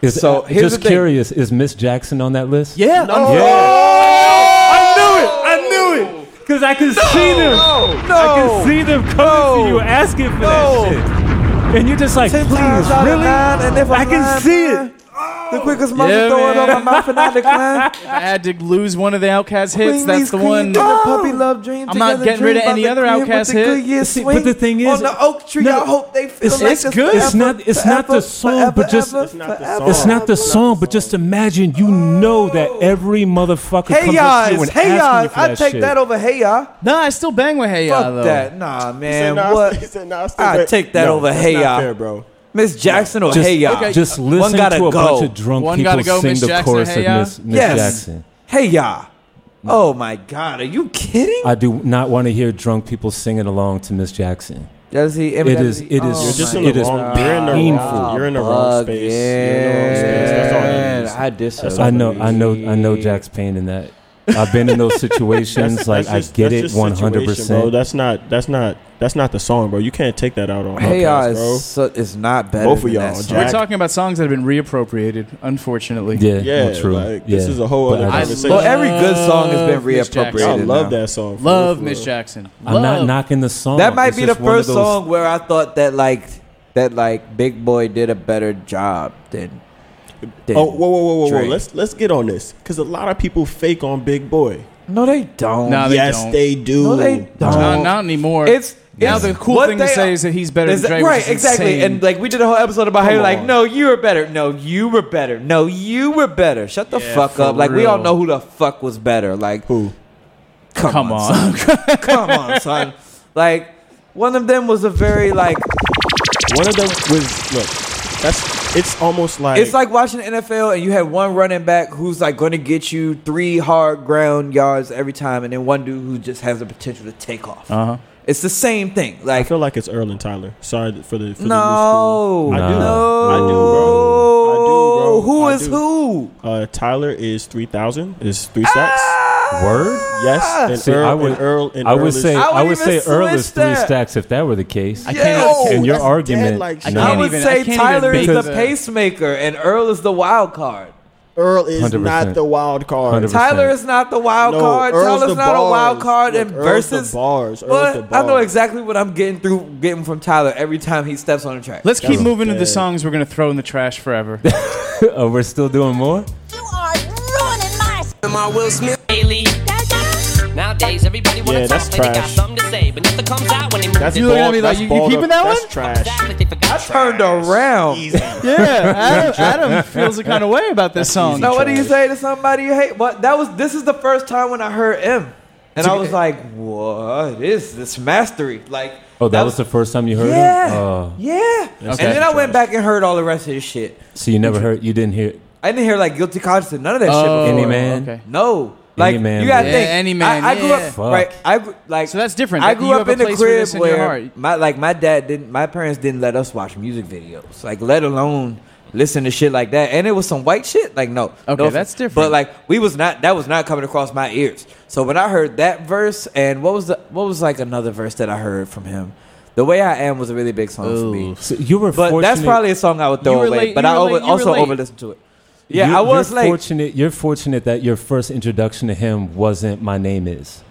[SPEAKER 5] Is,
[SPEAKER 3] So,
[SPEAKER 5] uh,
[SPEAKER 3] here's
[SPEAKER 5] just
[SPEAKER 3] the thing.
[SPEAKER 5] curious, is Miss Jackson on that list?
[SPEAKER 3] Yeah. Oh!
[SPEAKER 5] No.
[SPEAKER 4] I knew it. I knew it.
[SPEAKER 5] Because I could see them. I could see them coming to you asking for that shit. And you're just like,
[SPEAKER 4] times
[SPEAKER 5] please,
[SPEAKER 4] out of
[SPEAKER 5] really?
[SPEAKER 4] nine, and if
[SPEAKER 5] I
[SPEAKER 4] I'm
[SPEAKER 5] can
[SPEAKER 4] lying,
[SPEAKER 5] see it. Oh.
[SPEAKER 4] The quickest
[SPEAKER 3] Yeah,
[SPEAKER 4] mother throwing
[SPEAKER 3] man.
[SPEAKER 4] over my
[SPEAKER 5] *laughs*
[SPEAKER 4] fanatic line.
[SPEAKER 3] If I had to lose one of the Outcast hits,
[SPEAKER 4] Queen
[SPEAKER 3] that's
[SPEAKER 4] Lee's
[SPEAKER 3] the
[SPEAKER 4] Queen Oh.
[SPEAKER 3] one.
[SPEAKER 4] did the puppy love dream
[SPEAKER 3] I'm not
[SPEAKER 4] together,
[SPEAKER 3] getting rid of
[SPEAKER 4] dream about
[SPEAKER 3] any
[SPEAKER 4] the
[SPEAKER 3] other
[SPEAKER 4] crib with
[SPEAKER 3] Outkast
[SPEAKER 4] the
[SPEAKER 3] hit.
[SPEAKER 4] good year
[SPEAKER 5] See, but the
[SPEAKER 4] swing
[SPEAKER 5] thing is,
[SPEAKER 4] on the oak tree, I hope they feel
[SPEAKER 5] it's,
[SPEAKER 4] like
[SPEAKER 5] it's
[SPEAKER 4] this
[SPEAKER 5] good. It's
[SPEAKER 4] forever,
[SPEAKER 5] not. It's not
[SPEAKER 4] forever,
[SPEAKER 5] the song, but just
[SPEAKER 4] forever,
[SPEAKER 5] it's not the song, but just imagine you know that every motherfucker
[SPEAKER 4] Hey
[SPEAKER 5] comes up to you
[SPEAKER 4] y'all,
[SPEAKER 5] and
[SPEAKER 4] hey
[SPEAKER 5] asking
[SPEAKER 4] y'all,
[SPEAKER 5] you for
[SPEAKER 4] I
[SPEAKER 5] that
[SPEAKER 4] take
[SPEAKER 5] shit.
[SPEAKER 4] that over hey y'all.
[SPEAKER 3] No, I still bang with hey
[SPEAKER 4] Fuck
[SPEAKER 3] y'all though.
[SPEAKER 4] that, nah, man.
[SPEAKER 6] nah, I
[SPEAKER 4] what?
[SPEAKER 6] still- he said, nah, I still
[SPEAKER 4] I
[SPEAKER 6] bet-
[SPEAKER 4] take that
[SPEAKER 6] Ah, No,
[SPEAKER 4] over
[SPEAKER 6] that's
[SPEAKER 4] hey
[SPEAKER 6] not
[SPEAKER 4] y'all,
[SPEAKER 6] fair, bro.
[SPEAKER 4] Miss Jackson or
[SPEAKER 5] Just-
[SPEAKER 4] hey y'all.
[SPEAKER 5] okay, just
[SPEAKER 4] One
[SPEAKER 5] listen
[SPEAKER 4] gotta
[SPEAKER 5] to
[SPEAKER 4] go.
[SPEAKER 5] a bunch of drunk One gotta people go, sing Miss the Jackson or chorus of Hey Ya? Miss- Miss
[SPEAKER 4] yes.
[SPEAKER 5] Jackson. Mm.
[SPEAKER 4] Hey y'all. Oh my God, are you kidding?
[SPEAKER 5] I do not want to hear drunk people singing along to Miss Jackson.
[SPEAKER 4] Does he? Oh
[SPEAKER 5] It is. It
[SPEAKER 4] You're
[SPEAKER 5] is.
[SPEAKER 4] just in
[SPEAKER 5] it
[SPEAKER 4] the
[SPEAKER 5] is
[SPEAKER 4] wrong- you're in the wrong-
[SPEAKER 5] painful.
[SPEAKER 4] you're in the wrong Bug, space. You're in the wrong space. That's all it is. yeah. I disagree.
[SPEAKER 5] I know. I know. I know. Jack's pain in that. I've been in those *laughs* situations.
[SPEAKER 6] That's-
[SPEAKER 5] like
[SPEAKER 6] that's just-
[SPEAKER 5] I get
[SPEAKER 6] that's
[SPEAKER 5] it
[SPEAKER 6] just
[SPEAKER 5] one hundred
[SPEAKER 6] situation, bro.
[SPEAKER 5] percent.
[SPEAKER 6] That's not. That's not. That's not the song, bro. You can't take that out on.
[SPEAKER 4] Hey
[SPEAKER 6] Outkast,
[SPEAKER 4] y'all
[SPEAKER 6] bro.
[SPEAKER 4] is, so, is not better.
[SPEAKER 6] Both of
[SPEAKER 4] than
[SPEAKER 6] y'all,
[SPEAKER 4] that song.
[SPEAKER 3] We're talking about songs that have been reappropriated, unfortunately.
[SPEAKER 5] Yeah, Yeah, well, true. like, this Yeah. is a whole But other I- conversation.
[SPEAKER 4] Well, every good song has been
[SPEAKER 3] Love Miss Jackson.
[SPEAKER 4] reappropriated. now.
[SPEAKER 3] Love Miss Jackson.
[SPEAKER 5] I'm not
[SPEAKER 3] Love.
[SPEAKER 5] knocking the song.
[SPEAKER 4] That might
[SPEAKER 5] It's
[SPEAKER 4] be the
[SPEAKER 5] just one of
[SPEAKER 4] first
[SPEAKER 5] those-
[SPEAKER 4] song where I thought that like that like Big Boy did a better job than. than
[SPEAKER 6] Oh, whoa, whoa, whoa, whoa, whoa!
[SPEAKER 4] Drake.
[SPEAKER 6] Let's let's get on this because a lot of people fake on Big Boy.
[SPEAKER 4] No, they don't.
[SPEAKER 3] No, they
[SPEAKER 6] yes,
[SPEAKER 3] don't.
[SPEAKER 6] they do.
[SPEAKER 4] No, they don't.
[SPEAKER 3] No, not anymore.
[SPEAKER 4] It's
[SPEAKER 3] now
[SPEAKER 4] it's
[SPEAKER 3] the cool
[SPEAKER 4] what
[SPEAKER 3] thing to
[SPEAKER 4] they
[SPEAKER 3] say
[SPEAKER 4] are-
[SPEAKER 3] is that he's better
[SPEAKER 4] Is
[SPEAKER 3] than
[SPEAKER 4] that-
[SPEAKER 3] Drake. which
[SPEAKER 4] Right,
[SPEAKER 3] is
[SPEAKER 4] exactly.
[SPEAKER 3] insane.
[SPEAKER 4] And like we did a whole episode about how
[SPEAKER 3] Come
[SPEAKER 4] you're like,
[SPEAKER 3] on.
[SPEAKER 4] no, you were better. No, you were better. No, you were better. Shut the
[SPEAKER 3] Yeah,
[SPEAKER 4] fuck
[SPEAKER 3] for
[SPEAKER 4] up. Like we all
[SPEAKER 3] real.
[SPEAKER 4] know who the fuck was better. Like who? Come,
[SPEAKER 3] Come
[SPEAKER 4] on, son.
[SPEAKER 3] *laughs*
[SPEAKER 4] come on, son. Like one of them was a very like
[SPEAKER 6] One of them was look. That's it's almost like
[SPEAKER 4] it's like watching the NFL and you have one running back who's like going to get you three hard ground yards every time, and then one dude who just has the potential to take off.
[SPEAKER 6] Uh-huh.
[SPEAKER 4] It's the same thing. Like I
[SPEAKER 6] feel like it's Erlen Tyler. Sorry for the for
[SPEAKER 4] No,
[SPEAKER 6] the new school. I do.
[SPEAKER 4] no.
[SPEAKER 6] I do, bro. I do, bro.
[SPEAKER 4] Who
[SPEAKER 6] I
[SPEAKER 4] is
[SPEAKER 6] do.
[SPEAKER 4] who?
[SPEAKER 6] Uh, Tyler is three thousand. Is three stacks.
[SPEAKER 4] Ah!
[SPEAKER 5] Word.
[SPEAKER 6] Yes, and
[SPEAKER 5] See,
[SPEAKER 6] Earl,
[SPEAKER 5] I would.
[SPEAKER 6] and Earl, and
[SPEAKER 5] I would
[SPEAKER 6] Earl is-
[SPEAKER 5] say. I would say Earl is three
[SPEAKER 4] that.
[SPEAKER 5] stacks if that were the case.
[SPEAKER 4] I can't-
[SPEAKER 5] And your
[SPEAKER 4] That's
[SPEAKER 5] argument.
[SPEAKER 4] like
[SPEAKER 5] no.
[SPEAKER 4] I would say Tyler is the
[SPEAKER 5] because-
[SPEAKER 4] pacemaker and Earl is the wild card.
[SPEAKER 6] Earl is
[SPEAKER 5] 100%.
[SPEAKER 6] not the wild card.
[SPEAKER 5] 100%.
[SPEAKER 4] Tyler is not the wild
[SPEAKER 6] No,
[SPEAKER 4] card.
[SPEAKER 6] Earl's
[SPEAKER 4] Tyler's
[SPEAKER 6] the
[SPEAKER 4] not a wild
[SPEAKER 6] bars.
[SPEAKER 4] card.
[SPEAKER 6] Look,
[SPEAKER 4] and
[SPEAKER 6] Earl's the
[SPEAKER 4] versus
[SPEAKER 6] bars. Earl's
[SPEAKER 4] But
[SPEAKER 6] the
[SPEAKER 4] I know
[SPEAKER 6] bars.
[SPEAKER 4] exactly what I'm getting through, getting from Tyler every time he steps on the track.
[SPEAKER 3] Let's keep moving to the songs we're gonna throw in the trash forever.
[SPEAKER 5] *laughs* oh, we're still doing more.
[SPEAKER 16] Am I Will Smith? Daily. Nowadays, everybody
[SPEAKER 6] Yeah,
[SPEAKER 16] wanna
[SPEAKER 6] that's
[SPEAKER 16] talk like they got
[SPEAKER 6] trash.
[SPEAKER 16] something to say, but nothing comes out when they move
[SPEAKER 6] That's
[SPEAKER 16] their
[SPEAKER 6] bald,
[SPEAKER 16] ball.
[SPEAKER 6] that's bald up- that's trash.
[SPEAKER 16] I
[SPEAKER 4] turned around.
[SPEAKER 3] yeah, Adam, Adam feels a kind of way about this song.
[SPEAKER 4] Now, what do you say to somebody you hate? What that was? This is the first time when I heard M, and I was like, "What is this mastery?" Like,
[SPEAKER 5] Oh, that, was the first time you heard
[SPEAKER 4] yeah,
[SPEAKER 5] him. Oh.
[SPEAKER 4] yeah. And
[SPEAKER 5] Okay.
[SPEAKER 4] then I went back and heard all the rest of his shit.
[SPEAKER 5] So you never heard. You didn't hear.
[SPEAKER 4] I didn't hear like guilty conscience and none of that
[SPEAKER 5] Oh,
[SPEAKER 4] shit. Before.
[SPEAKER 5] Any Man? okay.
[SPEAKER 4] No. Like
[SPEAKER 5] Any Man
[SPEAKER 4] you gotta
[SPEAKER 5] was-
[SPEAKER 4] think.
[SPEAKER 5] Yeah, Any
[SPEAKER 3] Man,
[SPEAKER 4] I, I grew
[SPEAKER 3] yeah.
[SPEAKER 4] up
[SPEAKER 5] Fuck.
[SPEAKER 4] right. I gr- like so that's
[SPEAKER 3] different.
[SPEAKER 4] I
[SPEAKER 3] That-
[SPEAKER 4] grew
[SPEAKER 3] you
[SPEAKER 4] up
[SPEAKER 3] have a
[SPEAKER 4] in the
[SPEAKER 3] place for
[SPEAKER 4] crib
[SPEAKER 3] this in your
[SPEAKER 4] where
[SPEAKER 3] heart.
[SPEAKER 4] my like my dad didn't. My parents didn't let us watch music videos. Like let alone listen to shit like that. And it was some white shit. Like no,
[SPEAKER 3] Okay,
[SPEAKER 4] no offense.
[SPEAKER 3] that's different.
[SPEAKER 4] But like we was not. That was not coming across my ears. So when I heard that verse and what was the what was like another verse that I heard from him. The way I am was a really big song for me.
[SPEAKER 5] So you were.
[SPEAKER 4] But that's
[SPEAKER 5] fortunate-
[SPEAKER 4] probably a song I would throw
[SPEAKER 5] You were
[SPEAKER 4] away.
[SPEAKER 5] late-
[SPEAKER 4] but
[SPEAKER 5] you
[SPEAKER 4] I
[SPEAKER 5] were
[SPEAKER 4] over,
[SPEAKER 5] late- you were
[SPEAKER 4] also
[SPEAKER 5] late.
[SPEAKER 4] over listened to it. Yeah,
[SPEAKER 5] You-
[SPEAKER 4] I was
[SPEAKER 5] you're
[SPEAKER 4] like,
[SPEAKER 5] Fortunate, you're fortunate that your first introduction to him wasn't "My
[SPEAKER 4] *laughs*
[SPEAKER 5] Name Is,"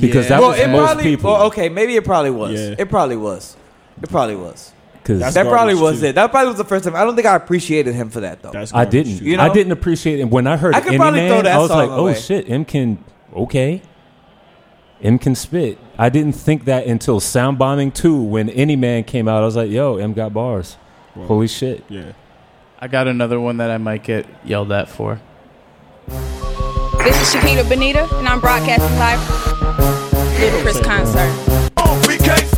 [SPEAKER 5] because that
[SPEAKER 4] well,
[SPEAKER 5] was
[SPEAKER 4] it
[SPEAKER 5] most
[SPEAKER 4] probably,
[SPEAKER 5] people.
[SPEAKER 4] well, okay, maybe it probably was. It probably was. It probably was.
[SPEAKER 5] 'Cause-
[SPEAKER 4] that
[SPEAKER 5] That's
[SPEAKER 4] probably
[SPEAKER 5] garbage,
[SPEAKER 4] was
[SPEAKER 5] too.
[SPEAKER 4] it. That probably was the first time. I don't think I appreciated him for that though.
[SPEAKER 5] I didn't.
[SPEAKER 4] You know?
[SPEAKER 5] I didn't appreciate it. When I heard
[SPEAKER 4] I could
[SPEAKER 5] any
[SPEAKER 4] probably
[SPEAKER 5] man,
[SPEAKER 4] throw that
[SPEAKER 5] I was
[SPEAKER 4] song
[SPEAKER 5] like,
[SPEAKER 4] away.
[SPEAKER 5] "Oh shit, M can okay, M can spit." I didn't think that until Sound Bombing Two, when any man came out, I was like, "Yo, M got bars." Holy shit!
[SPEAKER 6] Yeah.
[SPEAKER 3] I got another one that I might get yelled at for.
[SPEAKER 17] This is Shakita Benita, and I'm broadcasting live Little Chris concert.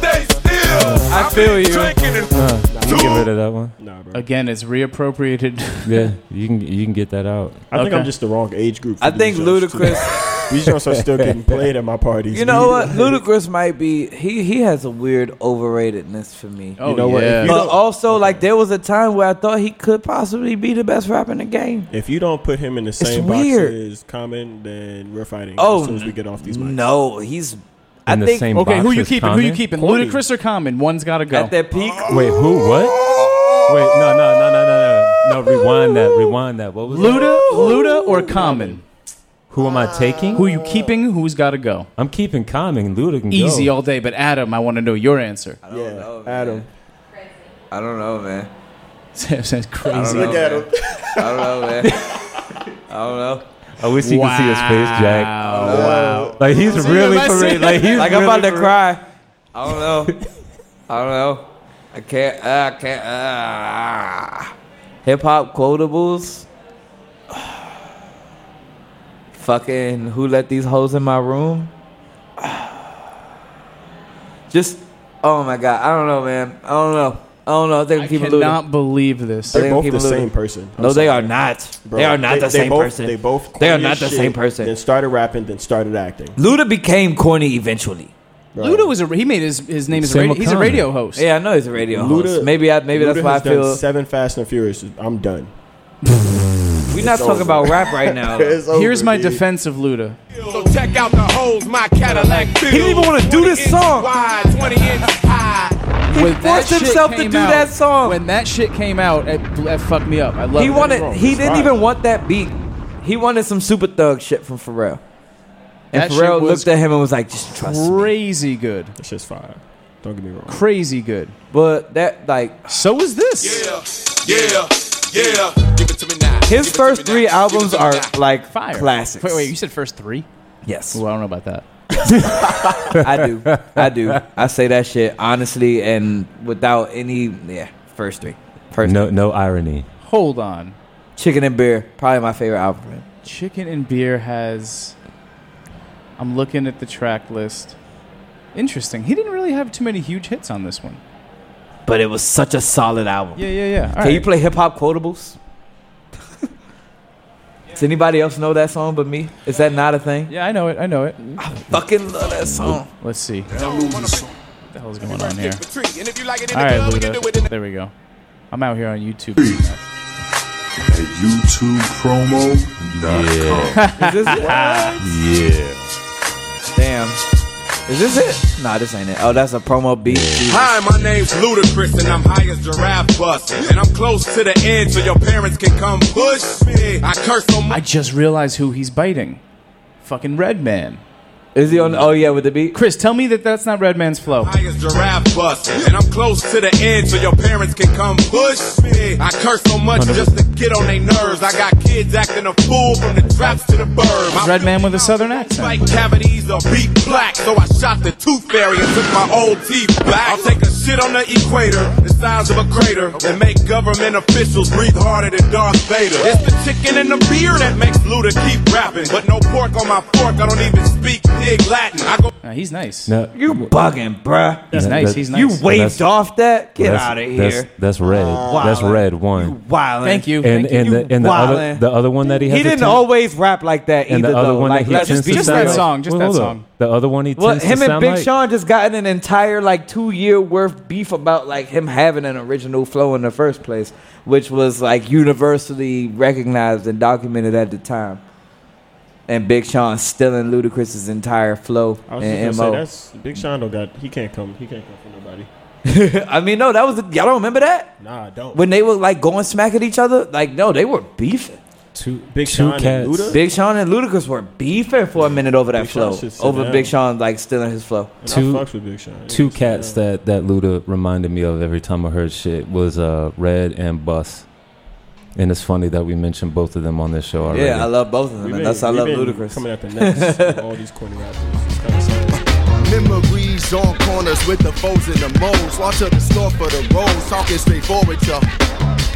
[SPEAKER 4] I feel you.
[SPEAKER 5] Uh, you get rid of that one.
[SPEAKER 3] Again, it's reappropriated.
[SPEAKER 5] *laughs* Yeah, you can you can get that out.
[SPEAKER 6] I think
[SPEAKER 3] Okay.
[SPEAKER 6] I'm just the wrong age group.
[SPEAKER 4] *laughs* I think Ludacris.
[SPEAKER 6] These joints are still getting played at my parties.
[SPEAKER 4] You know
[SPEAKER 6] *laughs*
[SPEAKER 4] what? Ludacris might be he he has a weird overratedness for me.
[SPEAKER 6] Oh, You know what? yeah. If you
[SPEAKER 4] But
[SPEAKER 6] don't-
[SPEAKER 4] also like there was a time where I thought he could possibly be the best rapper in the game.
[SPEAKER 6] If you don't put him in the same box
[SPEAKER 4] weird.
[SPEAKER 6] as Common, then we're fighting
[SPEAKER 4] Oh,
[SPEAKER 6] as soon as we get off these mics.
[SPEAKER 4] No, he's
[SPEAKER 6] I In the think- same
[SPEAKER 3] okay, who
[SPEAKER 6] box
[SPEAKER 3] you
[SPEAKER 6] as
[SPEAKER 3] keeping? Who you
[SPEAKER 6] Common?
[SPEAKER 3] keeping?
[SPEAKER 6] Cody.
[SPEAKER 3] Ludacris or Common? One's got to go.
[SPEAKER 4] At their peak.
[SPEAKER 5] Wait, who? What? Wait, no, no, no, no, no, no. No, rewind that. Rewind that. What was
[SPEAKER 3] Luda,
[SPEAKER 5] that?
[SPEAKER 3] Luda or Common?
[SPEAKER 5] Who am I taking?
[SPEAKER 3] Who you keeping? Who's got to go?
[SPEAKER 5] I'm keeping Common. Luda can go.
[SPEAKER 3] Easy all day, but Adam, I want to know your answer.
[SPEAKER 6] Yeah, Adam.
[SPEAKER 4] I don't know, man.
[SPEAKER 3] *laughs* Sam says
[SPEAKER 4] I don't
[SPEAKER 3] crazy.
[SPEAKER 4] know, man. I don't know, man. *laughs* I don't know.
[SPEAKER 5] I wish you could see his face, Jack.
[SPEAKER 4] Wow, wow.
[SPEAKER 5] Like he's
[SPEAKER 4] See,
[SPEAKER 5] really
[SPEAKER 4] if I
[SPEAKER 5] for
[SPEAKER 4] see-
[SPEAKER 5] real. Like he's
[SPEAKER 4] Like, I'm
[SPEAKER 5] really
[SPEAKER 4] about to
[SPEAKER 5] for real.
[SPEAKER 4] cry. I don't know. I don't know. I can't. Uh, I can't. Uh, Hip hop quotables. Fucking who let these hoes in my room? Just oh my god, I don't know, man. I don't know. I don't know. I think I'm keeping Luda.
[SPEAKER 3] cannot believe this.
[SPEAKER 4] I think I'm keeping Luda. no, they are not.
[SPEAKER 6] Bro,
[SPEAKER 4] they are not the same
[SPEAKER 6] both,
[SPEAKER 4] person.
[SPEAKER 6] They both.
[SPEAKER 4] They are
[SPEAKER 6] corny
[SPEAKER 4] not
[SPEAKER 6] as
[SPEAKER 4] the
[SPEAKER 6] shit,
[SPEAKER 4] same person.
[SPEAKER 6] Then started rapping, then started acting.
[SPEAKER 4] Luda became corny eventually.
[SPEAKER 3] Luda was a he made his his name is
[SPEAKER 6] Same
[SPEAKER 3] radio,
[SPEAKER 6] with
[SPEAKER 3] he's a
[SPEAKER 6] Common.
[SPEAKER 3] radio host.
[SPEAKER 4] Yeah, I know he's a radio host. Maybe I maybe
[SPEAKER 6] Luda
[SPEAKER 4] that's why I
[SPEAKER 6] has done
[SPEAKER 4] feel
[SPEAKER 6] seven Fast and Furious. I'm done.
[SPEAKER 4] We're not
[SPEAKER 6] It's
[SPEAKER 4] talking
[SPEAKER 6] over.
[SPEAKER 4] about rap right
[SPEAKER 6] *laughs*
[SPEAKER 4] now.
[SPEAKER 6] It's over,
[SPEAKER 3] Here's my
[SPEAKER 6] dude.
[SPEAKER 3] defense of Luda.
[SPEAKER 13] So check out the holes my Cadillac filled.
[SPEAKER 3] He didn't even wanna do this
[SPEAKER 13] 20 inch
[SPEAKER 3] song.
[SPEAKER 13] Wide, 20 inch high.
[SPEAKER 3] When that shit
[SPEAKER 4] himself to
[SPEAKER 3] came
[SPEAKER 4] do
[SPEAKER 3] out-
[SPEAKER 4] that song.
[SPEAKER 3] When that shit came out, it, it fucked me up. I love
[SPEAKER 4] he
[SPEAKER 3] it.
[SPEAKER 4] wanted. He didn't even want that beat. He wanted some super thug shit from Pharrell. And
[SPEAKER 3] That shit
[SPEAKER 4] Pharrell
[SPEAKER 3] was
[SPEAKER 4] looked at him and was like, "Just trust me."
[SPEAKER 3] crazy good.
[SPEAKER 6] It's just fire. Don't get me wrong.
[SPEAKER 3] Crazy good.
[SPEAKER 4] But that like
[SPEAKER 3] so was this.
[SPEAKER 13] Yeah, yeah. Give it to me now.
[SPEAKER 4] His first three albums are like
[SPEAKER 3] Fire.
[SPEAKER 4] classics.
[SPEAKER 3] Wait, wait, you said first three?
[SPEAKER 4] Yes.
[SPEAKER 3] Well, I don't know about that.
[SPEAKER 4] *laughs* I do. I do. I say that shit honestly and without any yeah. First three. First.
[SPEAKER 5] No, no irony.
[SPEAKER 3] Hold on.
[SPEAKER 4] Chicken and beer, probably my favorite album. man.
[SPEAKER 3] Chicken and Beer has. I'm looking at the track list. Interesting. He didn't really have too many huge hits on this one.
[SPEAKER 4] But it was such a solid album.
[SPEAKER 3] Yeah, yeah, yeah. All
[SPEAKER 4] Can
[SPEAKER 3] right.
[SPEAKER 4] you play hip hop quotables? Does anybody else know that song but me? Is that not a thing?
[SPEAKER 3] Yeah, I know it. I know it.
[SPEAKER 4] I fucking love that song.
[SPEAKER 3] Let's see. What the hell's going on here?
[SPEAKER 13] And if you like it in
[SPEAKER 3] All
[SPEAKER 13] the
[SPEAKER 3] right,
[SPEAKER 13] club, we can do it in
[SPEAKER 3] Luda. There we go. I'm out here on YouTube. YouTube promo.
[SPEAKER 8] *laughs*
[SPEAKER 4] Yeah. Is this it? yeah. Damn. Is this it? Nah, this ain't it. Oh, that's a promo beat.
[SPEAKER 13] Hi, my name's Ludacris, and I'm high as giraffe bus. And I'm close to the end, so your parents can come push me. I curse so much.
[SPEAKER 3] I just realized who he's biting. Fucking Redman.
[SPEAKER 4] Is he on? Oh yeah, with the beat.
[SPEAKER 3] Chris, tell me that that's not Redman's flow.
[SPEAKER 13] High as giraffe bus. And I'm close to the end, so your parents can come push me. I curse so much just to get on their nerves. I got kids acting a fool from the traps to the burbs. My
[SPEAKER 3] Redman with a southern accent.
[SPEAKER 13] like cavities are beat black. So I shot the tooth fairy and took my old teeth back. I'll take a shit on the equator, the size of a crater, and make government officials breathe harder than Darth Vader. It's the chicken and the beer that makes Luda keep rapping. But no pork on my fork, I don't even speak pig Latin. I go
[SPEAKER 3] Nah, he's nice.
[SPEAKER 5] No,
[SPEAKER 4] you bugging, bruh.
[SPEAKER 3] He's
[SPEAKER 5] That-
[SPEAKER 3] nice.
[SPEAKER 5] that-
[SPEAKER 3] He's nice.
[SPEAKER 4] You waved
[SPEAKER 5] That's-
[SPEAKER 4] off that? Get
[SPEAKER 5] That's-
[SPEAKER 4] out of
[SPEAKER 5] that's-
[SPEAKER 4] here.
[SPEAKER 5] That's red. that's
[SPEAKER 4] Wildin'.
[SPEAKER 5] red one.
[SPEAKER 4] Wildin'. Thank you.
[SPEAKER 5] And
[SPEAKER 4] Thank you.
[SPEAKER 5] and the and the other,
[SPEAKER 4] Wildin'.
[SPEAKER 5] the other one that he
[SPEAKER 4] He,
[SPEAKER 5] has to
[SPEAKER 4] didn't
[SPEAKER 5] tell-
[SPEAKER 4] always rap like that
[SPEAKER 5] and
[SPEAKER 4] either.
[SPEAKER 5] the other
[SPEAKER 4] though.
[SPEAKER 5] one
[SPEAKER 4] like,
[SPEAKER 5] that he
[SPEAKER 4] let's
[SPEAKER 5] tends
[SPEAKER 4] be
[SPEAKER 5] to sound
[SPEAKER 4] real.
[SPEAKER 5] like- Well, hold on. The other one he
[SPEAKER 4] Well,
[SPEAKER 5] tends
[SPEAKER 4] him
[SPEAKER 5] to
[SPEAKER 4] and
[SPEAKER 5] sound
[SPEAKER 4] Big
[SPEAKER 5] like.
[SPEAKER 4] Sean just got in an entire like two year worth beef about like him having an original flow in the first place, which was like universally recognized and documented at the time. And Big Sean stealing Ludacris's entire flow
[SPEAKER 6] I
[SPEAKER 4] and
[SPEAKER 6] was just gonna say
[SPEAKER 4] mo.
[SPEAKER 6] that's Big Sean. Don't got. He can't come. He can't come for nobody.
[SPEAKER 4] *laughs* I mean, no, that was y'all don't remember that
[SPEAKER 6] Nah, I don't.
[SPEAKER 4] Oh. when they were like going smack at each other. Like, no, they were beefing.
[SPEAKER 5] Two
[SPEAKER 6] Big Two Sean and cats. Luda?
[SPEAKER 4] Big Sean and Ludacris were beefing for a minute over that
[SPEAKER 6] Big Sean
[SPEAKER 4] flow,
[SPEAKER 6] should sit
[SPEAKER 4] over
[SPEAKER 6] down.
[SPEAKER 4] Big Sean like stealing his flow.
[SPEAKER 6] And I
[SPEAKER 5] two
[SPEAKER 6] fucks with Big Sean.
[SPEAKER 5] two cats that that Luda reminded me of every time I heard shit was uh Red and Bus. And it's funny that we mentioned both of them on this show already.
[SPEAKER 4] Yeah, I love both of them.
[SPEAKER 6] We've
[SPEAKER 4] and
[SPEAKER 6] been-
[SPEAKER 4] that's how I
[SPEAKER 6] we've
[SPEAKER 4] love
[SPEAKER 6] been
[SPEAKER 4] Ludacris.
[SPEAKER 6] Coming at the next, with *laughs*
[SPEAKER 4] *laughs*
[SPEAKER 6] all these corny rappers. It's kinda sad.
[SPEAKER 18] Memories on corners with the foes and the moles. Watch up the store for the rolls, talking straight forward, y'all.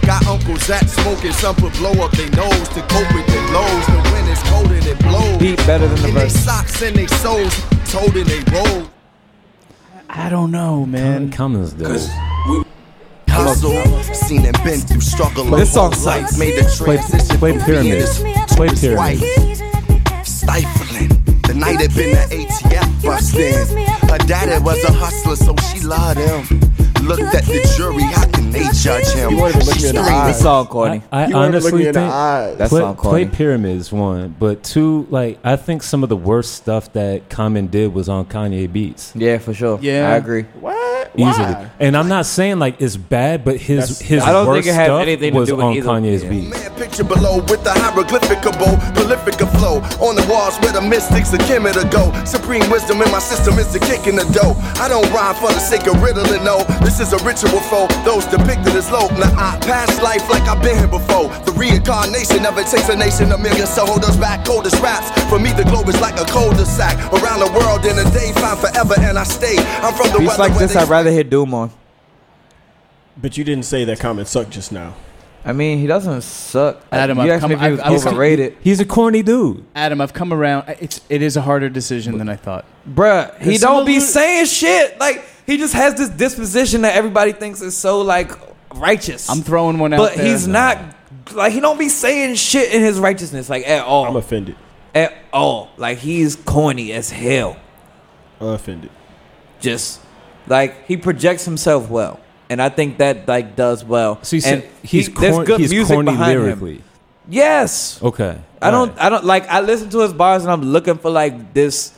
[SPEAKER 18] Got uncles that smoking, some put blow up their nose to cope with their lows. The wind is cold and it blows.
[SPEAKER 4] Beat better than the
[SPEAKER 18] in they
[SPEAKER 4] verse.
[SPEAKER 18] socks and they souls, told in they roll.
[SPEAKER 3] I don't know, man.
[SPEAKER 5] Cummins though.
[SPEAKER 18] Hustle, seen and been through struggle.
[SPEAKER 5] This
[SPEAKER 18] a whole
[SPEAKER 5] song
[SPEAKER 18] life,
[SPEAKER 5] sucks.
[SPEAKER 18] Made the
[SPEAKER 5] Play-
[SPEAKER 18] transition
[SPEAKER 5] play
[SPEAKER 18] from
[SPEAKER 5] Pyramid.
[SPEAKER 18] being this
[SPEAKER 5] Play Pyramid.
[SPEAKER 18] wife. Stifling.
[SPEAKER 19] night had been an ATF bust in. Her daddy was a hustler, so she loved him. Looked at the jury, how can they judge him? She screamed.
[SPEAKER 5] I, I honestly think
[SPEAKER 4] That
[SPEAKER 5] play,
[SPEAKER 4] song,
[SPEAKER 5] play
[SPEAKER 4] Courtney.
[SPEAKER 5] pyramids one, but two, like I think some of the worst stuff that Common did was on Kanye beats.
[SPEAKER 4] Yeah, for sure.
[SPEAKER 5] Yeah.
[SPEAKER 4] I agree.
[SPEAKER 5] What? Easily, and I'm not saying like it's bad, but his
[SPEAKER 4] That's-
[SPEAKER 5] his
[SPEAKER 4] I don't
[SPEAKER 5] worst
[SPEAKER 4] think it had
[SPEAKER 5] stuff
[SPEAKER 4] anything to
[SPEAKER 5] was
[SPEAKER 4] do with
[SPEAKER 5] on
[SPEAKER 4] either.
[SPEAKER 5] Kanye's beats.
[SPEAKER 18] Picture below with the hieroglyphicable, prolific of flow. On the walls where the mystics are kimmy to go. Supreme wisdom in my system is the kick in the dough. I don't rhyme for the sake of riddling, no. This is a ritual for those depicted as low. Now I pass life like I've been here before. The reincarnation of it takes a nation a million. So hold us back, coldest raps. For me, the globe is like a cul-de-sac. Around the world in a day, find forever, and I stay. I'm from the
[SPEAKER 4] Beats
[SPEAKER 18] weather
[SPEAKER 4] like
[SPEAKER 18] where
[SPEAKER 4] this,
[SPEAKER 18] they
[SPEAKER 4] I'd rather hear Doom on.
[SPEAKER 6] But you didn't say that comment sucked just now.
[SPEAKER 4] I mean, he doesn't suck.
[SPEAKER 3] Adam,
[SPEAKER 4] you
[SPEAKER 3] I've
[SPEAKER 4] asked
[SPEAKER 3] come-
[SPEAKER 4] me if he
[SPEAKER 3] I've-
[SPEAKER 4] was
[SPEAKER 3] I've come-
[SPEAKER 4] overrated.
[SPEAKER 5] He's a corny dude.
[SPEAKER 3] Adam, I've come around. It's it is a harder decision than I thought.
[SPEAKER 4] Bruh, he
[SPEAKER 3] Cause
[SPEAKER 4] don't
[SPEAKER 3] some
[SPEAKER 4] be
[SPEAKER 3] of the-
[SPEAKER 4] saying shit. Like he just has this disposition that everybody thinks is so like righteous.
[SPEAKER 3] I'm throwing one out
[SPEAKER 4] but
[SPEAKER 3] there.
[SPEAKER 4] he's not like he don't be saying shit in his righteousness like at all. I'm
[SPEAKER 6] offended.
[SPEAKER 4] At all. Like he's corny as hell.
[SPEAKER 6] Offended.
[SPEAKER 4] Just like he projects himself well. And I think that like does well.
[SPEAKER 5] So you
[SPEAKER 4] And
[SPEAKER 5] said he's
[SPEAKER 4] he- there's
[SPEAKER 5] corn-
[SPEAKER 4] good
[SPEAKER 5] he's
[SPEAKER 4] music
[SPEAKER 5] corny
[SPEAKER 4] behind him.
[SPEAKER 5] lyrically.
[SPEAKER 4] Yes.
[SPEAKER 5] Okay.
[SPEAKER 4] I don't. I don't like. I listen to his bars and I'm looking for like this,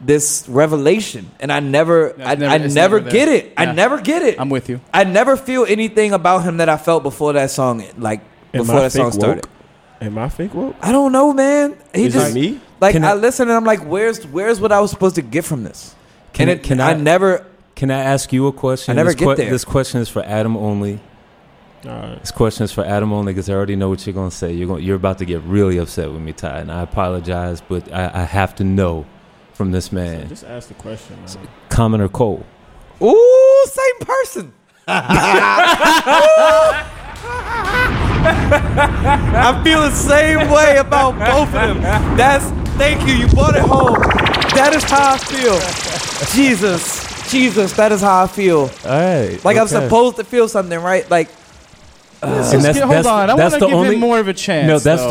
[SPEAKER 4] this revelation, and I never, I
[SPEAKER 3] never-
[SPEAKER 4] I
[SPEAKER 3] it's
[SPEAKER 4] never
[SPEAKER 3] never
[SPEAKER 4] get
[SPEAKER 3] there.
[SPEAKER 4] it. I
[SPEAKER 3] Yeah.
[SPEAKER 4] never get it.
[SPEAKER 3] I'm with you.
[SPEAKER 4] I never feel anything about him that I felt before that song, like
[SPEAKER 6] Am
[SPEAKER 4] before
[SPEAKER 6] I
[SPEAKER 4] that
[SPEAKER 6] fake
[SPEAKER 4] song
[SPEAKER 6] woke?
[SPEAKER 4] started.
[SPEAKER 6] Am I fake woke?
[SPEAKER 4] I don't know, man. He
[SPEAKER 6] Is it
[SPEAKER 4] just
[SPEAKER 6] me?
[SPEAKER 4] like
[SPEAKER 6] Can
[SPEAKER 4] I,
[SPEAKER 6] I-
[SPEAKER 4] listen and I'm like, where's where's what I was supposed to get from this?
[SPEAKER 5] Can
[SPEAKER 4] and
[SPEAKER 5] I- can
[SPEAKER 4] I
[SPEAKER 5] I-
[SPEAKER 4] never
[SPEAKER 5] Can I ask you a question?
[SPEAKER 4] I never
[SPEAKER 5] this
[SPEAKER 4] get there.
[SPEAKER 5] This question is for Adam only.
[SPEAKER 6] Alright.
[SPEAKER 5] This question is for Adam only because I already know what you're going to say. You're going, you're about to get really upset with me, Ty, and I apologize, but I, I have to know from this man,
[SPEAKER 6] Just ask the question. Man.
[SPEAKER 5] Common or Cole.
[SPEAKER 4] Ooh, same
[SPEAKER 6] *laughs*
[SPEAKER 4] person. *laughs* I feel the same way about both of them. That's thank you. You brought it home. That is how I feel. Jesus, Jesus, that is how I feel.
[SPEAKER 5] All right,
[SPEAKER 4] Like I'm
[SPEAKER 5] okay.
[SPEAKER 4] supposed to feel something, right? Like, uh,
[SPEAKER 5] And that's- that's- that's the only- No, that's the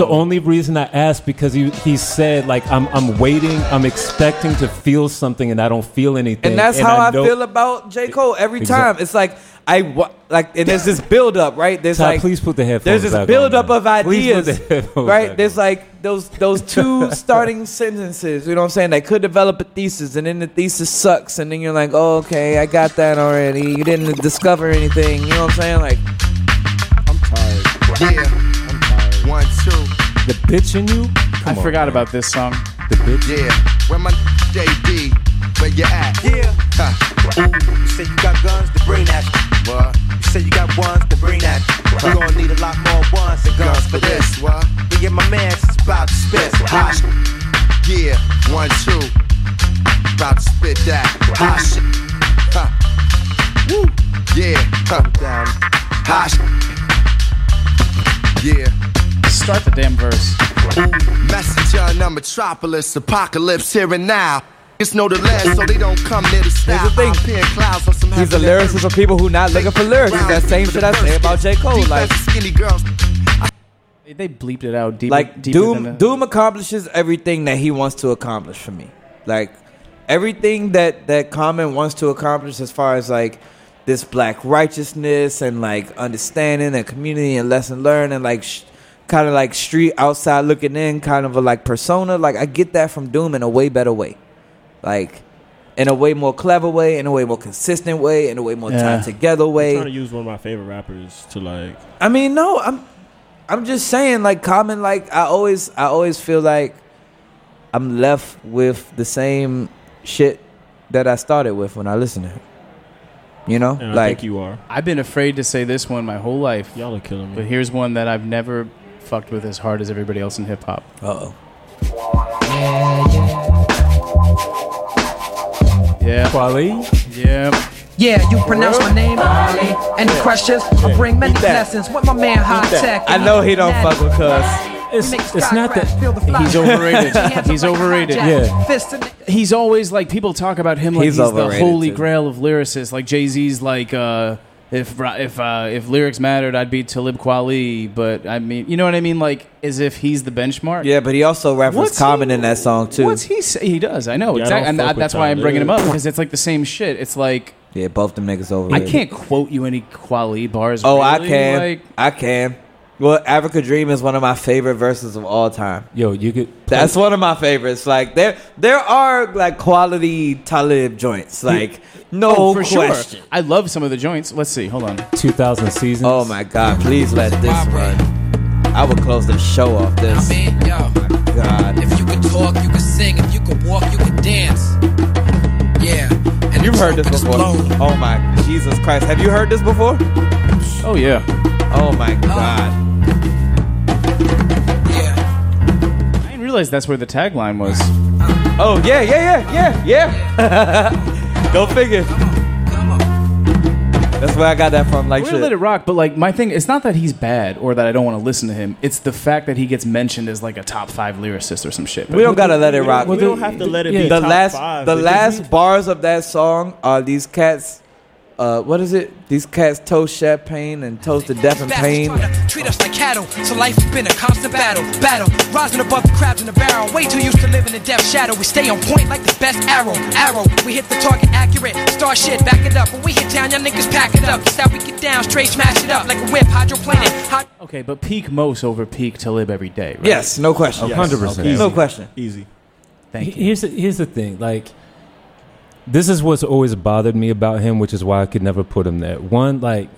[SPEAKER 4] only.
[SPEAKER 5] only reason I asked because he, he said like I'm I'm waiting, I'm expecting to feel something, and I don't feel anything.
[SPEAKER 4] And that's how I,
[SPEAKER 5] know-
[SPEAKER 4] feel about J. Cole every
[SPEAKER 5] Exact-
[SPEAKER 4] time. It's like I wa- like, and there's this build up, right? There's
[SPEAKER 5] Ty,
[SPEAKER 4] like,
[SPEAKER 5] please put the
[SPEAKER 4] There's
[SPEAKER 5] headphones back
[SPEAKER 4] this
[SPEAKER 5] on,
[SPEAKER 4] build up
[SPEAKER 5] man.
[SPEAKER 4] of
[SPEAKER 5] Please put
[SPEAKER 4] ideas,
[SPEAKER 5] the headphones back
[SPEAKER 4] right?
[SPEAKER 5] on.
[SPEAKER 4] There's like those those two
[SPEAKER 5] *laughs*
[SPEAKER 4] starting sentences. You know what I'm saying? That could develop a thesis, and then the thesis sucks, and then you're like, oh, okay, I got that already. You didn't discover anything. You know what I'm saying? Like, I'm tired.
[SPEAKER 18] Yeah, I'm tired. One, two.
[SPEAKER 5] The bitch in you.
[SPEAKER 3] I
[SPEAKER 18] on,
[SPEAKER 3] forgot about this song.
[SPEAKER 5] The bitch.
[SPEAKER 18] Yeah, where my JD, where you at? Yeah. Huh. Ooh, you say you got guns to bring that. What? You say you got ones to bring that.
[SPEAKER 13] We gonna need a lot more ones than guns for this.
[SPEAKER 18] What?
[SPEAKER 13] Me and my man's is about to spit.
[SPEAKER 18] Hot. shit. Yeah, one, two. About to spit that. Hot shit. Huh. Woo. Yeah. Huh. Down. Hot shit. Yeah.
[SPEAKER 3] Start the damn verse.
[SPEAKER 18] Messenger in the metropolis, apocalypse here and now. It's no the less, so they don't come near the style. Here's the thing. Clouds on some
[SPEAKER 4] He's the lyricist for people who not looking for lyrics. It's that same shit I say about J. Cole. Like,
[SPEAKER 18] skinny girls.
[SPEAKER 3] They, they bleeped it out deep.
[SPEAKER 4] like
[SPEAKER 3] deeper
[SPEAKER 4] Doom,
[SPEAKER 3] than the-
[SPEAKER 4] Doom accomplishes everything that he wants to accomplish for me. Like everything that that Common wants to accomplish as far as like this black righteousness and like understanding and community and lesson learned and like sh- kind of like street outside looking in kind of a like persona. Like I get that from Doom in a way better way. Like in a way more clever way, in a way more consistent way, in a way more
[SPEAKER 6] Yeah.
[SPEAKER 4] time together way.
[SPEAKER 6] I'm trying to use one of my favorite rappers to like.
[SPEAKER 4] I mean, no, I'm I'm just saying like common like I always I always feel like I'm left with the same shit that I started with when I listen to him. You know? like
[SPEAKER 6] you are.
[SPEAKER 3] I've been afraid to say this one my whole life.
[SPEAKER 6] Y'all are killing me.
[SPEAKER 3] But here's one that I've never fucked with as hard as everybody else in hip hop.
[SPEAKER 4] Uh oh.
[SPEAKER 3] Yeah.
[SPEAKER 5] Quali?
[SPEAKER 3] Yeah.
[SPEAKER 10] Yeah, you pronounce my name. Any questions? I bring many blessings with my man High Tech.
[SPEAKER 4] I know he don't fuck with cuz.
[SPEAKER 5] It's,
[SPEAKER 10] it's not that
[SPEAKER 3] He's overrated. He's overrated.
[SPEAKER 10] Yeah.
[SPEAKER 3] He's always like people talk about him like
[SPEAKER 4] He's
[SPEAKER 3] he's, the
[SPEAKER 4] overrated,
[SPEAKER 3] holy
[SPEAKER 4] too.
[SPEAKER 3] grail of lyricists. Like Jay Z's like uh If ra- if uh, if lyrics mattered, I'd be Talib Kweli. But I mean, you know what I mean? Like as if he's the benchmark.
[SPEAKER 4] Yeah, but he also referenced
[SPEAKER 3] What's
[SPEAKER 4] Common in that song too.
[SPEAKER 3] What's he say? He does. I know
[SPEAKER 4] Yeah, I don't
[SPEAKER 3] exactly, and
[SPEAKER 4] fuck
[SPEAKER 3] that-
[SPEAKER 4] with
[SPEAKER 3] that's why I'm bringing him up
[SPEAKER 4] Talib.
[SPEAKER 3] because it's like the same shit. It's like
[SPEAKER 4] yeah, both them niggas over.
[SPEAKER 3] I
[SPEAKER 4] here.
[SPEAKER 3] can't quote you any Kweli bars.
[SPEAKER 4] Oh, I
[SPEAKER 3] really,
[SPEAKER 4] can.
[SPEAKER 3] Like,
[SPEAKER 4] I can. Well, Africa Dream is one of my favorite verses of all time.
[SPEAKER 5] Yo, you could.
[SPEAKER 4] That's one of my favorites. Like there, there are like quality Talib joints. Like no
[SPEAKER 3] oh, for
[SPEAKER 4] question.
[SPEAKER 3] sure. I love some of the joints. Let's see. Hold on.
[SPEAKER 5] 2000 seasons.
[SPEAKER 4] Oh my God! Please let this run. I would close the show off this.
[SPEAKER 14] I mean, yo.
[SPEAKER 4] God.
[SPEAKER 14] If you could talk, you could sing. If you could walk, you could dance. Yeah. And
[SPEAKER 4] You've heard this before. Oh my Jesus Christ! Have you heard this before?
[SPEAKER 3] Oh yeah.
[SPEAKER 4] Oh my God!
[SPEAKER 3] I didn't realize that's where the tagline was.
[SPEAKER 4] Oh yeah, yeah, yeah, yeah,
[SPEAKER 3] *laughs*
[SPEAKER 4] yeah. Go figure. That's where I got that from. Like
[SPEAKER 3] We're
[SPEAKER 4] shit.
[SPEAKER 3] gonna let it rock, but like my thing, it's not that he's bad or that I don't want to listen to him. It's the fact that he gets mentioned as like a top five lyricist or some shit.
[SPEAKER 4] We don't gotta let it
[SPEAKER 3] We
[SPEAKER 4] rock.
[SPEAKER 3] don't-
[SPEAKER 4] The last, the last bars of that song are these cats. Uh, what is it? These cats toast champagne and toast to death and pain.
[SPEAKER 15] Treat us like cattle, so life has been a constant battle. Battle, rising above the crabs in the barrel. Way too used to living in death shadow. We stay on point like the best arrow. Arrow, we hit the target accurate. Star shit, back it up. When we hit down, y'all niggas pack it up. That's how we get down, straight smash it up like a whip, hydroplaning. Hot-
[SPEAKER 3] Okay, but peak most over peak Talib every day. Right?
[SPEAKER 4] Yes, no question. Yes. 100%. No question.
[SPEAKER 6] Easy.
[SPEAKER 3] Thank you.
[SPEAKER 5] Here's the, here's the thing. Like, this is what's always bothered me about him, which is why I could never put him there. One, like,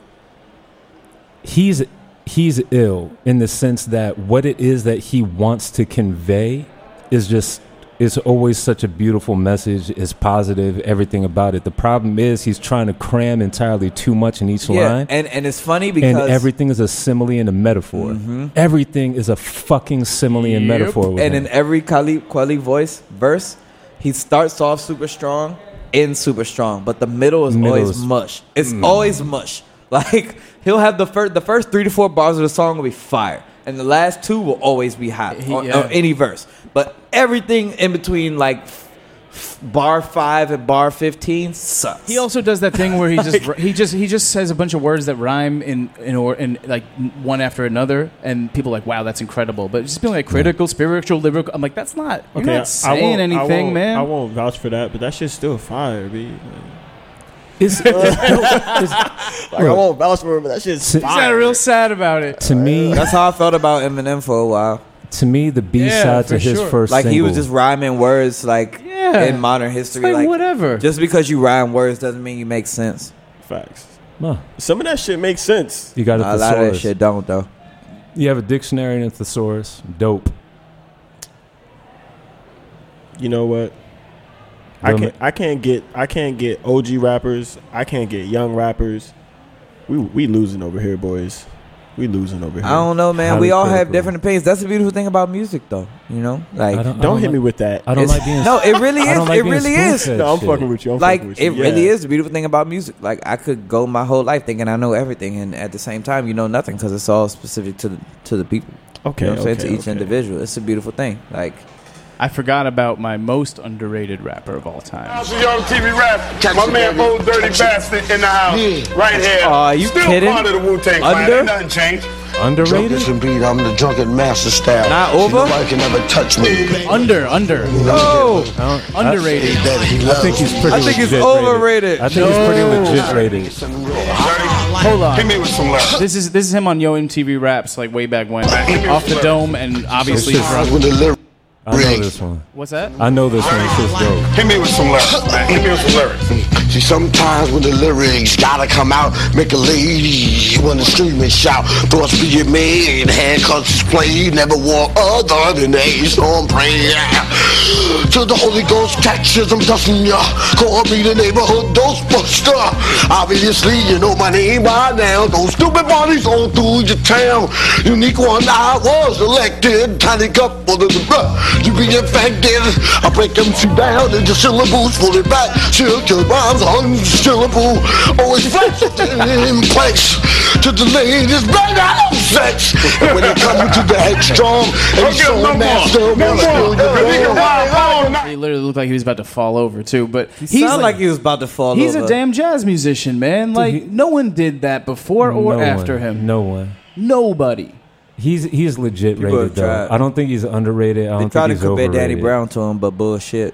[SPEAKER 5] he's he's ill in the sense that what it is that he wants to convey is just is always such a beautiful message. Is positive, everything about it. The problem is he's trying to cram entirely too much in each
[SPEAKER 4] Yeah,
[SPEAKER 5] line.
[SPEAKER 4] and and it's funny
[SPEAKER 5] and
[SPEAKER 4] because Mm-hmm.
[SPEAKER 5] everything is a simile and a metaphor. Everything is a fucking simile and
[SPEAKER 4] Yep.
[SPEAKER 5] metaphor. With
[SPEAKER 4] and
[SPEAKER 5] him.
[SPEAKER 4] in every Kali Kweli voice verse, he starts off super strong, ends super strong, but the middle is
[SPEAKER 5] Middle
[SPEAKER 4] always
[SPEAKER 5] is-
[SPEAKER 4] mush. It's
[SPEAKER 5] Mm.
[SPEAKER 4] always mush. *laughs* Like he'll have the first the first three to four bars of the song will be fire, and the last two will always be hot on,
[SPEAKER 3] yeah.
[SPEAKER 4] on any verse. But everything in between, like f- f- bar five and bar fifteen, sucks.
[SPEAKER 3] He also does that thing where he
[SPEAKER 4] *laughs*
[SPEAKER 3] just he just he just says a bunch of words that rhyme in in or in like one after another, and people are like, wow, that's incredible. But just being like critical, spiritual, lyrical, I'm like, that's not. You're not saying
[SPEAKER 6] won't- I
[SPEAKER 3] anything,
[SPEAKER 6] won't,
[SPEAKER 3] man. *laughs*
[SPEAKER 6] I won't *laughs* vouch for that, but that shit's still fire, b. Like, *laughs*
[SPEAKER 5] it's,
[SPEAKER 6] like I won't vouch for it, but that shit's
[SPEAKER 5] Is that
[SPEAKER 6] fire.
[SPEAKER 3] real sad about it.
[SPEAKER 5] To me,
[SPEAKER 4] that's how I felt about Eminem for a while.
[SPEAKER 5] To me, the B side to his first
[SPEAKER 4] like he was
[SPEAKER 5] single-
[SPEAKER 4] just rhyming words like
[SPEAKER 5] Yeah.
[SPEAKER 4] in modern history,
[SPEAKER 6] like
[SPEAKER 4] like,
[SPEAKER 6] whatever.
[SPEAKER 4] Just because you rhyme words doesn't mean you make sense.
[SPEAKER 6] Facts.
[SPEAKER 5] No.
[SPEAKER 6] Some of that shit makes sense.
[SPEAKER 5] You got a
[SPEAKER 4] a lot of that
[SPEAKER 5] thesaurus.
[SPEAKER 4] shit don't though.
[SPEAKER 5] You have a dictionary and a thesaurus. Dope.
[SPEAKER 6] You know what? I
[SPEAKER 5] Lil
[SPEAKER 6] can't. I can't get. I can't get OG rappers. I can't get young rappers. We we losing over here, boys. We losing over here.
[SPEAKER 4] I don't know, man. we all have different opinions. That's the beautiful thing about music, though. You know, like
[SPEAKER 6] don't, hit me with that.
[SPEAKER 4] It's- *laughs* No, it really is. it really is.
[SPEAKER 6] No, I'm fucking with you. I'm
[SPEAKER 4] like
[SPEAKER 6] fucking with
[SPEAKER 4] it
[SPEAKER 6] you.
[SPEAKER 4] really
[SPEAKER 6] Yeah.
[SPEAKER 4] is the beautiful thing about music. Like I could go my whole life thinking I know everything, and at the same time, you know nothing because it's all specific to the to the people.
[SPEAKER 6] Okay,
[SPEAKER 4] you know what I'm saying?
[SPEAKER 6] okay,
[SPEAKER 4] to each
[SPEAKER 6] okay.
[SPEAKER 4] individual. It's a beautiful thing. Like
[SPEAKER 3] I forgot about my most underrated rapper of all time.
[SPEAKER 13] How's the young TV rap? My man, old dirty bastard in the house, right here. Are you Still kidding? part of the Wu Tang Clan. Under? Ain't nothing changed.
[SPEAKER 5] Underrated?
[SPEAKER 13] Drunken beat. I'm the drunken master style. Not over. Nobody can ever touch me.
[SPEAKER 3] Under, under.
[SPEAKER 13] No.
[SPEAKER 3] Underrated.
[SPEAKER 13] I think he's
[SPEAKER 5] pretty I think he's legit rated. overrated. I think he's pretty legit rated.
[SPEAKER 3] Hold on.
[SPEAKER 13] Hit me with some love.
[SPEAKER 3] This is this is him on Yo MTV Raps like way back when,
[SPEAKER 13] Hit me
[SPEAKER 3] off
[SPEAKER 13] with
[SPEAKER 3] the
[SPEAKER 13] some
[SPEAKER 3] dome and obviously
[SPEAKER 5] This is-
[SPEAKER 13] drunk.
[SPEAKER 5] I know this one.
[SPEAKER 3] What's that?
[SPEAKER 5] I know this one. It's just dope.
[SPEAKER 13] Hit me with some lyrics, man. Hit me with some lyrics.
[SPEAKER 20] See, sometimes when the lyrics gotta come out, make a lady wanna scream and shout. Thoughts be your man, handcuffs is played, never wore other than a storm prayer. Till the Holy Ghost catches, I'm dusting ya. Call me the neighborhood Ghostbuster. Obviously, you know my name by now. Those stupid bodies all through your town. Unique one, I was elected. Tiny cup for the bruh. You be infected. I break MC down into syllables, pull it back. Chill, kill rhymes, unstillable. Always fresh in place. To the ladies, bang out. sex. And when they coming to the headstrong, and you so master, wanna steal your girl.
[SPEAKER 3] He literally looked like he was about to fall over too. But he
[SPEAKER 4] sounded like he was about to fall
[SPEAKER 3] He's
[SPEAKER 4] over.
[SPEAKER 3] a damn jazz musician, man. Like no one did that before or
[SPEAKER 5] No
[SPEAKER 3] after
[SPEAKER 5] one.
[SPEAKER 3] him.
[SPEAKER 5] No one.
[SPEAKER 3] Nobody.
[SPEAKER 5] He's he's legit
[SPEAKER 3] People
[SPEAKER 5] rated
[SPEAKER 3] have
[SPEAKER 5] though.
[SPEAKER 3] tried.
[SPEAKER 5] I don't think he's underrated. I
[SPEAKER 4] They
[SPEAKER 5] don't
[SPEAKER 4] tried
[SPEAKER 5] think
[SPEAKER 4] to
[SPEAKER 5] he's
[SPEAKER 4] compare
[SPEAKER 5] overrated.
[SPEAKER 4] Danny Brown to him, but bullshit.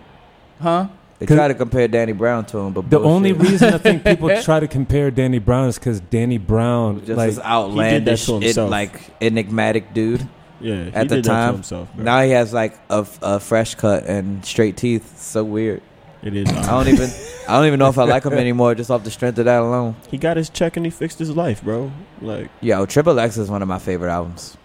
[SPEAKER 3] Huh?
[SPEAKER 4] They tried to compare Danny Brown to him, but
[SPEAKER 5] The
[SPEAKER 4] bullshit.
[SPEAKER 5] only reason I
[SPEAKER 4] *laughs*
[SPEAKER 5] think people try to compare Danny Brown is because Danny Brown
[SPEAKER 4] just
[SPEAKER 5] like
[SPEAKER 4] this outlandish,
[SPEAKER 5] He did that to
[SPEAKER 4] it,
[SPEAKER 5] himself.
[SPEAKER 4] like enigmatic dude.
[SPEAKER 6] Yeah, he
[SPEAKER 4] at the
[SPEAKER 6] did that to
[SPEAKER 4] time.
[SPEAKER 6] himself, bro.
[SPEAKER 4] now he has like a, f- a fresh cut and straight teeth. It's so weird.
[SPEAKER 6] It is.
[SPEAKER 4] I don't even. I don't even know if I like him anymore, just off the strength of that alone.
[SPEAKER 6] He got his check and he fixed his life, bro. Like
[SPEAKER 4] Yo, Triple X is one of my favorite albums.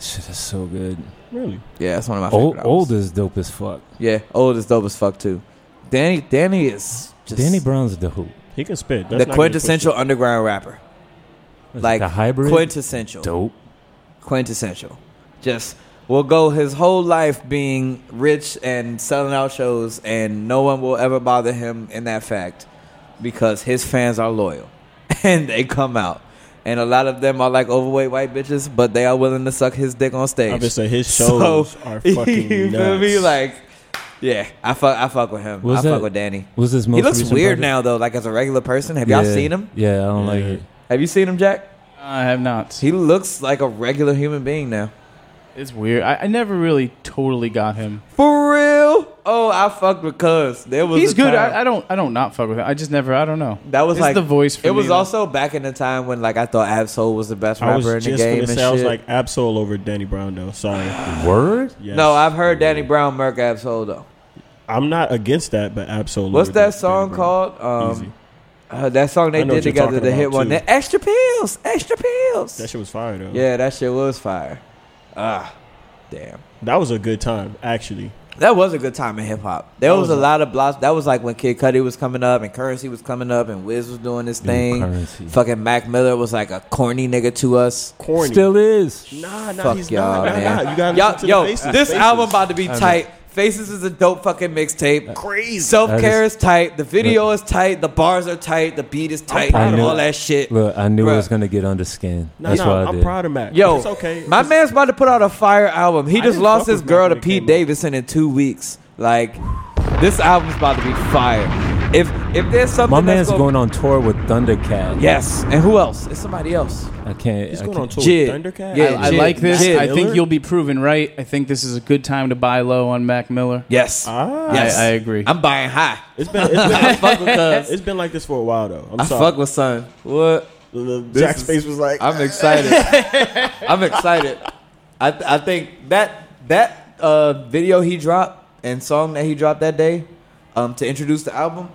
[SPEAKER 5] Shit is so good.
[SPEAKER 6] Really?
[SPEAKER 4] Yeah, that's one of my
[SPEAKER 5] old,
[SPEAKER 4] favorite albums.
[SPEAKER 5] old is dope as fuck.
[SPEAKER 4] Yeah, old is dope as fuck too. Danny, Danny is just
[SPEAKER 5] Danny Brown's the hoop.
[SPEAKER 6] He can spit.
[SPEAKER 4] the quintessential underground rapper.
[SPEAKER 5] Is it
[SPEAKER 4] Like
[SPEAKER 5] the hybrid?
[SPEAKER 4] quintessential.
[SPEAKER 5] Dope.
[SPEAKER 4] Quintessential. Just will go his whole life being rich and selling out shows and no one will ever bother him in that fact because his fans are loyal *laughs* and they come out. And a lot of them are like overweight white bitches, but they are willing to suck his dick on stage.
[SPEAKER 6] I'm just
[SPEAKER 4] *laughs*
[SPEAKER 6] saying his shows are fucking
[SPEAKER 4] you feel me?
[SPEAKER 6] nuts.
[SPEAKER 4] Like, yeah, I fuck, I fuck with him.
[SPEAKER 5] Was
[SPEAKER 4] I
[SPEAKER 5] that-
[SPEAKER 4] fuck with Danny.
[SPEAKER 5] was his
[SPEAKER 4] He
[SPEAKER 5] most
[SPEAKER 4] looks
[SPEAKER 5] recent
[SPEAKER 4] weird
[SPEAKER 5] project?
[SPEAKER 4] now though, like as a regular person. Have y'all
[SPEAKER 5] Yeah.
[SPEAKER 4] seen him?
[SPEAKER 5] Yeah, I don't like it.
[SPEAKER 4] Have you seen him, Jack?
[SPEAKER 3] I have not.
[SPEAKER 4] He looks like a regular human being now.
[SPEAKER 3] It's weird. I, I never really totally got him.
[SPEAKER 4] For real? Oh, I fucked with Cuz. There was
[SPEAKER 3] He's
[SPEAKER 4] a
[SPEAKER 3] good.
[SPEAKER 4] time-
[SPEAKER 3] I, I don't. I don't not fuck with him. I just never. I don't know.
[SPEAKER 4] that was
[SPEAKER 3] It's
[SPEAKER 4] like
[SPEAKER 3] the voice. For
[SPEAKER 4] it was
[SPEAKER 3] me, though.
[SPEAKER 4] also back in the time when like I thought Absol was the best
[SPEAKER 6] I
[SPEAKER 4] rapper
[SPEAKER 6] was
[SPEAKER 4] in
[SPEAKER 6] just
[SPEAKER 4] the game
[SPEAKER 6] gonna
[SPEAKER 4] and
[SPEAKER 6] say I was
[SPEAKER 4] shit.
[SPEAKER 6] like Absol over Danny Brown though. Sorry.
[SPEAKER 5] Word?
[SPEAKER 6] Yes.
[SPEAKER 4] No, I've heard Danny Brown murk Absol though.
[SPEAKER 6] I'm not against that, but Absol.
[SPEAKER 4] What's
[SPEAKER 6] over
[SPEAKER 4] that
[SPEAKER 6] Danny
[SPEAKER 4] song
[SPEAKER 6] Brown.
[SPEAKER 4] called?
[SPEAKER 6] Easy.
[SPEAKER 4] Um, uh, that song
[SPEAKER 6] I
[SPEAKER 4] they
[SPEAKER 6] know
[SPEAKER 4] did
[SPEAKER 6] what you're
[SPEAKER 4] together,
[SPEAKER 6] talking
[SPEAKER 4] the hit
[SPEAKER 6] about,
[SPEAKER 4] one.
[SPEAKER 6] too.
[SPEAKER 4] The extra pills, extra pills.
[SPEAKER 6] That shit was fire though.
[SPEAKER 4] Yeah, that shit was fire. Ah, damn.
[SPEAKER 6] That was a good time actually.
[SPEAKER 4] That was a good time in hip hop. There
[SPEAKER 6] That
[SPEAKER 4] was,
[SPEAKER 6] was
[SPEAKER 4] a
[SPEAKER 6] a-
[SPEAKER 4] lot of blocks. That was like when Kid Cudi was coming up and Currency was coming up and Wiz was doing this thing.
[SPEAKER 5] Currency.
[SPEAKER 4] Fucking Mac Miller was like a corny nigga to us.
[SPEAKER 6] Corny.
[SPEAKER 5] Still is.
[SPEAKER 6] Nah, nah,
[SPEAKER 4] Fuck
[SPEAKER 6] he's
[SPEAKER 4] y'all,
[SPEAKER 6] not. Nah,
[SPEAKER 4] man.
[SPEAKER 6] nah. You gotta
[SPEAKER 4] Y'all-
[SPEAKER 6] listen to
[SPEAKER 4] yo,
[SPEAKER 6] the faces.
[SPEAKER 4] this
[SPEAKER 6] Faces.
[SPEAKER 4] album about to be
[SPEAKER 6] I know.
[SPEAKER 4] tight. Faces is a dope fucking mixtape. Crazy. Self
[SPEAKER 5] That
[SPEAKER 4] care
[SPEAKER 5] is-
[SPEAKER 4] is tight. The video is tight. The bars are tight. The beat is tight.
[SPEAKER 5] I knew-
[SPEAKER 4] All that shit.
[SPEAKER 5] Look, I knew I was gonna get under skin.
[SPEAKER 4] Nah,
[SPEAKER 5] That's
[SPEAKER 4] nah,
[SPEAKER 5] why I
[SPEAKER 4] I'm
[SPEAKER 5] did.
[SPEAKER 6] proud of Mac.
[SPEAKER 4] Yo,
[SPEAKER 6] It's okay.
[SPEAKER 4] my man's about to put out a fire album. He
[SPEAKER 6] I
[SPEAKER 4] just
[SPEAKER 6] didn't
[SPEAKER 4] lost
[SPEAKER 6] fuck
[SPEAKER 4] his
[SPEAKER 6] with
[SPEAKER 4] girl
[SPEAKER 6] Mac
[SPEAKER 4] to
[SPEAKER 6] when it
[SPEAKER 4] Pete Davidson in two weeks. Like, this album's about to be fire. If if there's something
[SPEAKER 5] My
[SPEAKER 4] that's
[SPEAKER 5] man's
[SPEAKER 4] gonna-
[SPEAKER 5] going on tour with Thundercat.
[SPEAKER 4] yes, and who else? It's somebody else.
[SPEAKER 5] I can't.
[SPEAKER 4] He's
[SPEAKER 5] I
[SPEAKER 4] going
[SPEAKER 5] can't.
[SPEAKER 4] on tour with Jid. Thundercat? Yeah,
[SPEAKER 3] I, I
[SPEAKER 4] Jid.
[SPEAKER 3] like this.
[SPEAKER 4] Jid.
[SPEAKER 3] I think
[SPEAKER 4] Miller?
[SPEAKER 3] you'll be proven right. I think this is a good time to buy low on Mac Miller.
[SPEAKER 4] Yes.
[SPEAKER 3] I,
[SPEAKER 4] Yes.
[SPEAKER 3] I agree.
[SPEAKER 4] I'm buying high.
[SPEAKER 6] It's been, *laughs* it's been,
[SPEAKER 4] *laughs* I fuck with
[SPEAKER 6] *laughs*
[SPEAKER 4] Cuz.
[SPEAKER 6] it's been like this for a while though. I'm
[SPEAKER 4] I
[SPEAKER 6] sorry.
[SPEAKER 4] fuck with son. What?
[SPEAKER 6] Jack's face was like, "Ah."
[SPEAKER 4] I'm
[SPEAKER 6] *laughs*
[SPEAKER 4] excited. I'm excited. I th- I think that that uh, video he dropped and song that he dropped that day um, to introduce the album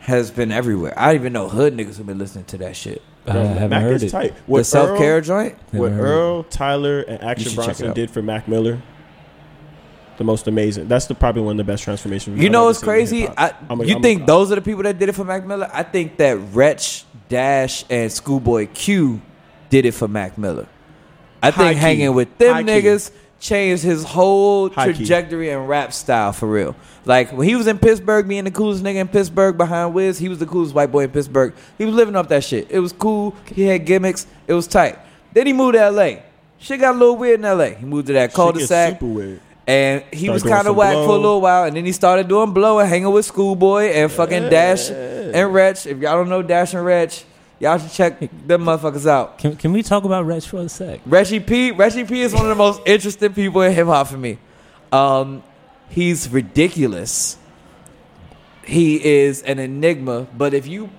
[SPEAKER 4] has been everywhere. I even know hood niggas have been listening to that shit.
[SPEAKER 5] I haven't
[SPEAKER 6] Mac
[SPEAKER 5] heard
[SPEAKER 6] is
[SPEAKER 5] it.
[SPEAKER 6] tight.
[SPEAKER 4] the self care joint.
[SPEAKER 6] What
[SPEAKER 5] Haven't heard
[SPEAKER 6] Earl, Tyler, and
[SPEAKER 4] You
[SPEAKER 6] Action
[SPEAKER 4] should check it
[SPEAKER 6] Bronson
[SPEAKER 4] out.
[SPEAKER 6] did for Mac Miller, the most amazing. That's the probably one of the best transformations.
[SPEAKER 4] You
[SPEAKER 6] I've
[SPEAKER 4] know
[SPEAKER 6] ever
[SPEAKER 4] what's
[SPEAKER 6] seen in
[SPEAKER 4] crazy?
[SPEAKER 6] hip-hop.
[SPEAKER 4] I,
[SPEAKER 6] I'm a-
[SPEAKER 4] you
[SPEAKER 6] I'm a-
[SPEAKER 4] think those are the people that did it for Mac Miller? I think that Wretch, Dash, and Schoolboy Q did it for Mac Miller. I think
[SPEAKER 6] High key.
[SPEAKER 4] hanging with them
[SPEAKER 6] High key.
[SPEAKER 4] niggas changed his whole
[SPEAKER 6] High key.
[SPEAKER 4] trajectory and rap style for real. Like when he was in Pittsburgh, being the coolest nigga in Pittsburgh behind Wiz, he was the coolest white boy in Pittsburgh. He was living off that shit. It was cool. He had gimmicks. It was tight. Then he moved to LA. Shit got a little weird in LA. He moved to that
[SPEAKER 6] Shit
[SPEAKER 4] cul-de-sac.
[SPEAKER 6] gets super weird.
[SPEAKER 4] And he
[SPEAKER 6] Started
[SPEAKER 4] was
[SPEAKER 6] doing
[SPEAKER 4] kind of
[SPEAKER 6] some
[SPEAKER 4] whack for a
[SPEAKER 6] blow.
[SPEAKER 4] little while, and then he started doing blow and hanging with Schoolboy and fucking Dash and Wretch. If y'all don't know Dash and Wretch, y'all should check them motherfuckers out.
[SPEAKER 5] Can, can we talk about Wretch for a sec?
[SPEAKER 4] Reggie P. Reggie P. is one of the most interesting people in hip hop for me. Um, he's ridiculous. He is an enigma. But if you,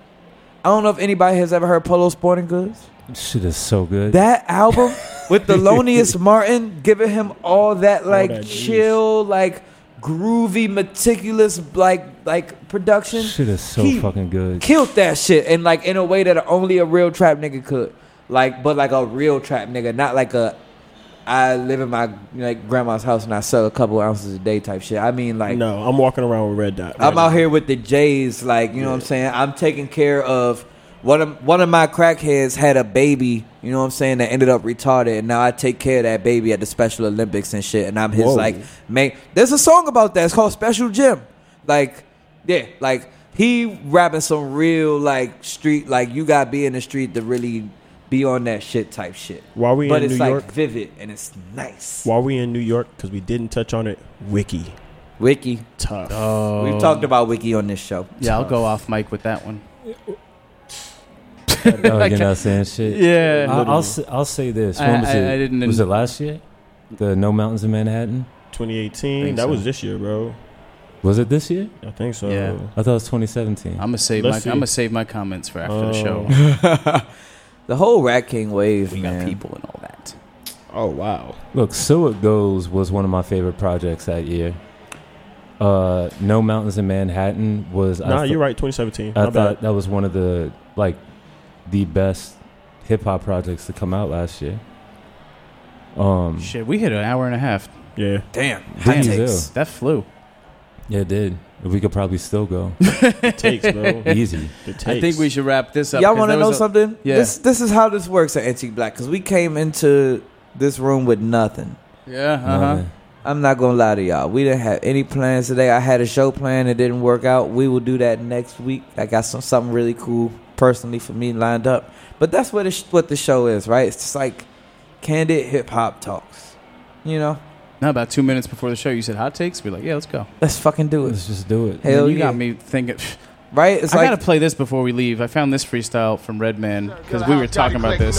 [SPEAKER 4] I don't know if anybody has ever heard Polo Sporting Goods.
[SPEAKER 5] Shit is so good.
[SPEAKER 4] That
[SPEAKER 5] *laughs*
[SPEAKER 4] album with Thelonious Martin giving him all that like
[SPEAKER 5] that juice.
[SPEAKER 4] chill, like groovy, meticulous, like like production.
[SPEAKER 5] shit is so
[SPEAKER 4] He
[SPEAKER 5] fucking good.
[SPEAKER 4] Killed that shit and like in a way that only a real trap nigga could. Like, but like a real trap nigga, not like a I live in my like grandma's house and I sell a couple ounces a day type shit. I mean like
[SPEAKER 6] no, I'm walking around with red dot.
[SPEAKER 4] I'm out here with the J's, like you know what I'm saying. I'm taking care of one of one of my crackheads had a baby, you know what I'm saying, that ended up retarded, and now I take care of that baby at the Special Olympics and shit. And I'm his
[SPEAKER 6] Whoa.
[SPEAKER 4] like man. There's a song about that. It's called Special Gym. Like yeah, like he rapping some real like street, like you got to be in the street to really be on that shit type shit.
[SPEAKER 6] While we
[SPEAKER 4] but
[SPEAKER 6] in
[SPEAKER 4] it's
[SPEAKER 6] New
[SPEAKER 4] like
[SPEAKER 6] York-
[SPEAKER 4] vivid and it's nice.
[SPEAKER 6] While we in New York, because we didn't touch on it, Wiki.
[SPEAKER 4] Wiki.
[SPEAKER 6] Tough.
[SPEAKER 4] We've talked about Wiki on this show.
[SPEAKER 3] Um, Yeah, I'll go off mic with that one.
[SPEAKER 5] oh, you're not saying shit.
[SPEAKER 3] Yeah.
[SPEAKER 5] I, will say, I'll say this.
[SPEAKER 3] I-
[SPEAKER 5] When was
[SPEAKER 3] I-
[SPEAKER 5] it?
[SPEAKER 3] I didn't-
[SPEAKER 5] was it last year? The No Mountains in Manhattan.
[SPEAKER 6] 2018.
[SPEAKER 5] Think
[SPEAKER 6] That
[SPEAKER 5] so.
[SPEAKER 6] was this year, bro.
[SPEAKER 5] Was it this year?
[SPEAKER 6] I think so.
[SPEAKER 5] Yeah. I thought it was 2017.
[SPEAKER 3] I'm gonna save
[SPEAKER 5] Let's
[SPEAKER 3] my
[SPEAKER 5] see.
[SPEAKER 3] I'm gonna save my comments for after the show.
[SPEAKER 4] *laughs* the whole Rat King wave, we
[SPEAKER 3] got people and all that.
[SPEAKER 6] Oh wow.
[SPEAKER 5] Look, So It Goes was one of my favorite projects that year. Uh, no Mountains in Manhattan was. I
[SPEAKER 6] Nah,
[SPEAKER 5] thought-
[SPEAKER 6] you're right, 2017.
[SPEAKER 5] I
[SPEAKER 6] My
[SPEAKER 5] thought
[SPEAKER 6] bad.
[SPEAKER 5] that was one of the like the best hip hop projects to come out last year. Um,
[SPEAKER 3] Shit, we hit an hour and a half.
[SPEAKER 6] Yeah.
[SPEAKER 4] Damn.
[SPEAKER 5] Damn, takes.
[SPEAKER 3] That flew.
[SPEAKER 5] yeah, it did. We could probably still
[SPEAKER 6] *laughs*
[SPEAKER 5] go.
[SPEAKER 6] takes, bro.
[SPEAKER 5] Easy.
[SPEAKER 3] I think we should wrap this up.
[SPEAKER 4] Y'all
[SPEAKER 3] 'cause
[SPEAKER 4] want to
[SPEAKER 3] that
[SPEAKER 4] know
[SPEAKER 3] was a-
[SPEAKER 4] something?
[SPEAKER 3] Yeah.
[SPEAKER 4] This this is how this works at Antique Black because we came into this room with nothing.
[SPEAKER 3] Yeah, uh-huh. Nothing.
[SPEAKER 4] I'm not gonna lie to y'all. We didn't have any plans today. I had a show plan. It didn't work out. We will do that next week. I got some something really cool personally for me lined up. But that's what it's, what the show is, right? It's just like candid hip hop talks. You know.
[SPEAKER 3] Now about two minutes before the show, you said hot takes. We're like, yeah, let's go.
[SPEAKER 4] Let's fucking do it.
[SPEAKER 5] Let's just do it.
[SPEAKER 3] Hell,
[SPEAKER 4] Hell
[SPEAKER 3] you got
[SPEAKER 4] yeah.
[SPEAKER 3] me thinking. *sighs*
[SPEAKER 4] Right? It's
[SPEAKER 3] I
[SPEAKER 4] like-
[SPEAKER 3] gotta play this before we leave. I found this freestyle from Redman because we were talking about this.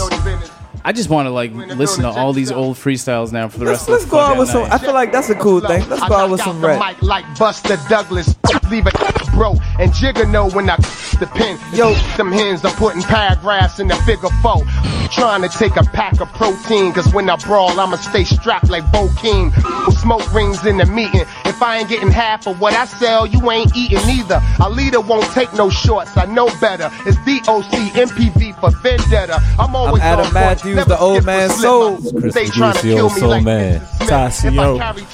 [SPEAKER 3] I just want to like listen to all these old freestyles now for the rest
[SPEAKER 4] Let's
[SPEAKER 3] of the
[SPEAKER 4] go out
[SPEAKER 3] fucking
[SPEAKER 4] with some.
[SPEAKER 3] night.
[SPEAKER 4] I feel like that's a cool thing. Let's go out with some
[SPEAKER 7] the
[SPEAKER 4] rap.
[SPEAKER 7] mic like Buster Douglas. *laughs* Leave it bro and Jigga know when I *laughs* the pen. Yo, *laughs* them hens are putting paragraphs in the figure four. *laughs* Trying to take a pack of protein, cause when I brawl, I'ma stay strapped like Bo Keem. Who smoke rings in the meeting. If I ain't getting half of what I sell, you ain't eating either. A leader won't take no shorts, I know better. It's DOC, MPV for Vendetta. I'm always
[SPEAKER 4] Adam
[SPEAKER 7] on point,
[SPEAKER 4] Matthews,
[SPEAKER 7] never
[SPEAKER 4] the old
[SPEAKER 7] skip a
[SPEAKER 4] man
[SPEAKER 7] slip
[SPEAKER 4] soul.
[SPEAKER 7] up.
[SPEAKER 4] Christopher
[SPEAKER 7] They trying to
[SPEAKER 4] Lucille,
[SPEAKER 7] kill me
[SPEAKER 4] soul
[SPEAKER 7] like
[SPEAKER 4] man.
[SPEAKER 7] Mr. Smith. If I carry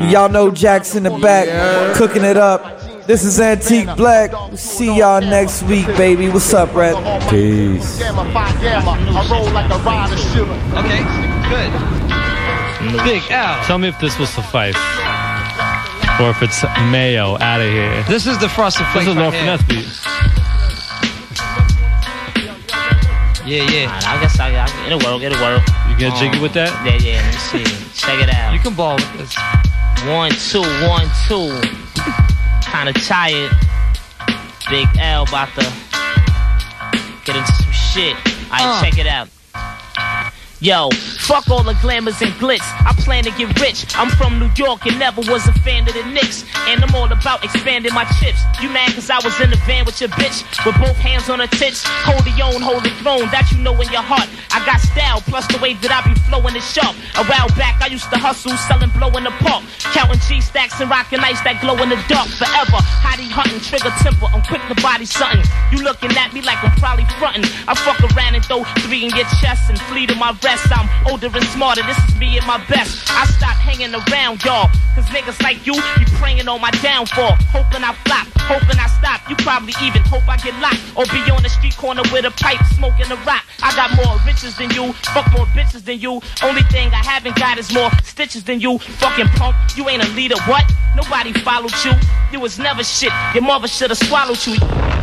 [SPEAKER 7] two-
[SPEAKER 4] Y'all know Jack's in the back cooking it up. This is Antique Black. See y'all next week, baby. What's up, Rat?
[SPEAKER 5] Peace.
[SPEAKER 7] Gamma, phi gamma. I roll like a rider shiver. Okay, good.
[SPEAKER 21] Big L. Tell me if this will suffice. Or if it's mayo out of here. This is the frosted flakes. This is North Finesse beat.
[SPEAKER 16] Yeah, yeah. I guess I, I it'll work, it'll work. Um,
[SPEAKER 21] You get jiggy with that?
[SPEAKER 16] Yeah, yeah, let me see. Check it out. You can ball with this. One, two, one, two. Kinda tired. Big L about to get into some shit. Alright,
[SPEAKER 22] Uh.
[SPEAKER 16] check it out. Yo, fuck all the glamours and glitz. I plan to get rich. I'm from New York and never was a fan of the Knicks. And I'm all about expanding my chips. You mad cause I was in the van with your bitch. With both hands on her tits. Hold the own, hold the throne. That you know in your heart. I got style, plus the way that I be flowing is sharp. A while back, I used to hustle, selling blow in the park. Counting G stacks and rocking ice that glow in the dark forever. Hottie hunting, trigger temper. I'm quick to body something. You looking at me like I'm probably fronting. I fuck around and throw three in your chest and flee to my rest. I'm older and smarter. This is me at my best. I stop hanging around y'all. Cause niggas like you be praying on my downfall. Hoping I flop, hoping I stop. You probably even hope I get locked. Or be on the street corner with a pipe smoking a rock. I got more riches than you. Fuck more bitches than you. Only thing I haven't got is more stitches than you. Fucking punk. You ain't a leader. What? Nobody followed you. You was never shit. Your mother should have swallowed you.